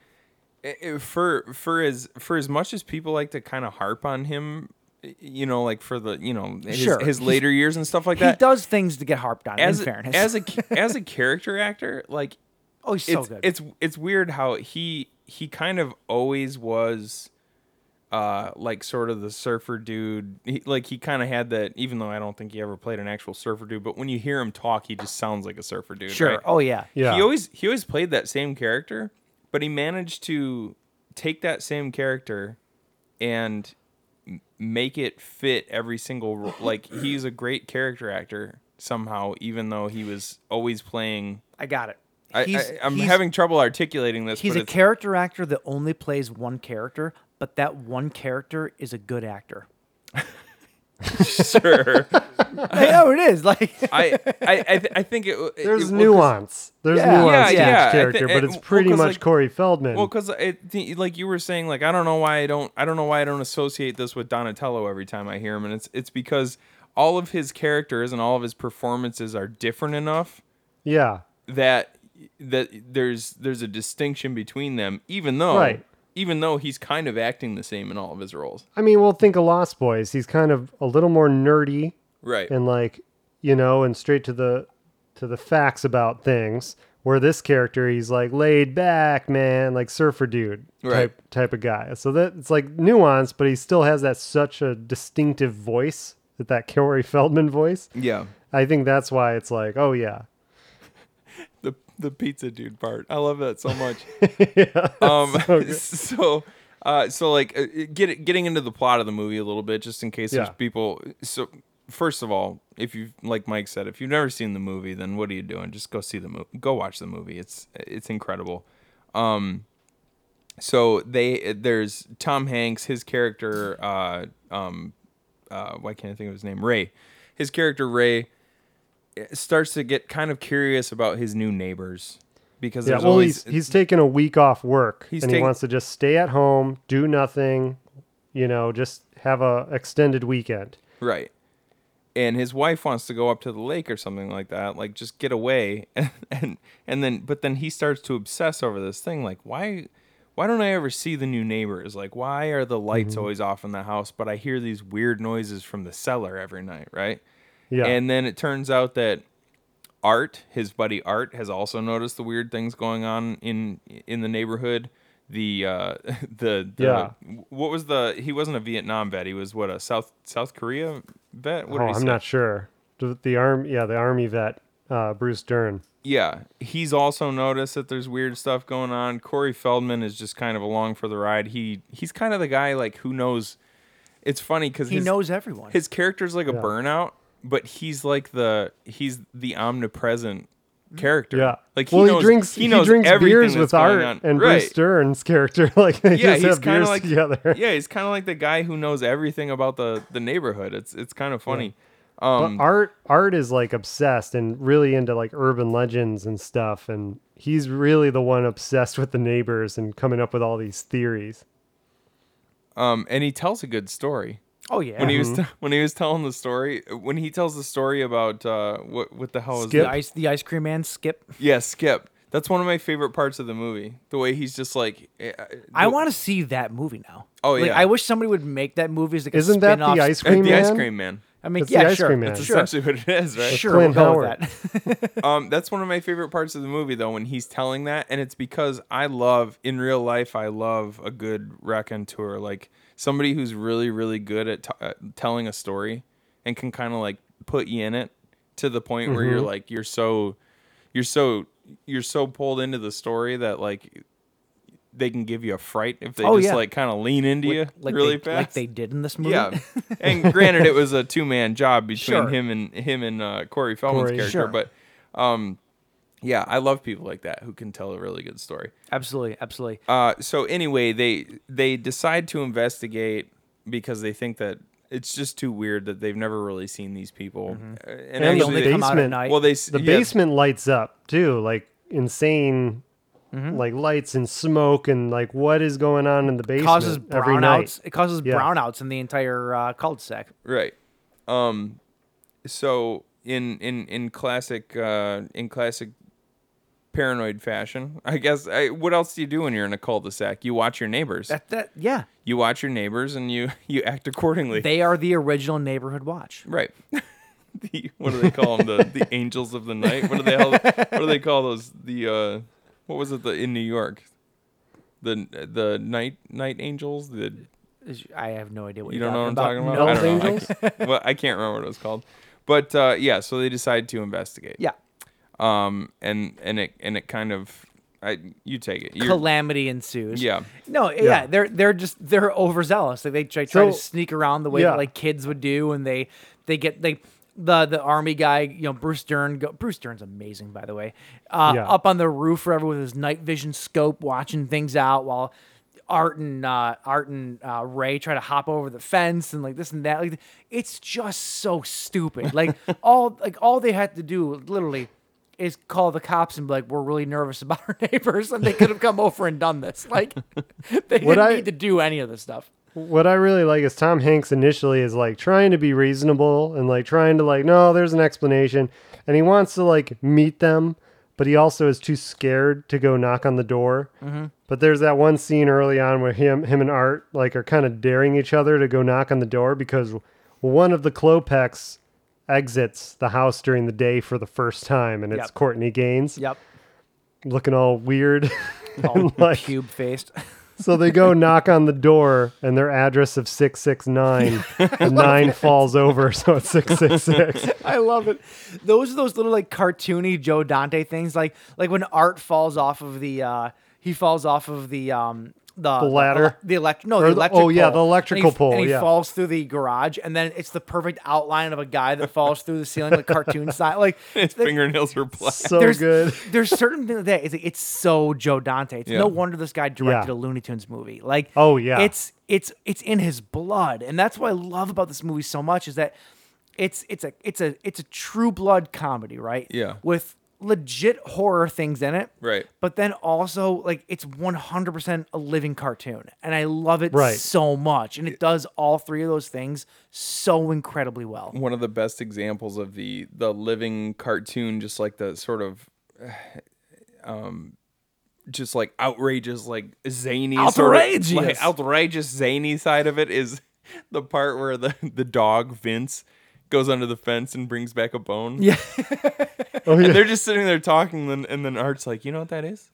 [SPEAKER 6] i- i- for for as for as much as people like to kind of harp on him y- you know like for the you know his,
[SPEAKER 5] Sure.
[SPEAKER 6] his later years and stuff like
[SPEAKER 5] He
[SPEAKER 6] that
[SPEAKER 5] does things to get harped on.
[SPEAKER 6] as
[SPEAKER 5] in
[SPEAKER 6] a-
[SPEAKER 5] fairness,
[SPEAKER 6] as a ca- as a character actor like
[SPEAKER 5] oh, he's so
[SPEAKER 6] it's
[SPEAKER 5] good.
[SPEAKER 6] it's it's weird how he he kind of always was uh like sort of the surfer dude he, like he kind of had that even though I don't think he ever played an actual surfer dude but when you hear him talk he just sounds like a surfer dude
[SPEAKER 5] sure.
[SPEAKER 6] right?
[SPEAKER 5] Oh yeah.
[SPEAKER 7] Yeah.
[SPEAKER 6] He always he always played that same character, but he managed to take that same character and m- make it fit every single role. like he's a great character actor somehow even though he was always playing
[SPEAKER 5] I got it.
[SPEAKER 6] I, I, I'm having trouble articulating this.
[SPEAKER 5] He's
[SPEAKER 6] but
[SPEAKER 5] a
[SPEAKER 6] it's-
[SPEAKER 5] character actor that only plays one character, but that one character is a good actor.
[SPEAKER 6] sure.
[SPEAKER 5] I know it is. Like
[SPEAKER 6] I I I, th- I think it. it-
[SPEAKER 7] There's
[SPEAKER 6] well, 'cause-
[SPEAKER 7] nuance. There's
[SPEAKER 5] Yeah.
[SPEAKER 7] nuance
[SPEAKER 5] Yeah,
[SPEAKER 7] to
[SPEAKER 5] yeah,
[SPEAKER 7] each
[SPEAKER 5] I
[SPEAKER 6] thi-
[SPEAKER 7] character,
[SPEAKER 6] it-
[SPEAKER 7] but it's
[SPEAKER 6] well,
[SPEAKER 7] pretty
[SPEAKER 6] 'cause,
[SPEAKER 7] much
[SPEAKER 6] like-
[SPEAKER 7] Corey Feldman.
[SPEAKER 6] Well, because like you were saying, like I don't know why I don't, I don't know why I don't associate this with Donatello every time I hear him, and it's it's because all of his characters and all of his performances are different enough
[SPEAKER 7] yeah.
[SPEAKER 6] that that there's there's a distinction between them, even though
[SPEAKER 7] Right.
[SPEAKER 6] even though he's kind of acting the same in all of his roles,
[SPEAKER 7] I mean, we'll think of Lost Boys. He's kind of a little more nerdy
[SPEAKER 6] right?
[SPEAKER 7] and like, you know, and straight to the to the facts about things. Where this character, he's like laid back, man, like surfer dude type
[SPEAKER 6] Right.
[SPEAKER 7] type of guy. So that it's like nuance, but he still has that such a distinctive voice that that Corey Feldman voice.
[SPEAKER 6] yeah,
[SPEAKER 7] I think that's why it's like, oh yeah,
[SPEAKER 6] the the pizza dude part. I love that so much. um, so uh, so like uh, get getting into the plot of the movie a little bit, just in case
[SPEAKER 7] Yeah.
[SPEAKER 6] there's people. So first of all, if you like Mike said, if you've never seen the movie, then what are you doing? Just go see the movie. Go watch the movie. It's it's incredible. Um, so they there's Tom Hanks, his character. Uh, um, uh, why can't I think of his name? Ray. His character Ray starts to get kind of curious about his new neighbors because
[SPEAKER 7] yeah.
[SPEAKER 6] there's
[SPEAKER 7] Well,
[SPEAKER 6] always
[SPEAKER 7] he's he's taking a week off work,
[SPEAKER 6] He's
[SPEAKER 7] and he
[SPEAKER 6] taking-
[SPEAKER 7] wants to just stay at home, do nothing, you know, just have a extended weekend.
[SPEAKER 6] Right. And his wife wants to go up to the lake or something like that, like just get away. And and, and then but then he starts to obsess over this thing like why why don't I ever see the new neighbors? Like why are the
[SPEAKER 7] Mm-hmm.
[SPEAKER 6] lights always off in the house but I hear these weird noises from the cellar every night, right?
[SPEAKER 7] Yeah.
[SPEAKER 6] And then it turns out that Art, his buddy Art, has also noticed the weird things going on in in the neighborhood. The uh, the, the
[SPEAKER 7] Yeah.
[SPEAKER 6] what was the? He wasn't a Vietnam vet. He was what a South South Korea vet. What
[SPEAKER 7] oh,
[SPEAKER 6] did he
[SPEAKER 7] I'm
[SPEAKER 6] say?
[SPEAKER 7] not sure. The, the arm, yeah, the army vet, uh, Bruce Dern.
[SPEAKER 6] Yeah, he's also noticed that there's weird stuff going on. Corey Feldman is just kind of along for the ride. He he's kind of the guy like who knows. It's funny because
[SPEAKER 5] he knows everyone.
[SPEAKER 6] his character's like a burnout, but he's like the he's the omnipresent character.
[SPEAKER 7] Mm-hmm. Yeah.
[SPEAKER 6] like
[SPEAKER 7] well,
[SPEAKER 6] knows,
[SPEAKER 7] he drinks.
[SPEAKER 6] he knows
[SPEAKER 7] drinks
[SPEAKER 6] everything
[SPEAKER 7] beers
[SPEAKER 6] that's
[SPEAKER 7] with
[SPEAKER 6] going
[SPEAKER 7] Art
[SPEAKER 6] on.
[SPEAKER 7] and
[SPEAKER 6] right.
[SPEAKER 7] Bruce Dern's character. Like they
[SPEAKER 6] Yeah,
[SPEAKER 7] just
[SPEAKER 6] he's
[SPEAKER 7] have
[SPEAKER 6] kind
[SPEAKER 7] beers
[SPEAKER 6] of like
[SPEAKER 7] together.
[SPEAKER 6] yeah, he's kind of like the guy who knows everything about the the neighborhood. It's it's kind of funny. Um,
[SPEAKER 7] But art art is like obsessed and really into like urban legends and stuff and he's really the one obsessed with the neighbors and coming up with all these theories.
[SPEAKER 6] Um, and he tells a good story.
[SPEAKER 5] Oh yeah.
[SPEAKER 6] When he was
[SPEAKER 7] Mm-hmm.
[SPEAKER 6] t- when he was telling the story, when he tells the story about uh, what what the hell is
[SPEAKER 5] the
[SPEAKER 7] Skip?
[SPEAKER 6] that?
[SPEAKER 5] ice the ice cream man skip.
[SPEAKER 6] Yeah, Skip. That's one of my favorite parts of the movie. The way he's just like, eh, eh,
[SPEAKER 5] I
[SPEAKER 6] the-
[SPEAKER 5] want to see that movie now.
[SPEAKER 6] Oh,
[SPEAKER 5] Like,
[SPEAKER 6] yeah.
[SPEAKER 5] I wish somebody would make that movie as like a
[SPEAKER 7] Isn't that
[SPEAKER 5] spin-off.
[SPEAKER 7] the ice
[SPEAKER 6] eh,
[SPEAKER 7] cream
[SPEAKER 6] the
[SPEAKER 7] man?
[SPEAKER 6] ice cream man.
[SPEAKER 5] I mean,
[SPEAKER 7] It's the
[SPEAKER 5] yeah,
[SPEAKER 7] ice
[SPEAKER 5] sure.
[SPEAKER 7] cream man.
[SPEAKER 6] That's
[SPEAKER 5] Sure.
[SPEAKER 6] essentially what it is, right?
[SPEAKER 5] Sure,
[SPEAKER 7] Clint
[SPEAKER 5] we'll go with
[SPEAKER 7] Howard.
[SPEAKER 5] that.
[SPEAKER 6] Um, that's one of my favorite parts of the movie though, when he's telling that, and it's because I love in real life, I love a good raconteur, like somebody who's really, really good at t- uh, telling a story and can kind of like put you in it to the point where
[SPEAKER 5] Mm-hmm.
[SPEAKER 6] you're like, you're so, you're so, you're so pulled into the story that like they can give you a fright if they
[SPEAKER 5] Oh,
[SPEAKER 6] just
[SPEAKER 5] yeah.
[SPEAKER 6] like kind of lean into you
[SPEAKER 5] like
[SPEAKER 6] really
[SPEAKER 5] they,
[SPEAKER 6] fast.
[SPEAKER 5] like they did in this movie.
[SPEAKER 6] Yeah, and granted, it was a two man job between
[SPEAKER 5] Sure.
[SPEAKER 6] him and him and uh, Corey Feldman's
[SPEAKER 7] Corey.
[SPEAKER 6] character.
[SPEAKER 5] Sure.
[SPEAKER 6] But um, yeah, I love people like that who can tell a really good story.
[SPEAKER 5] absolutely, absolutely.
[SPEAKER 6] Uh, so anyway, they they decide to investigate because they think that it's just too weird that they've never really seen these people.
[SPEAKER 7] And
[SPEAKER 6] Uh, And,
[SPEAKER 5] Mm-hmm. they
[SPEAKER 7] the
[SPEAKER 5] only
[SPEAKER 6] actually, they,
[SPEAKER 5] come out at
[SPEAKER 7] basement-
[SPEAKER 5] night.
[SPEAKER 6] well, they s-
[SPEAKER 7] The
[SPEAKER 6] yeah,
[SPEAKER 7] basement lights up too, like insane
[SPEAKER 5] Mm-hmm.
[SPEAKER 7] like lights and smoke and like what is going on in the
[SPEAKER 5] it
[SPEAKER 7] basement
[SPEAKER 5] causes
[SPEAKER 7] every night.
[SPEAKER 5] brownouts. It causes
[SPEAKER 7] Yeah.
[SPEAKER 5] brownouts in the entire uh, cul-de-sac.
[SPEAKER 6] Right. Um so in in in classic uh in classic paranoid fashion, I guess I what else do you do when you're in a cul-de-sac? You watch your neighbors.
[SPEAKER 5] That that yeah,
[SPEAKER 6] you watch your neighbors and you you act accordingly.
[SPEAKER 5] they are the original neighborhood watch.
[SPEAKER 6] right. the, what do they call them? The the angels of the night. What do they hell, what do they call those? The uh what was it the in New York? The the night night angels, the
[SPEAKER 5] Is- I have no idea what
[SPEAKER 6] you
[SPEAKER 5] you're
[SPEAKER 6] don't know what I'm talking about?
[SPEAKER 5] No.
[SPEAKER 6] I don't know. I can't, well, I can't remember what it was called. But uh, yeah, so they decide to investigate.
[SPEAKER 5] Yeah,
[SPEAKER 6] Um, and and it and it kind of, I you take it. You're,
[SPEAKER 5] calamity ensues.
[SPEAKER 6] Yeah.
[SPEAKER 5] No, yeah. they're they're just they're overzealous. Like they try, try to
[SPEAKER 7] So-
[SPEAKER 5] sneak around the way
[SPEAKER 7] yeah.
[SPEAKER 5] that like kids would do, and they they get they the the army guy, you know, Bruce Dern. Go, Bruce Dern's amazing, by the way. Uh,
[SPEAKER 7] Yeah.
[SPEAKER 5] Up on the roof forever with his night vision scope, watching things out while. Art and uh, Art and uh, Ray try to hop over the fence and like this and that. Like it's just so stupid. Like all like all they had to do literally is call the cops and be like, "We're really nervous about our neighbors," and they could have come over and done this. Like, they didn't
[SPEAKER 7] I-
[SPEAKER 5] need to do any of this stuff.
[SPEAKER 7] What I really like is Tom Hanks initially is like trying to be reasonable and like trying to like no, there's an explanation, and he wants to like meet them, but he also is too scared to go knock on the door.
[SPEAKER 5] Mm-hmm.
[SPEAKER 7] But there's that one scene early on where him him and Art like are kind of daring each other to go knock on the door because one of the Klopex exits the house during the day for the first time, and it's
[SPEAKER 5] Yep.
[SPEAKER 7] Courtney Gaines
[SPEAKER 5] Yep,
[SPEAKER 7] looking all weird.
[SPEAKER 5] all
[SPEAKER 7] Like-
[SPEAKER 5] cube faced.
[SPEAKER 7] So they go knock on the door, and their address of six six nine. The nine falls over, so it's six six six.
[SPEAKER 5] I love it. Those are those little like cartoony Joe Dante things, like like when Art falls off of the uh he falls off of the um the, the
[SPEAKER 7] ladder?
[SPEAKER 5] the, elect no
[SPEAKER 7] Or
[SPEAKER 5] the
[SPEAKER 7] the-
[SPEAKER 5] electric
[SPEAKER 7] oh, yeah,
[SPEAKER 5] pole.
[SPEAKER 7] the electrical
[SPEAKER 5] and he,
[SPEAKER 7] pole,
[SPEAKER 5] and he
[SPEAKER 7] yeah.
[SPEAKER 5] falls through the garage, and then it's the perfect outline of a guy that falls through the ceiling like cartoon style, like
[SPEAKER 6] his
[SPEAKER 5] they-
[SPEAKER 6] fingernails are black.
[SPEAKER 7] So
[SPEAKER 5] there's,
[SPEAKER 7] good.
[SPEAKER 5] there's certain things that it's, like, it's so Joe Dante. It's
[SPEAKER 6] Yeah.
[SPEAKER 5] no wonder this guy directed
[SPEAKER 7] Yeah.
[SPEAKER 5] a Looney Tunes movie. Like,
[SPEAKER 7] Oh, yeah.
[SPEAKER 5] it's it's it's in his blood, and that's what I love about this movie so much is that it's it's a it's a it's a true blood comedy, right?
[SPEAKER 6] Yeah.
[SPEAKER 5] with legit horror things in it,
[SPEAKER 6] Right.
[SPEAKER 5] But then also like it's 100 percent a living cartoon, and I love it
[SPEAKER 7] Right.
[SPEAKER 5] so much, and it does all three of those things so incredibly well.
[SPEAKER 6] one of the best examples of the the living cartoon just like the sort of um just like outrageous like zany sort of- like,
[SPEAKER 5] Outrageous!
[SPEAKER 6] outrageous zany side of it is the part where the the dog Vince goes under the fence and brings back a bone yeah
[SPEAKER 7] Oh
[SPEAKER 6] and
[SPEAKER 7] yeah,
[SPEAKER 6] they're just sitting there talking and, and then Art's like you know what that is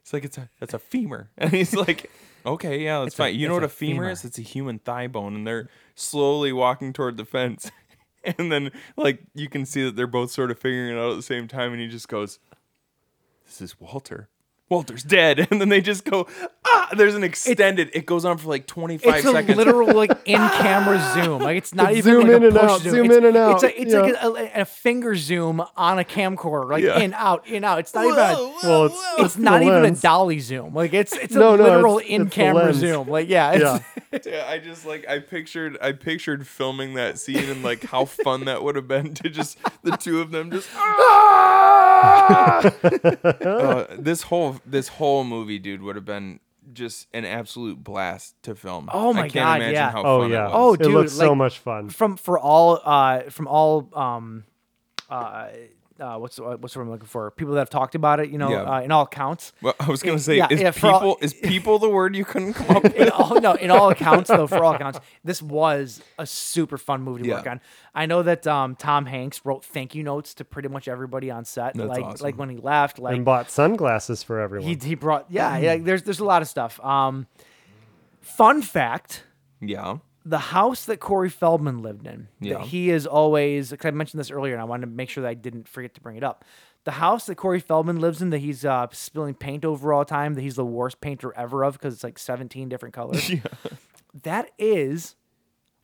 [SPEAKER 6] it's like it's a it's a femur and he's like okay yeah that's fine you know what a
[SPEAKER 5] it's a
[SPEAKER 6] femur,
[SPEAKER 5] femur.
[SPEAKER 6] is it's a human thigh bone and they're slowly walking toward the fence and then like you can see that they're both sort of figuring it out at the same time and he just goes this is walter Walter's dead, and then they just go ah. There's an extended. It, goes on for like 25
[SPEAKER 5] it's
[SPEAKER 6] seconds.
[SPEAKER 5] a literal like in camera zoom. Like it's not
[SPEAKER 7] It's
[SPEAKER 5] even
[SPEAKER 7] zoom
[SPEAKER 5] like
[SPEAKER 7] in
[SPEAKER 5] a
[SPEAKER 7] and
[SPEAKER 5] push
[SPEAKER 7] out,
[SPEAKER 5] Zoom.
[SPEAKER 7] zoom
[SPEAKER 5] It's-
[SPEAKER 7] in and out,
[SPEAKER 5] It's, a, it's like a, a finger zoom on a camcorder, like
[SPEAKER 6] Yeah.
[SPEAKER 5] in out in out. It's not even. A,
[SPEAKER 7] Well, it's,
[SPEAKER 5] it's
[SPEAKER 7] the
[SPEAKER 5] not even a
[SPEAKER 7] lens.
[SPEAKER 5] dolly zoom. Like it's it's a
[SPEAKER 7] No, no,
[SPEAKER 5] literal
[SPEAKER 7] it's- it's the
[SPEAKER 5] in camera
[SPEAKER 7] lens.
[SPEAKER 5] zoom. Like yeah, it's,
[SPEAKER 7] Yeah.
[SPEAKER 6] Yeah, I just like I pictured I pictured filming that scene and like how fun that would have been to just the two of them just "Ah!" Uh, this whole this whole movie, dude, would have been just an absolute blast to film.
[SPEAKER 5] Oh
[SPEAKER 6] I
[SPEAKER 5] my
[SPEAKER 6] can't
[SPEAKER 5] God,
[SPEAKER 6] imagine
[SPEAKER 5] yeah.
[SPEAKER 6] how
[SPEAKER 7] Oh
[SPEAKER 6] fun
[SPEAKER 7] yeah.
[SPEAKER 6] it was.
[SPEAKER 5] dude,
[SPEAKER 7] it looks so
[SPEAKER 5] like-
[SPEAKER 7] much fun.
[SPEAKER 5] from for all uh from all um uh, uh what's the- what's what I'm looking for people that have talked about it. You know,
[SPEAKER 6] Yeah.
[SPEAKER 5] uh, in all accounts.
[SPEAKER 6] Well, I was gonna say,
[SPEAKER 5] yeah,
[SPEAKER 6] is
[SPEAKER 5] yeah, for
[SPEAKER 6] people
[SPEAKER 5] all-
[SPEAKER 6] is people the word you couldn't come up
[SPEAKER 5] in
[SPEAKER 6] with?
[SPEAKER 5] all no, in all accounts though, for all accounts, this was a super fun movie to work
[SPEAKER 6] Yeah.
[SPEAKER 5] on. I know that um, Tom Hanks wrote thank you notes to pretty much everybody on set.
[SPEAKER 6] That's
[SPEAKER 5] like
[SPEAKER 6] awesome.
[SPEAKER 5] like when he left, like
[SPEAKER 7] and bought sunglasses for everyone.
[SPEAKER 5] he he brought yeah, yeah, there's there's a lot of stuff. Um fun fact
[SPEAKER 6] Yeah,
[SPEAKER 5] the house that Corey Feldman lived in,
[SPEAKER 6] Yeah.
[SPEAKER 5] that he is always, because I mentioned this earlier and I wanted to make sure that I didn't forget to bring it up. The house that Corey Feldman lives in, that he's uh, spilling paint over all the time, that he's the worst painter ever of because it's like 17 different colors. That is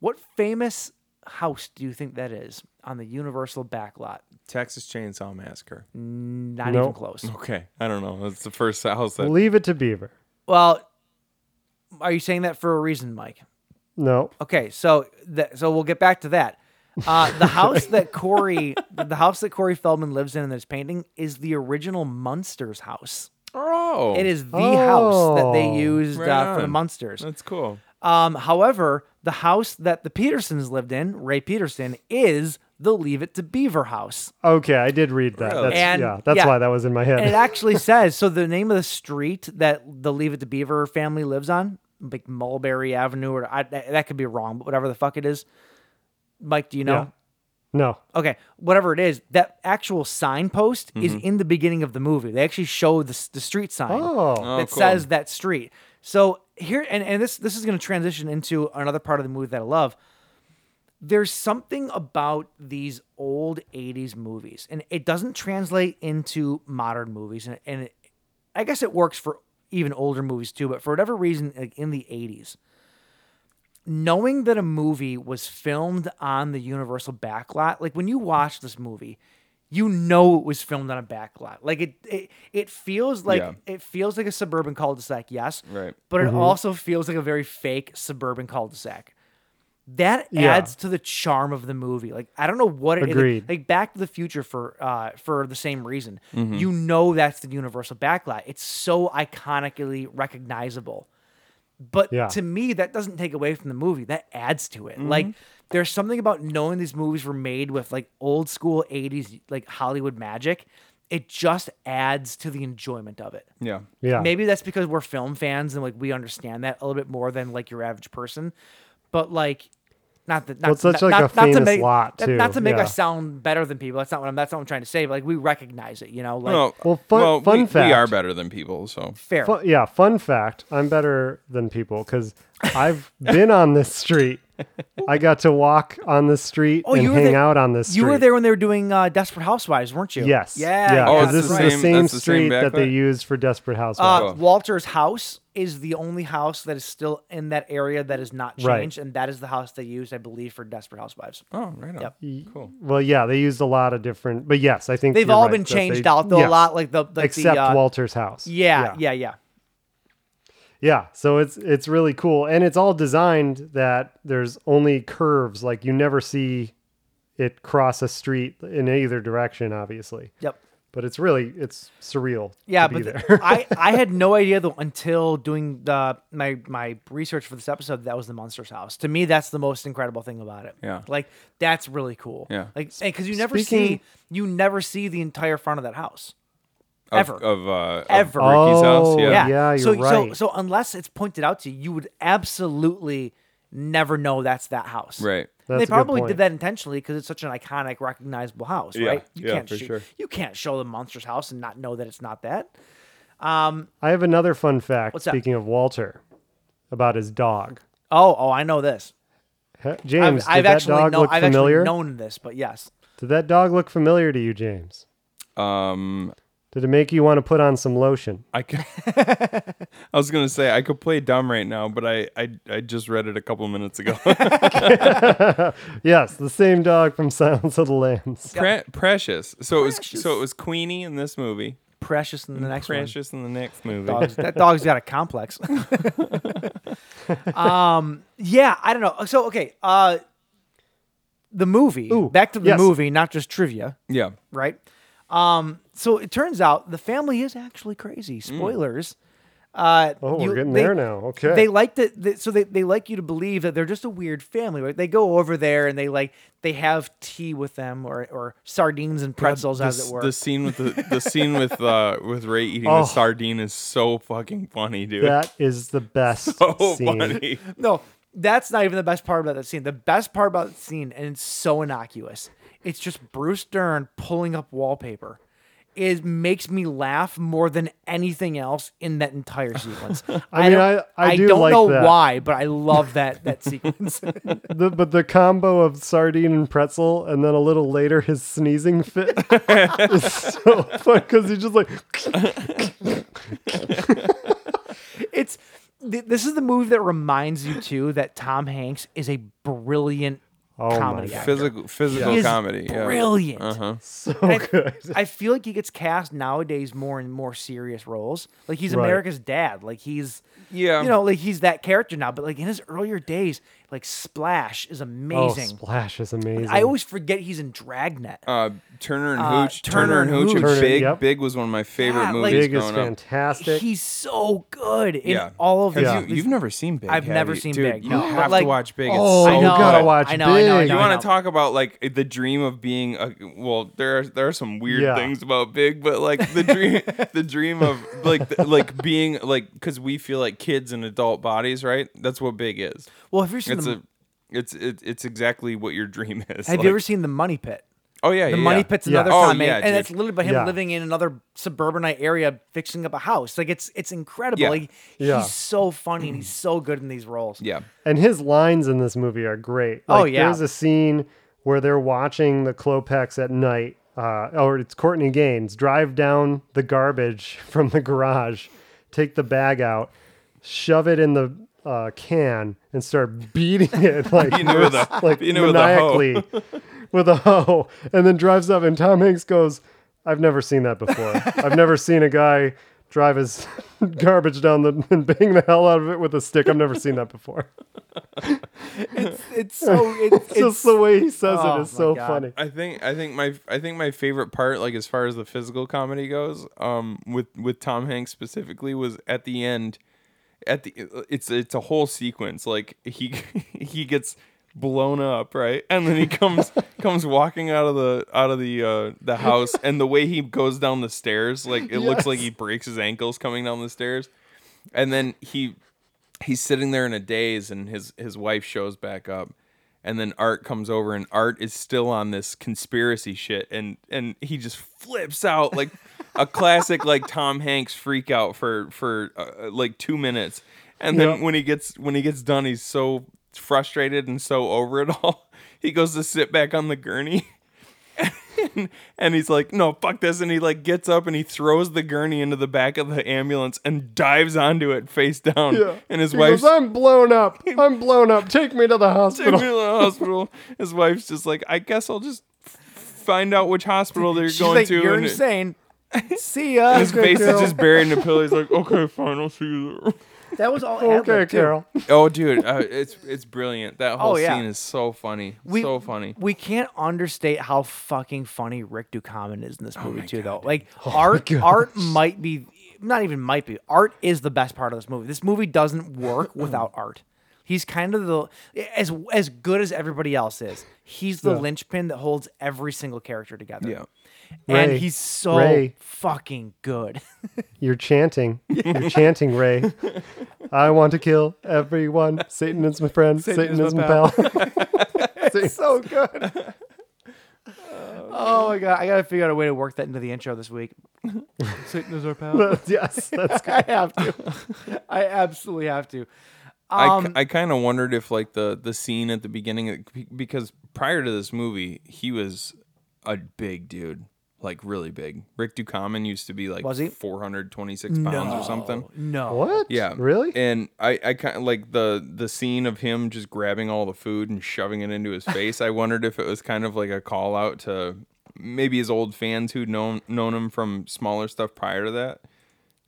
[SPEAKER 5] what famous house do you think that is on the Universal backlot?
[SPEAKER 6] Texas Chainsaw Massacre.
[SPEAKER 5] Mm. Not even
[SPEAKER 7] Nope.
[SPEAKER 5] close.
[SPEAKER 6] Okay, I don't know. That's the first house that
[SPEAKER 7] Leave it to Beaver.
[SPEAKER 5] Well, are you saying that for a reason, Mike?
[SPEAKER 7] No.
[SPEAKER 5] Okay, so th- so we'll get back to that. Uh, the house that Corey, the house that Corey Feldman lives in in this painting, is the original Munsters house.
[SPEAKER 6] oh,
[SPEAKER 5] It is the house that
[SPEAKER 7] Oh.
[SPEAKER 5] they used
[SPEAKER 6] Right
[SPEAKER 5] uh, for the
[SPEAKER 6] on.
[SPEAKER 5] Munsters.
[SPEAKER 6] That's cool.
[SPEAKER 5] Um, however, the house that the Petersons lived in, Ray Peterson, is the Leave It to Beaver house.
[SPEAKER 7] Okay, I did read that.
[SPEAKER 6] Really?
[SPEAKER 7] That's
[SPEAKER 5] And-
[SPEAKER 7] yeah, that's
[SPEAKER 5] yeah.
[SPEAKER 7] why that was in my head.
[SPEAKER 5] And it actually says so. The name of the street that the Leave It to Beaver family lives on, like Mulberry Avenue, or I, that, that could be wrong, but whatever the fuck it is. Mike, do you know?
[SPEAKER 7] Yeah. no.
[SPEAKER 5] okay, whatever it is, that actual signpost is in the beginning of the movie. They actually show the, s- the street sign
[SPEAKER 7] Oh.
[SPEAKER 6] Oh,
[SPEAKER 5] that
[SPEAKER 6] cool.
[SPEAKER 5] says that street. So here, and, and this this is going to transition into another part of the movie that I love. There's something about these old '80s movies, and it doesn't translate into modern movies. And, and it, I guess it works for even older movies too. But for whatever reason, like in the '80s, knowing that a movie was filmed on the Universal backlot, like when you watch this movie, you know it was filmed on a backlot. Like it, it, it feels like
[SPEAKER 6] Yeah.
[SPEAKER 5] it feels like a suburban cul-de-sac, yes,
[SPEAKER 6] Right.
[SPEAKER 5] but it also feels like a very fake suburban cul-de-sac. That
[SPEAKER 7] Yeah.
[SPEAKER 5] adds to the charm of the movie. Like I don't know what it is.
[SPEAKER 7] Agreed.
[SPEAKER 5] Like, Back to the Future for uh for the same reason. You know that's the Universal backlot. It's so iconically recognizable. But
[SPEAKER 7] Yeah.
[SPEAKER 5] to me, that doesn't take away from the movie. That adds to it. Like there's something about knowing these movies were made with like old school 80s like Hollywood magic. It just adds to the enjoyment of it.
[SPEAKER 6] Yeah.
[SPEAKER 7] Yeah.
[SPEAKER 5] Maybe that's because we're film fans and like we understand that a little bit more than like your average person. But like not that not,
[SPEAKER 7] Well, it's such,
[SPEAKER 5] not,
[SPEAKER 7] like,
[SPEAKER 5] not,
[SPEAKER 7] a
[SPEAKER 5] not to
[SPEAKER 7] famous
[SPEAKER 5] make
[SPEAKER 7] lot,
[SPEAKER 5] that- not
[SPEAKER 7] too.
[SPEAKER 5] to make
[SPEAKER 7] Yeah.
[SPEAKER 5] us sound better than people. That's not what I'm that's not what I'm trying to say, but like we recognize it, you know, like
[SPEAKER 6] no,
[SPEAKER 7] Well, fun-
[SPEAKER 6] well,
[SPEAKER 7] fun
[SPEAKER 6] we, we
[SPEAKER 7] fact.
[SPEAKER 6] are better than people, so
[SPEAKER 5] fair.
[SPEAKER 7] Fu- yeah, fun fact. I'm better than people cuz I've been on this street. I got to walk on this street
[SPEAKER 5] Oh,
[SPEAKER 7] and
[SPEAKER 5] you were
[SPEAKER 7] hang
[SPEAKER 5] there-
[SPEAKER 7] out on this street.
[SPEAKER 5] You were there when they were doing uh, Desperate Housewives, weren't you?
[SPEAKER 7] Yes.
[SPEAKER 5] Yeah.
[SPEAKER 7] Yeah.
[SPEAKER 5] yeah,
[SPEAKER 6] Oh,
[SPEAKER 7] 'cause
[SPEAKER 6] it's
[SPEAKER 7] this
[SPEAKER 5] that's
[SPEAKER 7] is
[SPEAKER 5] right.
[SPEAKER 7] the same
[SPEAKER 6] That's the same
[SPEAKER 7] street that they
[SPEAKER 6] backlight?
[SPEAKER 7] used for Desperate Housewives.
[SPEAKER 5] Uh, Walter's house is the only house that is still in that area that is not
[SPEAKER 7] Right.
[SPEAKER 5] changed, and that is the house they used, I believe, for Desperate Housewives.
[SPEAKER 6] oh, right on.
[SPEAKER 5] Yep.
[SPEAKER 6] Cool.
[SPEAKER 7] well, yeah, they used a lot of different. But yes, I think
[SPEAKER 5] They've
[SPEAKER 7] you're
[SPEAKER 5] all
[SPEAKER 7] right,
[SPEAKER 5] been
[SPEAKER 7] that they-
[SPEAKER 5] changed out though
[SPEAKER 7] yes,
[SPEAKER 5] a lot, like the like
[SPEAKER 7] except
[SPEAKER 5] the, uh,
[SPEAKER 7] Walter's house.
[SPEAKER 5] Yeah, yeah, yeah,
[SPEAKER 7] Yeah, so it's it's really cool, and it's all designed that there's only curves. Like you never see it cross a street in either direction, obviously.
[SPEAKER 5] Yep.
[SPEAKER 7] But it's really it's surreal.
[SPEAKER 5] Yeah,
[SPEAKER 7] to be
[SPEAKER 5] but th-
[SPEAKER 7] there.
[SPEAKER 5] I I had no idea though until doing the my my research for this episode that was the monster's house. To me, that's the most incredible thing about it.
[SPEAKER 6] Yeah.
[SPEAKER 5] like that's really cool.
[SPEAKER 6] Yeah.
[SPEAKER 5] like because you never
[SPEAKER 7] speaking-
[SPEAKER 5] see you never see the entire front of that house
[SPEAKER 6] Of,
[SPEAKER 5] ever
[SPEAKER 6] of uh,
[SPEAKER 5] Ever.
[SPEAKER 6] of Ricky's house.
[SPEAKER 7] Oh,
[SPEAKER 6] Yeah.
[SPEAKER 5] yeah.
[SPEAKER 7] yeah,
[SPEAKER 5] so,
[SPEAKER 7] you're right.
[SPEAKER 5] So, so unless it's pointed out to you, you would absolutely never know that's that house.
[SPEAKER 6] Right.
[SPEAKER 7] That's a
[SPEAKER 5] they
[SPEAKER 7] good
[SPEAKER 5] probably
[SPEAKER 7] point.
[SPEAKER 5] did that intentionally because it's such an iconic, recognizable house,
[SPEAKER 6] Yeah,
[SPEAKER 5] right? You
[SPEAKER 6] yeah,
[SPEAKER 5] can't
[SPEAKER 6] for
[SPEAKER 5] sh-
[SPEAKER 6] sure.
[SPEAKER 5] You can't show the monster's house and not know that it's not that.
[SPEAKER 7] I have another fun fact.
[SPEAKER 5] What's that?
[SPEAKER 7] speaking of Walter, about his dog.
[SPEAKER 5] Oh, oh, I know this.
[SPEAKER 7] Huh, James,
[SPEAKER 5] I've, I've
[SPEAKER 7] did that
[SPEAKER 5] actually
[SPEAKER 7] dog
[SPEAKER 5] know,
[SPEAKER 7] look
[SPEAKER 5] I've
[SPEAKER 7] familiar?
[SPEAKER 5] actually known this, but yes,
[SPEAKER 7] Did that dog look familiar to you, James?
[SPEAKER 6] Um,
[SPEAKER 7] Did Did it make you want to put on some lotion?
[SPEAKER 6] I could. I was gonna say I could play dumb right now, but I I, I just read it a couple minutes ago.
[SPEAKER 7] Yes, the same dog from Silence of the Lambs.
[SPEAKER 6] Pre- precious. So it was so it was Queenie in this movie.
[SPEAKER 5] Precious in the next one.
[SPEAKER 6] precious in the next movie.
[SPEAKER 5] Dogs- that dog's got a complex. um, yeah, I don't know. So okay, uh, the movie.
[SPEAKER 7] Ooh,
[SPEAKER 5] back to the
[SPEAKER 7] yes.
[SPEAKER 5] movie, not just trivia,
[SPEAKER 6] Yeah.
[SPEAKER 5] right? Um, so it turns out the family is actually crazy. Spoilers. Uh,
[SPEAKER 7] Hmm. Oh, we're
[SPEAKER 5] you-
[SPEAKER 7] getting
[SPEAKER 5] they-
[SPEAKER 7] there now. Okay.
[SPEAKER 5] They like to, they, so they, they like you to believe that they're just a weird family, right? They go over there and they like they have tea with them or or sardines and pretzels,
[SPEAKER 6] The
[SPEAKER 5] as
[SPEAKER 6] s-
[SPEAKER 5] it were.
[SPEAKER 6] The scene with the, the scene with uh with Ray eating
[SPEAKER 7] Oh.
[SPEAKER 6] the sardine is so fucking funny, dude.
[SPEAKER 7] That is the best
[SPEAKER 6] so
[SPEAKER 7] scene.
[SPEAKER 6] funny.
[SPEAKER 5] No, that's not even the best part about that scene. The best part about that scene, and it's so innocuous, it's just Bruce Dern pulling up wallpaper. It makes me laugh more than anything else in that entire sequence. I,
[SPEAKER 7] mean,
[SPEAKER 5] don't,
[SPEAKER 7] I- I do
[SPEAKER 5] not
[SPEAKER 7] like
[SPEAKER 5] know
[SPEAKER 7] that.
[SPEAKER 5] why, but I love that that sequence.
[SPEAKER 7] The, but the combo of sardine and pretzel, and then a little later his sneezing fit is so fun because he's just like,
[SPEAKER 5] it's th- this is the movie that reminds you too that Tom Hanks is a brilliant
[SPEAKER 7] Oh my
[SPEAKER 5] comedy actor.
[SPEAKER 6] Physical physical
[SPEAKER 5] He is
[SPEAKER 6] comedy. yeah. Uh-huh.
[SPEAKER 5] brilliant.
[SPEAKER 7] so
[SPEAKER 5] I-
[SPEAKER 7] good.
[SPEAKER 5] I feel like he gets cast nowadays more in more serious roles. Like he's
[SPEAKER 7] Right.
[SPEAKER 5] America's dad. Like he's
[SPEAKER 6] Yeah.
[SPEAKER 5] you know, like he's that character now. But like in his earlier days, like Splash is amazing.
[SPEAKER 7] Oh, Splash is amazing.
[SPEAKER 5] I always forget he's in Dragnet.
[SPEAKER 6] Uh, Turner and
[SPEAKER 5] Uh,
[SPEAKER 6] Hooch. Turner, and Hooch. and
[SPEAKER 7] Turner,
[SPEAKER 6] Big.
[SPEAKER 7] yep.
[SPEAKER 6] Big was one of my favorite
[SPEAKER 5] Yeah, like-
[SPEAKER 6] movies
[SPEAKER 7] Big is
[SPEAKER 6] growing up.
[SPEAKER 7] fantastic.
[SPEAKER 5] he's so good in
[SPEAKER 6] Yeah.
[SPEAKER 5] all of
[SPEAKER 6] Have
[SPEAKER 5] these.
[SPEAKER 7] Yeah.
[SPEAKER 6] You, have never seen Big.
[SPEAKER 5] I've
[SPEAKER 6] have
[SPEAKER 5] never
[SPEAKER 6] you?
[SPEAKER 5] seen
[SPEAKER 6] Dude,
[SPEAKER 5] Big,
[SPEAKER 6] You
[SPEAKER 5] no. But,
[SPEAKER 6] have
[SPEAKER 5] like-
[SPEAKER 6] to watch Big. It's
[SPEAKER 5] Oh,
[SPEAKER 6] so
[SPEAKER 5] I
[SPEAKER 7] you gotta
[SPEAKER 6] good.
[SPEAKER 7] watch
[SPEAKER 5] I know, I know, I
[SPEAKER 7] Big.
[SPEAKER 5] know,
[SPEAKER 6] You
[SPEAKER 5] I
[SPEAKER 6] want
[SPEAKER 5] know.
[SPEAKER 6] to talk about like the dream of being a well? There are there are some weird
[SPEAKER 7] Yeah.
[SPEAKER 6] things about big, but like the dream, the dream of like th- like being like because we feel like kids in adult bodies, right? That's what big is.
[SPEAKER 5] Well, have you seen
[SPEAKER 6] it's
[SPEAKER 5] the,
[SPEAKER 6] a it's it, it's exactly what your dream is.
[SPEAKER 5] Have
[SPEAKER 6] like-
[SPEAKER 5] you ever seen the Money Pit?
[SPEAKER 6] Oh yeah,
[SPEAKER 5] The
[SPEAKER 6] yeah,
[SPEAKER 5] Money
[SPEAKER 6] yeah.
[SPEAKER 5] Pit's
[SPEAKER 7] Yeah.
[SPEAKER 5] another
[SPEAKER 6] Oh,
[SPEAKER 5] time,
[SPEAKER 6] yeah,
[SPEAKER 5] and, and
[SPEAKER 6] dude.
[SPEAKER 5] it's literally about him
[SPEAKER 7] Yeah.
[SPEAKER 5] living in another suburbanite area, fixing up a house. Like it's it's incredible.
[SPEAKER 6] Yeah.
[SPEAKER 5] Like
[SPEAKER 7] Yeah.
[SPEAKER 5] he's so funny and he's so good in these roles.
[SPEAKER 6] Yeah,
[SPEAKER 7] And his lines in this movie are great.
[SPEAKER 5] Oh,
[SPEAKER 7] Like,
[SPEAKER 5] yeah.
[SPEAKER 7] There's a scene where they're watching the Klopex at night, uh, or it's Courtney Gaines drive down the garbage from the garage, take the bag out, shove it in the uh, can, and start beating it like,
[SPEAKER 6] Beating it with a-
[SPEAKER 7] like
[SPEAKER 6] beating it with a hoe.
[SPEAKER 7] maniacally with a hoe, and then drives up. And Tom Hanks goes, "I've never seen that before. I've never seen a guy." Drive his garbage down the and bang the hell out of it with a stick. I've never seen that before.
[SPEAKER 5] It's so it's,
[SPEAKER 7] It's just the way he says
[SPEAKER 5] oh
[SPEAKER 7] it is
[SPEAKER 5] my
[SPEAKER 7] so
[SPEAKER 5] God.
[SPEAKER 7] funny.
[SPEAKER 6] I think I think my I think my favorite part, like as far as the physical comedy goes, um, with with Tom Hanks specifically, was at the end. At the it's it's a whole sequence. Like he he gets blown up, right, and then he comes comes walking out of the out of the uh, the house, and the way he goes down the stairs, like it looks like he breaks his ankles coming down the stairs, and then he he's sitting there in a daze and his his wife shows back up and then art comes over and art is still on this conspiracy shit and and he just flips out like a classic like tom hanks freak out for for uh, like two minutes and then when he gets when he gets done he's so frustrated and so over it all he goes to sit back on the gurney and he's like, no, fuck this. And he like gets up and he throws the gurney into the back of the ambulance and dives onto it face down. And his
[SPEAKER 7] He
[SPEAKER 6] wife's
[SPEAKER 7] goes, I'm blown up. I'm blown up. Take me to the
[SPEAKER 6] Take
[SPEAKER 7] hospital.
[SPEAKER 6] me to the hospital. His wife's just like, I guess I'll just f- find out which hospital they're
[SPEAKER 5] She's
[SPEAKER 6] going
[SPEAKER 5] like,
[SPEAKER 6] to.
[SPEAKER 5] you're
[SPEAKER 6] and
[SPEAKER 5] insane. See ya.
[SPEAKER 6] His face is just buried in a pillow. He's like, okay, fine, I'll see you there.
[SPEAKER 5] that was all.
[SPEAKER 7] Okay, Carol.
[SPEAKER 6] Oh, dude, uh, it's it's brilliant. That whole
[SPEAKER 5] Oh, yeah.
[SPEAKER 6] scene is so funny,
[SPEAKER 5] We,
[SPEAKER 6] so funny.
[SPEAKER 5] We can't understate how fucking funny Rick Ducommun is in this movie too, though. Like art, art might be not even might be. Art is the best part of this movie. This movie doesn't work without art. He's kind of the as as good as everybody else is. He's the linchpin that holds every single character together.
[SPEAKER 6] Yeah.
[SPEAKER 5] and
[SPEAKER 7] Ray.
[SPEAKER 5] he's so
[SPEAKER 7] Ray.
[SPEAKER 5] fucking good.
[SPEAKER 7] You're chanting. You're chanting, Ray. I want to kill everyone. Satan is my friend. Satan, is my pal. Satan-
[SPEAKER 5] so good. Oh my god, I gotta figure out a way to work that into the intro this week. Satan is our pal.
[SPEAKER 7] yes, that's good.
[SPEAKER 5] I have to. I absolutely have to.
[SPEAKER 6] I,
[SPEAKER 5] Um,
[SPEAKER 6] ki- I kind of wondered if like the the scene at the beginning because prior to this movie he was a big dude like really big. Rick Ducommun used to be like
[SPEAKER 5] Was he?
[SPEAKER 6] 426 pounds or something.
[SPEAKER 5] No.
[SPEAKER 7] What?
[SPEAKER 6] Yeah.
[SPEAKER 7] Really?
[SPEAKER 6] And I, I kind of like the the scene of him just grabbing all the food and shoving it into his face. I wondered if it was kind of like a call out to maybe his old fans who'd known known him from smaller stuff prior to that.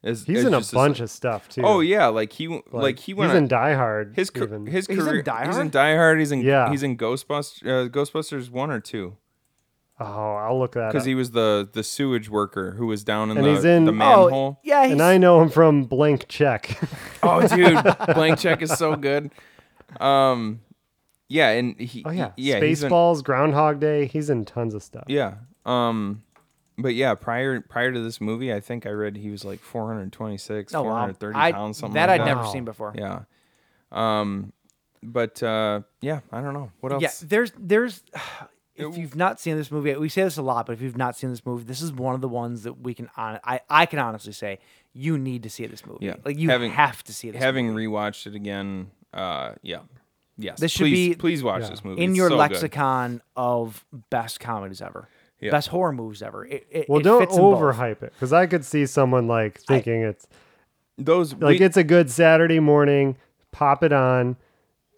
[SPEAKER 6] As,
[SPEAKER 7] He's
[SPEAKER 6] as
[SPEAKER 7] in a
[SPEAKER 6] just this,
[SPEAKER 7] bunch of stuff too.
[SPEAKER 6] Oh yeah, like he like, he went
[SPEAKER 7] He's
[SPEAKER 6] on-
[SPEAKER 7] in Die Hard.
[SPEAKER 6] his car-
[SPEAKER 7] even.
[SPEAKER 6] his
[SPEAKER 5] He's in
[SPEAKER 6] career
[SPEAKER 5] Die
[SPEAKER 6] he's in
[SPEAKER 5] Hard?
[SPEAKER 6] Die Hard. He's in
[SPEAKER 7] Yeah.
[SPEAKER 6] he's in Ghostbusters uh, Ghostbusters one or two
[SPEAKER 7] oh, I'll look that up.
[SPEAKER 6] because he was the the sewage worker who was down in
[SPEAKER 7] And
[SPEAKER 6] the
[SPEAKER 7] he's in-
[SPEAKER 6] the
[SPEAKER 7] Oh,
[SPEAKER 6] manhole.
[SPEAKER 5] Oh, yeah. He's,
[SPEAKER 7] and I know him from Blank Check.
[SPEAKER 6] Oh, dude, blank check is so good. Um, yeah, and he.
[SPEAKER 7] oh yeah,
[SPEAKER 6] yeah, he's in-
[SPEAKER 7] Spaceballs, Groundhog Day. He's in tons of stuff.
[SPEAKER 6] yeah. Um, but yeah, prior prior to this movie, I think I read he was like 426,
[SPEAKER 5] oh, wow.
[SPEAKER 6] 430
[SPEAKER 5] I-
[SPEAKER 6] pounds, something
[SPEAKER 5] that I'd
[SPEAKER 6] like that.
[SPEAKER 5] never
[SPEAKER 7] Wow.
[SPEAKER 5] seen before.
[SPEAKER 6] Yeah. Um, but uh, yeah, I don't know what else.
[SPEAKER 5] Yeah, there's there's if you've not seen this movie, we say this a lot, but if you've not seen this movie, this is one of the ones that we can on I I can honestly say you need to see this movie.
[SPEAKER 6] Yeah.
[SPEAKER 5] Like you
[SPEAKER 6] Having-
[SPEAKER 5] have to see this.
[SPEAKER 6] Having rewatched it again, uh, yeah, yes.
[SPEAKER 5] This should
[SPEAKER 6] please,
[SPEAKER 5] be
[SPEAKER 6] please watch
[SPEAKER 7] Yeah.
[SPEAKER 6] this movie
[SPEAKER 5] movie. in
[SPEAKER 6] It's
[SPEAKER 5] your
[SPEAKER 6] so good.
[SPEAKER 5] lexicon of best comedies ever.
[SPEAKER 6] Yeah.
[SPEAKER 5] Best horror movies ever. It, it,
[SPEAKER 7] Well,
[SPEAKER 5] it
[SPEAKER 7] don't
[SPEAKER 5] fits in both.
[SPEAKER 7] overhype it because I could see someone like thinking it's
[SPEAKER 6] Those
[SPEAKER 7] like
[SPEAKER 6] we-
[SPEAKER 7] it's a good Saturday morning. Pop it on,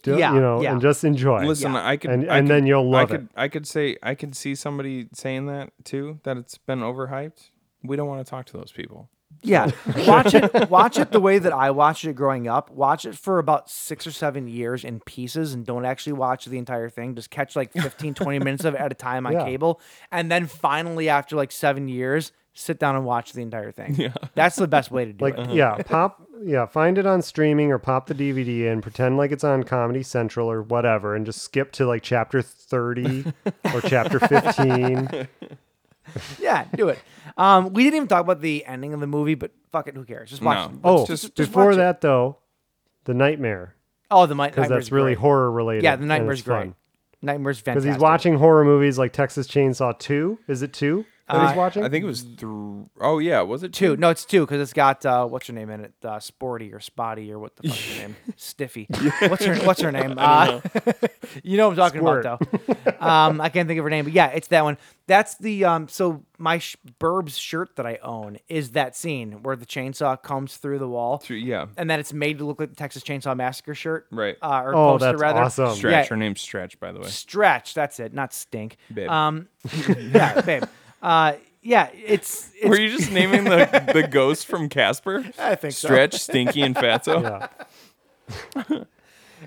[SPEAKER 7] do,
[SPEAKER 5] Yeah,
[SPEAKER 7] you know,
[SPEAKER 5] yeah.
[SPEAKER 7] and just enjoy.
[SPEAKER 6] Listen, I could,
[SPEAKER 7] And-
[SPEAKER 6] I
[SPEAKER 7] and
[SPEAKER 6] could-
[SPEAKER 7] then you'll love
[SPEAKER 6] I could,
[SPEAKER 7] it.
[SPEAKER 6] I could say, I could see somebody saying that too, that it's been overhyped. We don't want to talk to those people.
[SPEAKER 5] Yeah, watch it. Watch it the way that I watched it growing up. Watch it for about six or seven years in pieces, and don't actually watch the entire thing. Just catch like 15, 20 minutes of it at a time on
[SPEAKER 7] Yeah.
[SPEAKER 5] cable, and then finally, after like seven years, sit down and watch the entire thing. Yeah, that's the best way to do
[SPEAKER 7] like
[SPEAKER 5] it.
[SPEAKER 7] yeah, pop yeah, find it on streaming or pop the DVD in, pretend like it's on Comedy Central or whatever, and just skip to like chapter thirty or chapter fifteen.
[SPEAKER 5] Yeah, do it. Um, we didn't even talk about the ending of the movie, but fuck it, who cares? Just watch.
[SPEAKER 6] No.
[SPEAKER 5] it.
[SPEAKER 7] Oh,
[SPEAKER 6] just- just
[SPEAKER 7] before
[SPEAKER 5] watch it.
[SPEAKER 7] that though, the nightmare
[SPEAKER 5] Oh, the night
[SPEAKER 7] because that's really horror related.
[SPEAKER 5] Yeah, the
[SPEAKER 7] and
[SPEAKER 5] nightmare's
[SPEAKER 7] it's
[SPEAKER 5] great.
[SPEAKER 7] fun.
[SPEAKER 5] Nightmare's
[SPEAKER 7] Because
[SPEAKER 5] fantastic.
[SPEAKER 7] he's watching horror movies like Texas Chainsaw Two. Is it two that he's watching?
[SPEAKER 6] I think it was through. Oh yeah, was it
[SPEAKER 5] Two. No, it's two because it's got uh, what's her name in it? Uh, Sporty or Spotty or what the fuck's her name? Stiffy. What's her What's her name? Uh, you know what I'm talking about though. Um, I can't think of her name, but yeah, it's that one. That's the um. So my sh- Burbs shirt that I own is that scene where the chainsaw comes through the wall.
[SPEAKER 6] Through- yeah.
[SPEAKER 5] And then it's made to look like the Texas Chainsaw Massacre shirt.
[SPEAKER 6] Right.
[SPEAKER 5] Uh, or
[SPEAKER 7] Oh,
[SPEAKER 5] poster
[SPEAKER 7] that's
[SPEAKER 5] rather.
[SPEAKER 7] awesome.
[SPEAKER 6] Stretch.
[SPEAKER 5] Yeah.
[SPEAKER 6] Her name's Stretch, by the way.
[SPEAKER 5] Stretch. That's it. Not stink.
[SPEAKER 6] Babe.
[SPEAKER 5] Um. yeah, babe. Uh. Yeah. It's. it's
[SPEAKER 6] Were you just naming the, the ghost from Casper? I
[SPEAKER 5] think so.
[SPEAKER 6] Stretch, Stinky, and Fatso.
[SPEAKER 7] Yeah.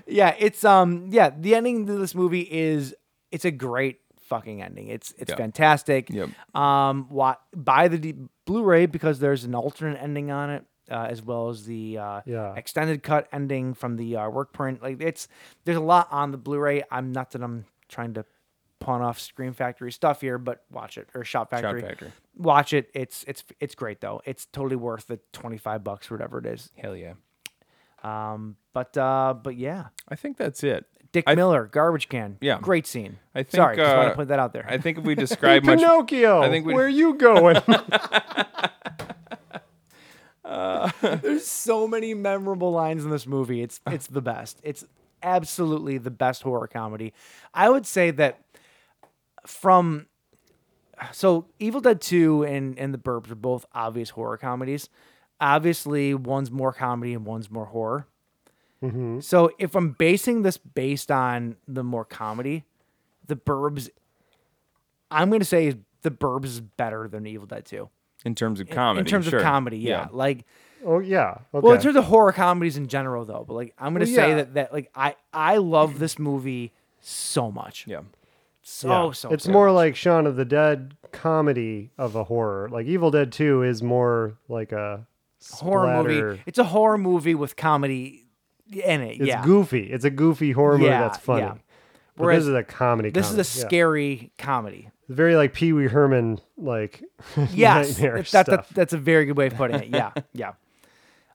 [SPEAKER 5] yeah it's um yeah the ending to this movie is it's a great fucking ending it's it's
[SPEAKER 6] Yeah.
[SPEAKER 5] fantastic
[SPEAKER 6] Yep.
[SPEAKER 5] um what buy the D- blu-ray because there's an alternate ending on it uh, as well as the uh,
[SPEAKER 7] Yeah.
[SPEAKER 5] extended cut ending from the uh, work print like it's there's a lot on the blu-ray i'm not that i'm trying to pawn off screen factory stuff here but watch it or shop factory,
[SPEAKER 6] Factory.
[SPEAKER 5] watch it it's it's it's great though it's totally worth the 25 bucks or whatever it is
[SPEAKER 6] Hell yeah.
[SPEAKER 5] um but uh but yeah
[SPEAKER 6] I think that's it.
[SPEAKER 5] Dick
[SPEAKER 6] I-
[SPEAKER 5] Miller, garbage can.
[SPEAKER 6] Yeah.
[SPEAKER 5] great scene.
[SPEAKER 6] I think.
[SPEAKER 5] Sorry, just want
[SPEAKER 6] uh,
[SPEAKER 5] to put that out there.
[SPEAKER 6] I think if we describe much.
[SPEAKER 7] Pinocchio.
[SPEAKER 6] I think we-
[SPEAKER 7] where are you going?
[SPEAKER 5] so many memorable lines in this movie. It's it's the best. It's absolutely the best horror comedy. I would say that from so Evil Dead 2 and and The Burbs are both obvious horror comedies. Obviously, one's more comedy and one's more horror. So if I'm basing this based on the more comedy, The Burbs I'm going to say The Burbs is better than Evil Dead 2.
[SPEAKER 6] in terms of comedy.
[SPEAKER 5] in terms
[SPEAKER 6] sure.
[SPEAKER 5] of comedy, yeah. Like
[SPEAKER 7] oh yeah. Okay.
[SPEAKER 5] well, in terms of horror comedies in general, though, but like I'm gonna
[SPEAKER 7] Well,
[SPEAKER 5] say
[SPEAKER 7] yeah.
[SPEAKER 5] that that like I I love this movie so much.
[SPEAKER 6] Yeah.
[SPEAKER 5] So
[SPEAKER 7] Yeah.
[SPEAKER 5] oh, so.
[SPEAKER 7] it's
[SPEAKER 5] so
[SPEAKER 7] more
[SPEAKER 5] much.
[SPEAKER 7] like Shaun of the Dead comedy of a horror. Like Evil Dead Two is more like a
[SPEAKER 5] horror
[SPEAKER 7] splatter-
[SPEAKER 5] movie. It's a horror movie with comedy in it.
[SPEAKER 7] It's
[SPEAKER 5] yeah.
[SPEAKER 7] goofy. It's a goofy horror movie
[SPEAKER 5] Yeah,
[SPEAKER 7] that's funny.
[SPEAKER 5] yeah.
[SPEAKER 7] But
[SPEAKER 5] Whereas
[SPEAKER 7] this is a comedy.
[SPEAKER 5] This is a
[SPEAKER 7] comedy, yeah.
[SPEAKER 5] scary comedy.
[SPEAKER 7] It's very like Pee Wee Herman like
[SPEAKER 5] Yes,
[SPEAKER 7] nightmare
[SPEAKER 5] that- that-
[SPEAKER 7] stuff.
[SPEAKER 5] that's a very good way of putting it. Yeah, yeah.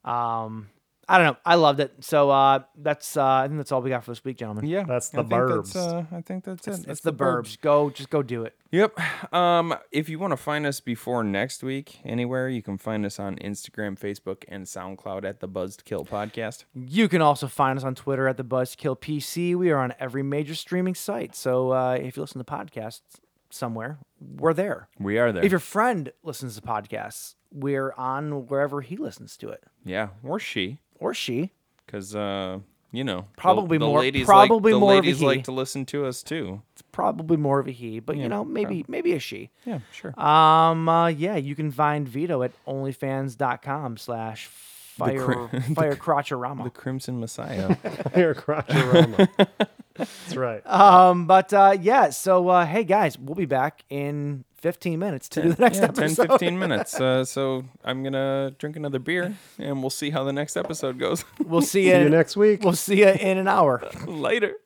[SPEAKER 5] Um, I don't know. I loved it. So uh, that's uh, I think that's all we got for this week, gentlemen.
[SPEAKER 6] Yeah.
[SPEAKER 7] That's the
[SPEAKER 6] I think that's,
[SPEAKER 7] burbs.
[SPEAKER 6] uh, I think that's it.
[SPEAKER 5] it's, it's the burbs. Go, just go do it.
[SPEAKER 6] Yep. Um, if you want to find us before next week anywhere, you can find us on Instagram, Facebook, and SoundCloud at the Buzzed Kill Podcast.
[SPEAKER 5] You can also find us on Twitter at the Buzzkill PC. We are on every major streaming site. So uh, if you listen to podcasts, somewhere, we're there.
[SPEAKER 6] We are there.
[SPEAKER 5] If your friend listens to podcasts, we're on wherever he listens to it
[SPEAKER 6] yeah, or she,
[SPEAKER 5] or she.
[SPEAKER 6] because uh, you know, the-
[SPEAKER 5] Probably
[SPEAKER 6] the
[SPEAKER 5] more-
[SPEAKER 6] Ladies
[SPEAKER 5] probably
[SPEAKER 6] like,
[SPEAKER 5] more
[SPEAKER 6] The
[SPEAKER 5] of a
[SPEAKER 6] ladies
[SPEAKER 5] he.
[SPEAKER 6] like to listen to us too.
[SPEAKER 5] It's probably more of a he, but you
[SPEAKER 6] Yeah,
[SPEAKER 5] know, maybe maybe a she.
[SPEAKER 6] Yeah, sure.
[SPEAKER 5] Um. Uh, yeah, you can find Vito at onlyfans.com slash fire
[SPEAKER 6] cri-
[SPEAKER 5] fire crotcherama.
[SPEAKER 6] the Crimson Messiah.
[SPEAKER 7] Here, crotcherama. That's right.
[SPEAKER 5] Um, but uh, yeah, so uh, hey guys, we'll be back in 15 minutes to do the next
[SPEAKER 6] yeah, 10,
[SPEAKER 5] episode.
[SPEAKER 6] 15 minutes. Uh, so I'm gonna drink another beer, and we'll see how the next episode goes.
[SPEAKER 5] We'll see,
[SPEAKER 7] See you
[SPEAKER 5] you.
[SPEAKER 7] next week.
[SPEAKER 5] We'll see you in an hour.
[SPEAKER 6] Later.